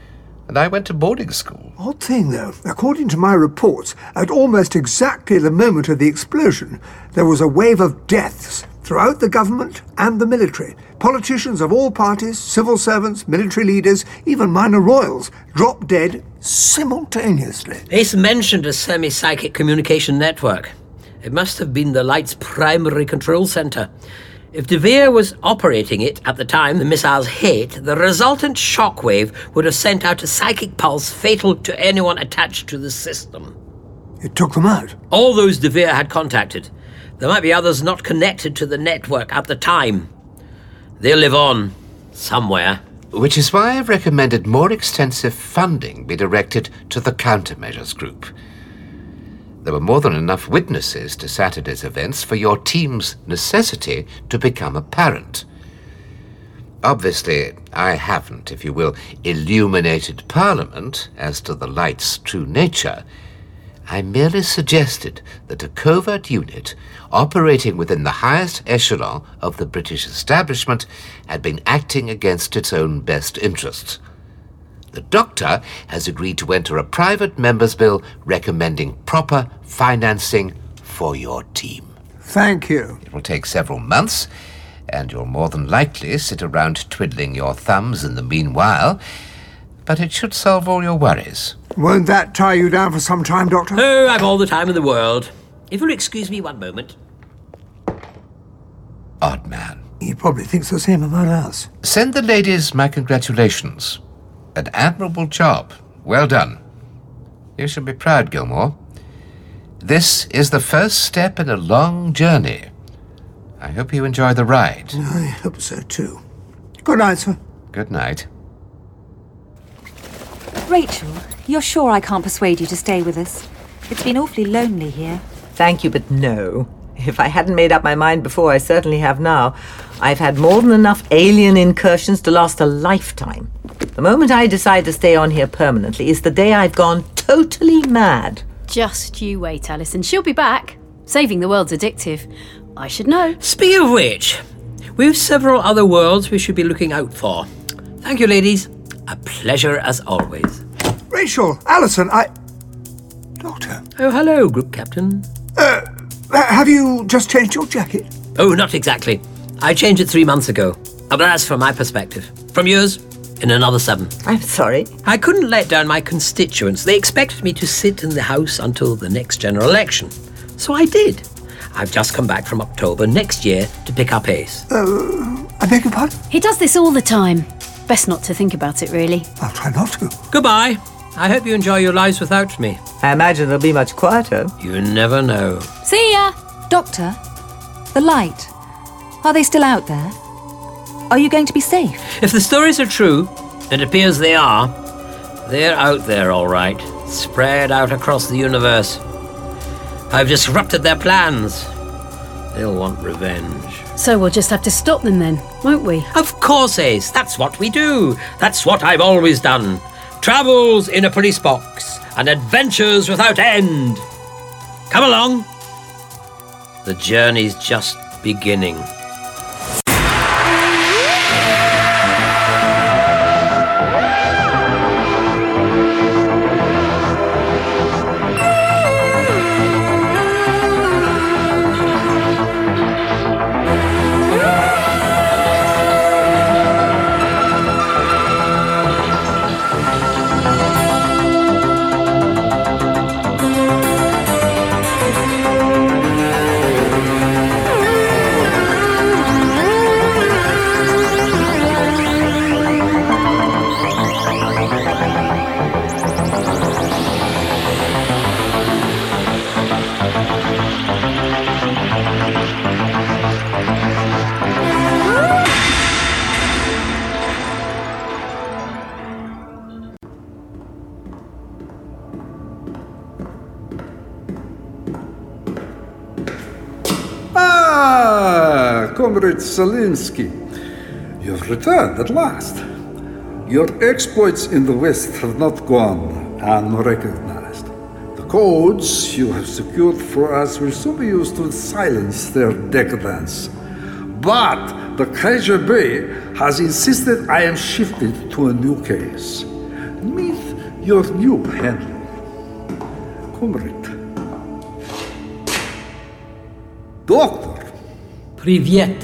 S3: And I went to boarding school.
S1: Odd thing, though. According to my reports, at almost exactly the moment of the explosion, there was a wave of deaths throughout the government and the military. Politicians of all parties, civil servants, military leaders, even minor royals, dropped dead simultaneously.
S10: Ace mentioned a semi psychic communication network. It must have been the light's primary control center. If De Vere was operating it at the time the missiles hit, the resultant shockwave would have sent out a psychic pulse fatal to anyone attached to the system.
S1: It took them out.
S10: All those De Vere had contacted. There might be others not connected to the network at the time. They'll live on somewhere.
S3: Which is why I've recommended more extensive funding be directed to the countermeasures group. There were more than enough witnesses to Saturday's events for your team's necessity to become apparent. Obviously, I haven't, if you will, illuminated Parliament as to the light's true nature, I merely suggested that a covert unit operating within the highest echelon of the British establishment had been acting against its own best interests. The doctor has agreed to enter a private member's bill recommending proper financing for your team.
S1: Thank you.
S3: It will take several months, and you'll more than likely sit around twiddling your thumbs in the meanwhile, but it should solve all your worries.
S1: Won't that tie you down for some time, Doctor?
S10: Oh, I've all the time in the world. If you'll excuse me one moment.
S3: Odd man.
S1: He probably thinks the same about us.
S3: Send the ladies my congratulations. An admirable job. Well done. You should be proud, Gilmore. This is the first step in a long journey. I hope you enjoy the ride.
S1: I hope so too. Good night, sir.
S3: Good night.
S18: Rachel, you're sure I can't persuade you to stay with us? It's been awfully lonely here.
S12: Thank you, but no. If I hadn't made up my mind before, I certainly have now. I've had more than enough alien incursions to last a lifetime. The moment I decide to stay on here permanently is the day I've gone totally mad.
S16: Just you wait, Alison. She'll be back. Saving the world's addictive. I should know.
S10: Speaking of which, we've several other worlds we should be looking out for. Thank you, ladies. A pleasure as always.
S1: Rachel, Alison, I.
S10: Oh, hello, Group Captain.
S1: Uh, uh, have you just changed your jacket?
S10: Oh, not exactly. I changed it three months ago. Uh, But that's from my perspective. From yours, in another seven.
S12: I'm sorry.
S10: I couldn't let down my constituents. They expected me to sit in the House until the next general election. So I did. I've just come back from October next year to pick up ace.
S1: Uh, I beg your pardon?
S16: He does this all the time. Best not to think about it, really.
S1: I'll try not to.
S10: Goodbye. I hope you enjoy your lives without me.
S12: I imagine they'll be much quieter.
S10: You never know.
S16: See ya!
S18: Doctor, the light. Are they still out there? Are you going to be safe?
S10: If the stories are true, and it appears they are, they're out there all right, spread out across the universe. I've disrupted their plans. They'll want revenge.
S16: So we'll just have to stop them then, won't we?
S10: Of course, Ace, that's what we do. That's what I've always done. Travels in a police box and adventures without end. Come along. The journey's just beginning.
S5: Ah, Comrade Salinsky, you've returned at last. Your exploits in the West have not gone unrecognized. The codes you have secured for us will soon be used to silence their decadence. But the KGB has insisted I am shifted to a new case. Meet your new handler, Comrade. Doctor.
S10: Privyet,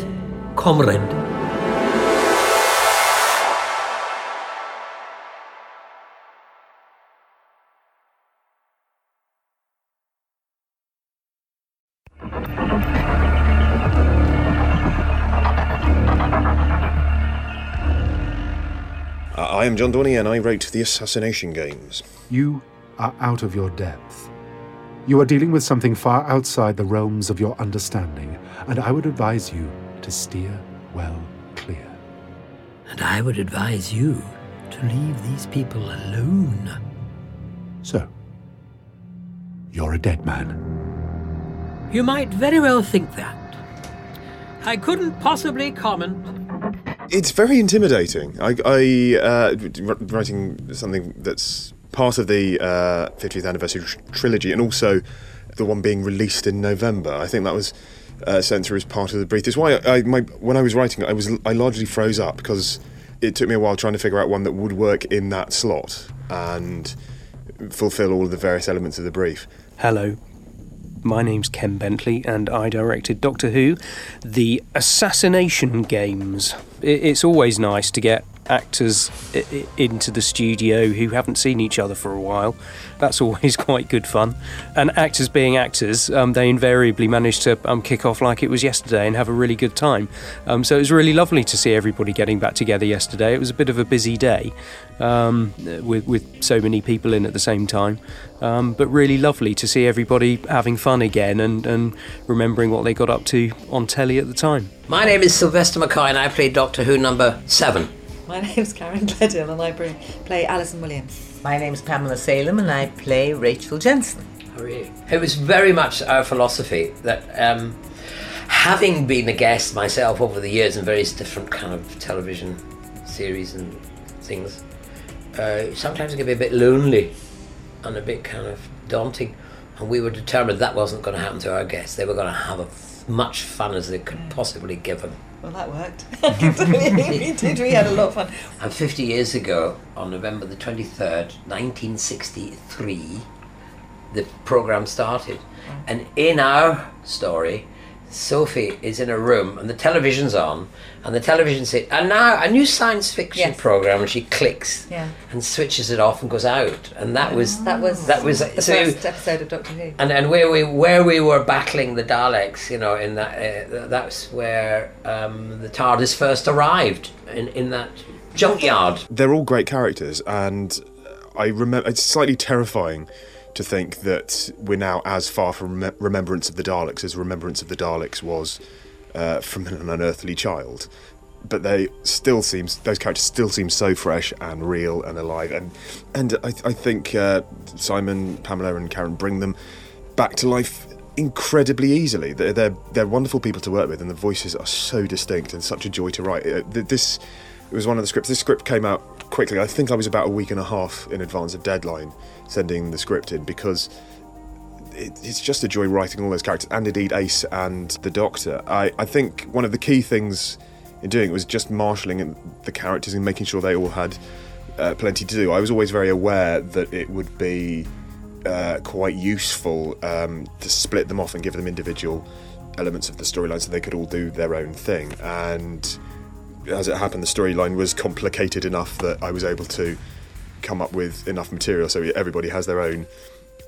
S10: comrade.
S32: Uh, I am John Dorney, and I wrote The Assassination Games.
S7: You are out of your depth. You are dealing with something far outside the realms of your understanding, and I would advise you to steer well clear.
S10: And I would advise you to leave these people alone.
S7: So, you're a dead man.
S10: You might very well think that. I couldn't possibly comment.
S32: It's very intimidating. I, I uh, d- d- writing something that's part of the uh, 50th anniversary tr- trilogy, and also the one being released in November. I think that was uh, sent through as part of the brief. It's why I, I my, when I was writing it, I was I largely froze up because it took me a while trying to figure out one that would work in that slot and fulfil all of the various elements of the brief.
S17: Hello. My name's Ken Bentley, and I directed Doctor Who, The Assassination Games. I- It's always nice to get actors i- i- into the studio who haven't seen each other for a while. That's always quite good fun. And actors being actors, um, they invariably manage to um, kick off like it was yesterday and have a really good time. Um, so it was really lovely to see everybody getting back together yesterday. It was a bit of a busy day um, with, with so many people in at the same time. Um, but really lovely to see everybody having fun again and, and remembering what they got up to on telly at the time.
S10: My name is Sylvester McCoy, and I play Doctor Who number seven.
S33: My name's Karen Gledhill and I bring, play Alison Williams.
S12: My name's Pamela Salem and I play Rachel Jensen.
S10: How are you? It was very much our philosophy that, um, having been a guest myself over the years in various different kind of television series and things, uh, sometimes it can be a bit lonely and a bit kind of daunting. And we were determined that wasn't going to happen to our guests. They were going to have as much fun as they could possibly give them.
S33: Well, that worked. we did, we had a lot of fun.
S10: And 50 years ago, on November the 23rd, 1963, the programme started.
S33: Mm.
S10: And in our story, Sophie is in a room and the television's on, and the television says, and now a new science fiction
S33: Yes.
S10: programme, and she clicks
S33: Yeah.
S10: and switches it off and goes out. And that was.
S33: that was
S10: That was.
S33: the
S10: so,
S33: first episode of Doctor Who.
S10: and and where we where we were battling the Daleks, you know, in that uh, that's where um, the TARDIS first arrived in in that junkyard.
S32: They're all great characters, and I remember it's slightly terrifying to think that we're now as far from rem- remembrance of the Daleks as remembrance of the Daleks was uh, from an unearthly child. But they still seem those characters still seem so fresh and real and alive, and and I, I think uh, Simon, Pamela, and Karen bring them back to life incredibly easily. They're, they're they're wonderful people to work with, and the voices are so distinct and such a joy to write. Uh, th- This it was one of the scripts. This script came out quickly. I think I was about a week and a half in advance of deadline sending the script in because it, it's just a joy writing all those characters, and indeed Ace and the Doctor. I, I think one of the key things in doing it was just marshalling the characters and making sure they all had uh, plenty to do. I was always very aware that it would be uh, quite useful um, to split them off and give them individual elements of the storyline so they could all do their own thing. And as it happened, the storyline was complicated enough that I was able to come up with enough material so everybody has their own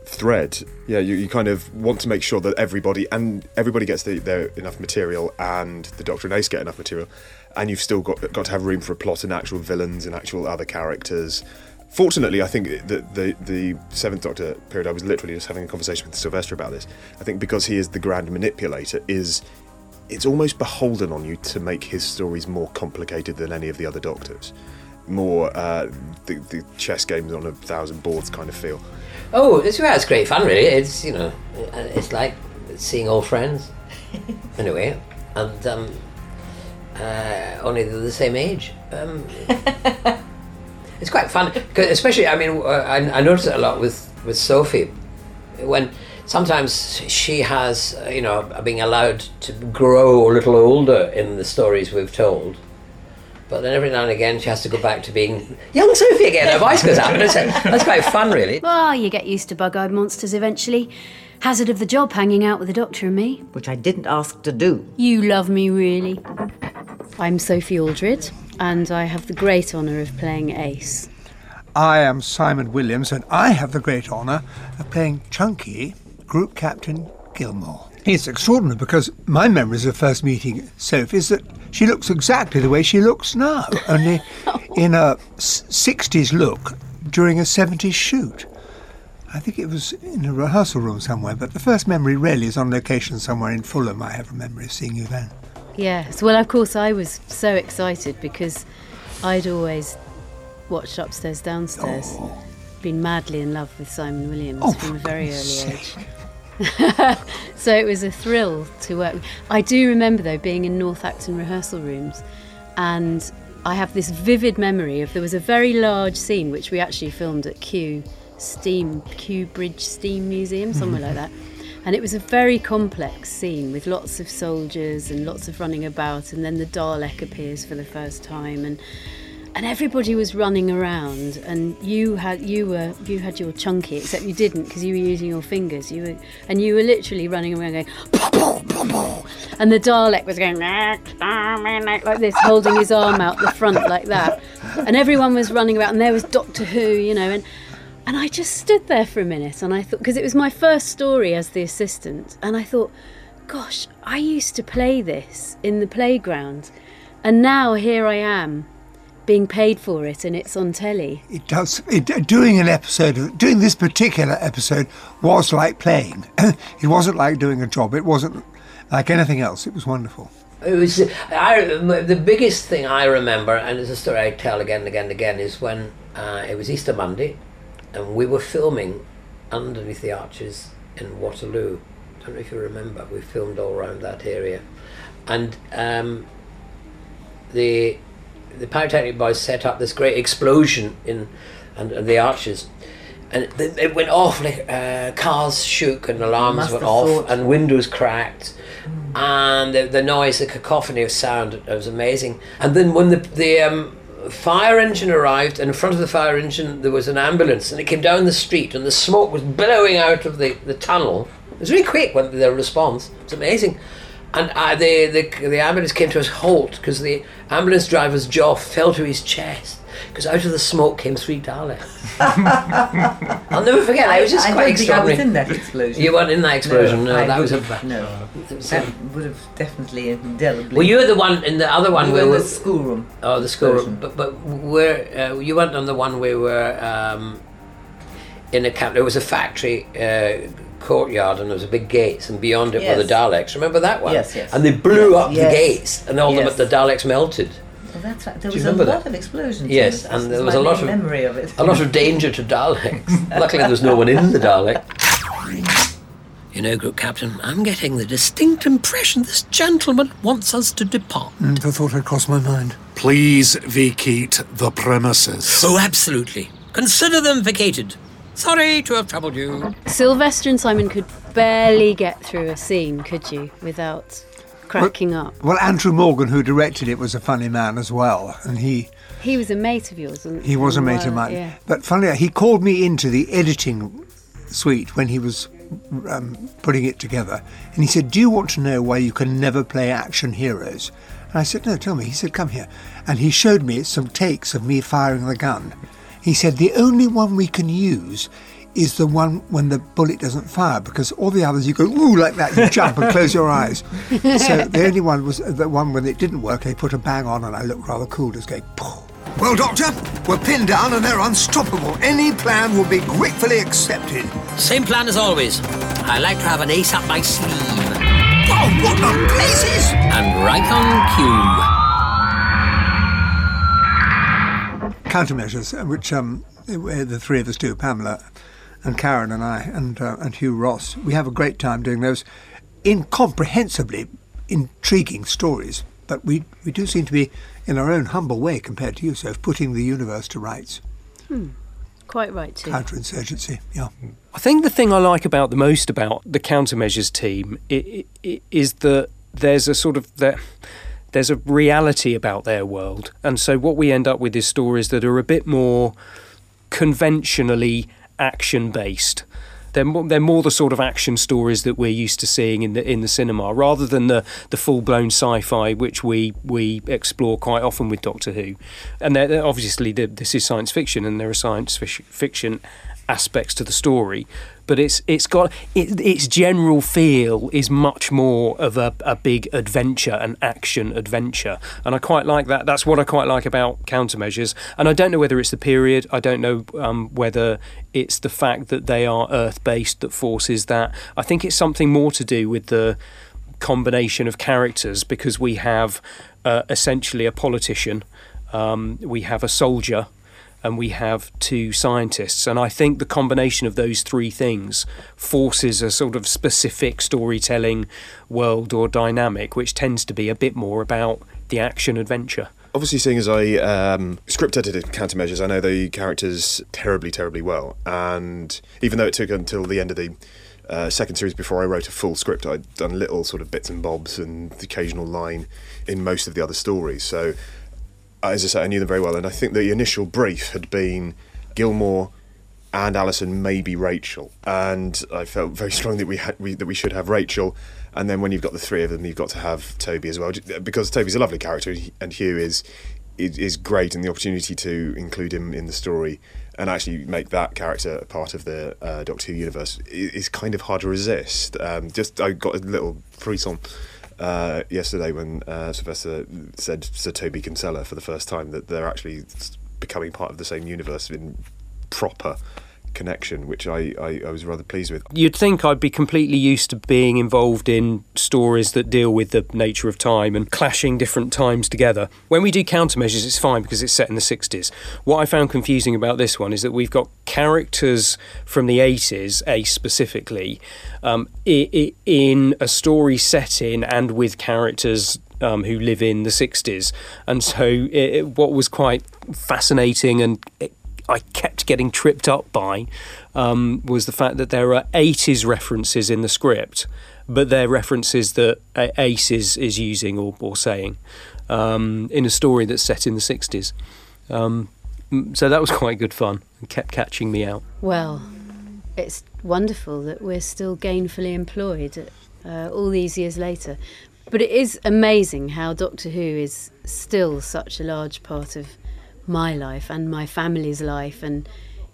S32: thread. Yeah, you, you kind of want to make sure that everybody and everybody gets the, their enough material, and the Doctor and Ace get enough material, and you've still got got to have room for a plot and actual villains and actual other characters. Fortunately, I think the, the the Seventh Doctor period, I was literally just having a conversation with Sylvester about this. I think because he is the Grand Manipulator, is it's almost beholden on you to make his stories more complicated than any of the other Doctors, more uh, the, the chess games on a thousand boards kind of feel.
S10: Oh, it's yeah, it's great fun, really. It's you know, uh, it's like seeing old friends. anyway, and um, uh, only they're the same age. Um, it's quite fun, 'cause especially. I mean, uh, I, I notice it a lot with with Sophie when sometimes she has, uh, you know, being allowed to grow a little older in the stories we've told. But then every now and again she has to go back to being young Sophie again. Her voice goes up. And it's, that's quite fun, really.
S16: Well, you get used to bug eyed monsters eventually. Hazard of the job hanging out with the doctor and me.
S12: Which I didn't ask to do.
S16: You love me, really. I'm Sophie Aldred, and I have the great honour of playing Ace.
S1: I am Simon Williams, and I have the great honour of playing Chunky, Group Captain Gilmore. It's extraordinary because my memories of first meeting Sophie is that she looks exactly the way she looks now, only in a s- 60s look during a 70s shoot. I think it was in a rehearsal room somewhere, but the first memory really is on location somewhere in Fulham. I have a memory of seeing you then.
S16: Yes, well, of course, I was so excited because I'd always watched Upstairs Downstairs, been madly in love with Simon Williams from a very early age. so it was a thrill to work. with. I do remember though being in North Acton rehearsal rooms and I have this vivid memory of there was a very large scene which we actually filmed at Kew Steam, Kew Bridge Steam Museum, somewhere
S10: Mhm.
S16: like that. And it was a very complex scene with lots of soldiers and lots of running about, and then the Dalek appears for the first time, and and everybody was running around, and you had you were you had your chunky, except you didn't because you were using your fingers. You were and you were literally running around going, and the Dalek was going "Next arm in," like like this, holding his arm out the front like that, and everyone was running about, and there was Doctor Who, you know, and and I just stood there for a minute, and I thought because it was my first story as the assistant, and I thought, gosh, I used to play this in the playground, and now here I am, being paid for it, and it's on telly.
S1: It does. It, doing an episode, of- doing this particular episode, was like playing. it wasn't like doing a job. It wasn't like anything else. It was wonderful.
S10: It was I, the biggest thing I remember, and it's a story I tell again and again and again, is when uh, it was Easter Monday, and we were filming underneath the arches in Waterloo. I don't know if you remember. We filmed all around that area, and um, the the pyrotechnic boys set up this great explosion in under the arches. And it it went off, like, uh, cars shook and alarms
S12: Must
S10: went
S12: have
S10: off,
S12: thought. Hmm.
S10: and windows cracked and the, the noise, the cacophony of sound, it was amazing. And then when the, the um, fire engine arrived, and in front of the fire engine there was an ambulance, and it came down the street, and the smoke was billowing out of the, the tunnel. It was really quick when their response. It's amazing. And uh, the, the the ambulance came to a halt because the ambulance driver's jaw fell to his chest because out of the smoke came three Daleks. I'll never forget. that. It was just
S12: I- I
S10: quite
S12: don't think I was
S10: extraordinary.
S12: in that explosion.
S10: You weren't in that explosion. No,
S12: I
S10: that was a
S12: wouldn't. No, that would have definitely indelibly.
S10: well, you were the one in the other one
S12: We
S10: where
S12: were in
S10: we
S12: the schoolroom.
S10: Oh, the schoolroom.
S12: version.
S10: But but where uh, you weren't on the one where we were um, in a camp. There was a factory uh, courtyard, and there was a big gates, and beyond it were the
S12: Yes.
S10: Daleks. Remember that one?
S12: Yes, yes.
S10: And they blew
S12: Yes,
S10: up the
S12: yes,
S10: gates, and all
S12: yes.
S10: the, the Daleks melted.
S12: Well, that's right.
S10: Do
S12: There
S10: you
S12: was a
S10: remember
S12: lot
S10: that?
S12: of explosions.
S10: Yes,
S12: in it.
S10: and
S12: This
S10: there
S12: is
S10: was
S12: my
S10: a lot
S12: main
S10: of
S12: memory of it.
S10: a lot of danger to Daleks. Luckily, there was no one in the Dalek.
S12: You know, Group Captain, I'm getting the distinct impression this gentleman wants us to depart.
S1: Mm, the thought had crossed my mind.
S7: Please vacate the premises.
S12: Oh, absolutely. Consider them vacated. Sorry to have troubled you.
S16: Sylvester and Simon could barely get through a scene, could you, without cracking up?
S1: Well, Andrew Morgan, who directed it, was a funny man as well, and he
S16: He was a mate of yours, wasn't
S1: he was a mate of
S16: Well,
S1: mine.
S16: uh, Yeah.
S1: But funnily, he called me into the editing suite when he was um, putting it together, and he said, "Do you want to know why you can never play action heroes?" And I said, "No, tell me." He said, "Come here," and he showed me some takes of me firing the gun. He said, "The only one we can use." Is the one when the bullet doesn't fire because all the others you go ooh like that you jump and close your eyes. So the only one was the one when it didn't work. They put a bang on and I looked rather cool, just going
S34: Well, Doctor, we're pinned down and they're unstoppable. Any plan will be gratefully accepted.
S12: Same plan as always. I like to have an ace up my sleeve.
S34: Oh, what the blazes!
S12: And right on cue.
S1: countermeasures, uh, which um, uh, the three of us do, Pamela and Karen and I and uh, and Hugh Ross. We have a great time doing those incomprehensibly intriguing stories, but we, we do seem to be, in our own humble way compared to you, so putting the universe to rights.
S16: Hmm. Quite right, too.
S1: Counterinsurgency, yeah.
S17: I think the thing I like about the most about the countermeasures team i- i- i- is that there's a sort of there, there's a reality about their world, and so what we end up with is stories that are a bit more conventionally action based. They're more, they're more the sort of action stories that we're used to seeing in the in the cinema, rather than the, the full blown sci fi which we we explore quite often with Doctor Who. And they're, they're- obviously the, this is science fiction, and there are science fish- fiction aspects to the story, but it's it's got it, its general feel is much more of a, a big adventure, an action adventure, and I quite like that. That's what I quite like about countermeasures, and I don't know whether it's the period, I don't know um, whether it's the fact that they are Earth based that forces that. I think it's something more to do with the combination of characters because we have uh, essentially a politician, um, we have a soldier, and we have two scientists. And I think the combination of those three things forces a sort of specific storytelling world or dynamic, which tends to be a bit more about the action adventure.
S32: obviously seeing as I um, script edited countermeasures, I know the characters terribly, terribly well. And even though it took until the end of the uh, second series before I wrote a full script, I'd done little sort of bits and bobs and the occasional line in most of the other stories. So, as I say, I knew them very well. And I think the initial brief had been Gilmore and Alison, maybe Rachel. And I felt very strongly that we had we, that we should have Rachel. And then when you've got the three of them, you've got to have Toby as well, j- because Toby's a lovely character, and Hugh is is, is great, and the opportunity to include him in the story and actually make that character a part of the uh, Doctor Who universe i- is kind of hard to resist. Um, just I got a little frisson uh, yesterday when uh, Sylvester said Sir Toby Kinsella for the first time that they're actually s- becoming part of the same universe in proper connection, which I, I, I was rather pleased with.
S17: You'd think I'd be completely used to being involved in stories that deal with the nature of time and clashing different times together. When we do countermeasures, it's fine because it's set in the 60s. What I found confusing about this one is that we've got characters from the 80s, Ace specifically, um, i- i- in a story setting and with characters um, who live in the 60s. And so, it, it- what was quite fascinating and it I kept getting tripped up by um, was the fact that there are 80s references in the script, but they're references that uh, Ace is, is using or, or saying um, in a story that's set in the 60s. Um, m- so that was quite good fun and kept catching me out.
S16: Well, it's wonderful that we're still gainfully employed uh, all these years later. But it is amazing how Doctor Who is still such a large part of my life and my family's life, and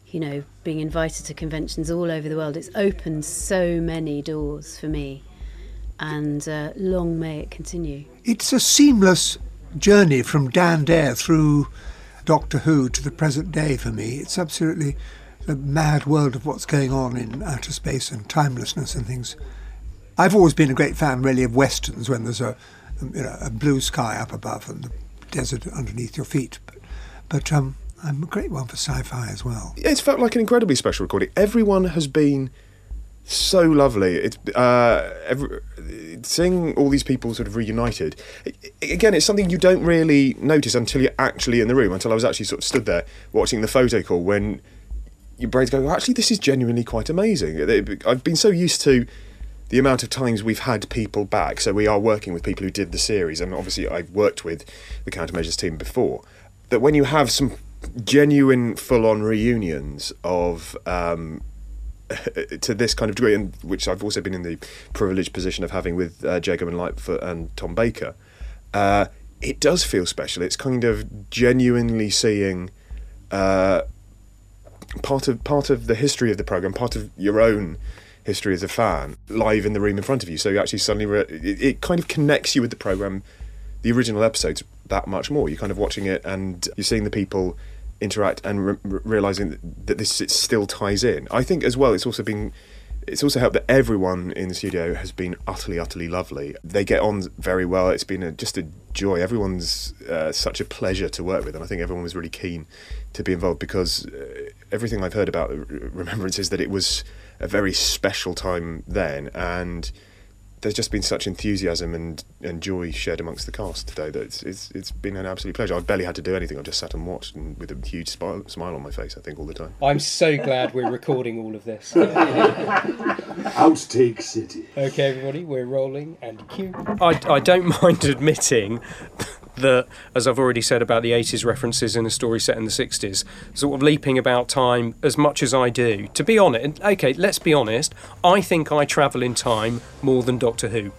S16: you know, being invited to conventions all over the world. It's opened so many doors for me, and uh, long may it continue.
S1: It's a seamless journey from Dan Dare through Doctor Who to the present day for me. It's absolutely the mad world of what's going on in outer space and timelessness and things. I've always been a great fan, really, of westerns when there's a um, you know a blue sky up above and the desert underneath your feet. But, but um, I'm a great one for sci-fi as well.
S32: Yeah, it's felt like an incredibly special recording. Everyone has been so lovely. It's uh, every, seeing all these people sort of reunited. I- I- Again, it's something you don't really notice until you're actually in the room. Until I was actually sort of stood there watching the photo call when your brain's going, well, actually, this is genuinely quite amazing. I've been so used to the amount of times we've had people back. So we are working with people who did the series, and obviously I've worked with the countermeasures team before. That when you have some genuine, full-on reunions of um, to this kind of degree, and which I've also been in the privileged position of having with uh, Jacob and Lightfoot and Tom Baker, uh, it does feel special. It's kind of genuinely seeing. Uh, part of part of the history of the program, part of your own history as a fan, live in the room in front of you. So you actually suddenly re- it, it kind of connects you with the program, the original episodes that much more. You're kind of watching it and you're seeing the people interact and re- re- realizing that, that this it still ties in. I think as well, it's also been. It's also helped that everyone in the studio has been utterly, utterly lovely. They get on very well. It's been a, just a joy. Everyone's uh, such a pleasure to work with, and I think everyone was really keen to be involved because uh, everything I've heard about the Re- Remembrance is that it was a very special time then, and there's just been such enthusiasm and, and joy shared amongst the cast today that it's, it's it's been an absolute pleasure. I've barely had to do anything. I just sat and watched, and with a huge smile, smile on my face, I think all the time.
S17: I'm so glad we're recording all of this.
S32: Outtake City.
S17: Okay, everybody, we're rolling and cue. I, I don't mind admitting that, as I've already said about the 80s references in a story set in the 60s, sort of leaping about time as much as I do. To be honest, okay, let's be honest, I think I travel in time more than Doctor Who.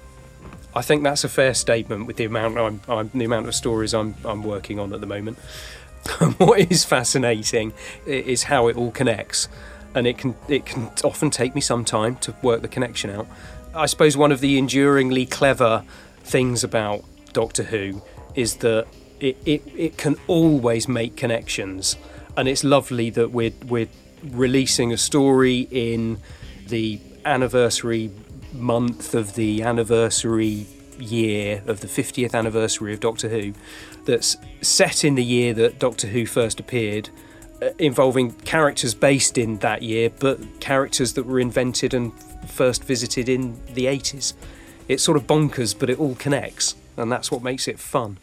S17: I think that's a fair statement with the amount I'm, I'm the amount of stories I'm, I'm working on at the moment. what is fascinating i- is how it all connects, and it can it can often take me some time to work the connection out. I suppose one of the enduringly clever things about Doctor Who is that it, it, it can always make connections, and it's lovely that we're we're releasing a story in the anniversary month of the anniversary year of the 50th anniversary of Doctor Who that's set in the year that Doctor Who first appeared uh, involving characters based in that year but characters that were invented and first visited in the 80s it's sort of bonkers but it all connects and that's what makes it fun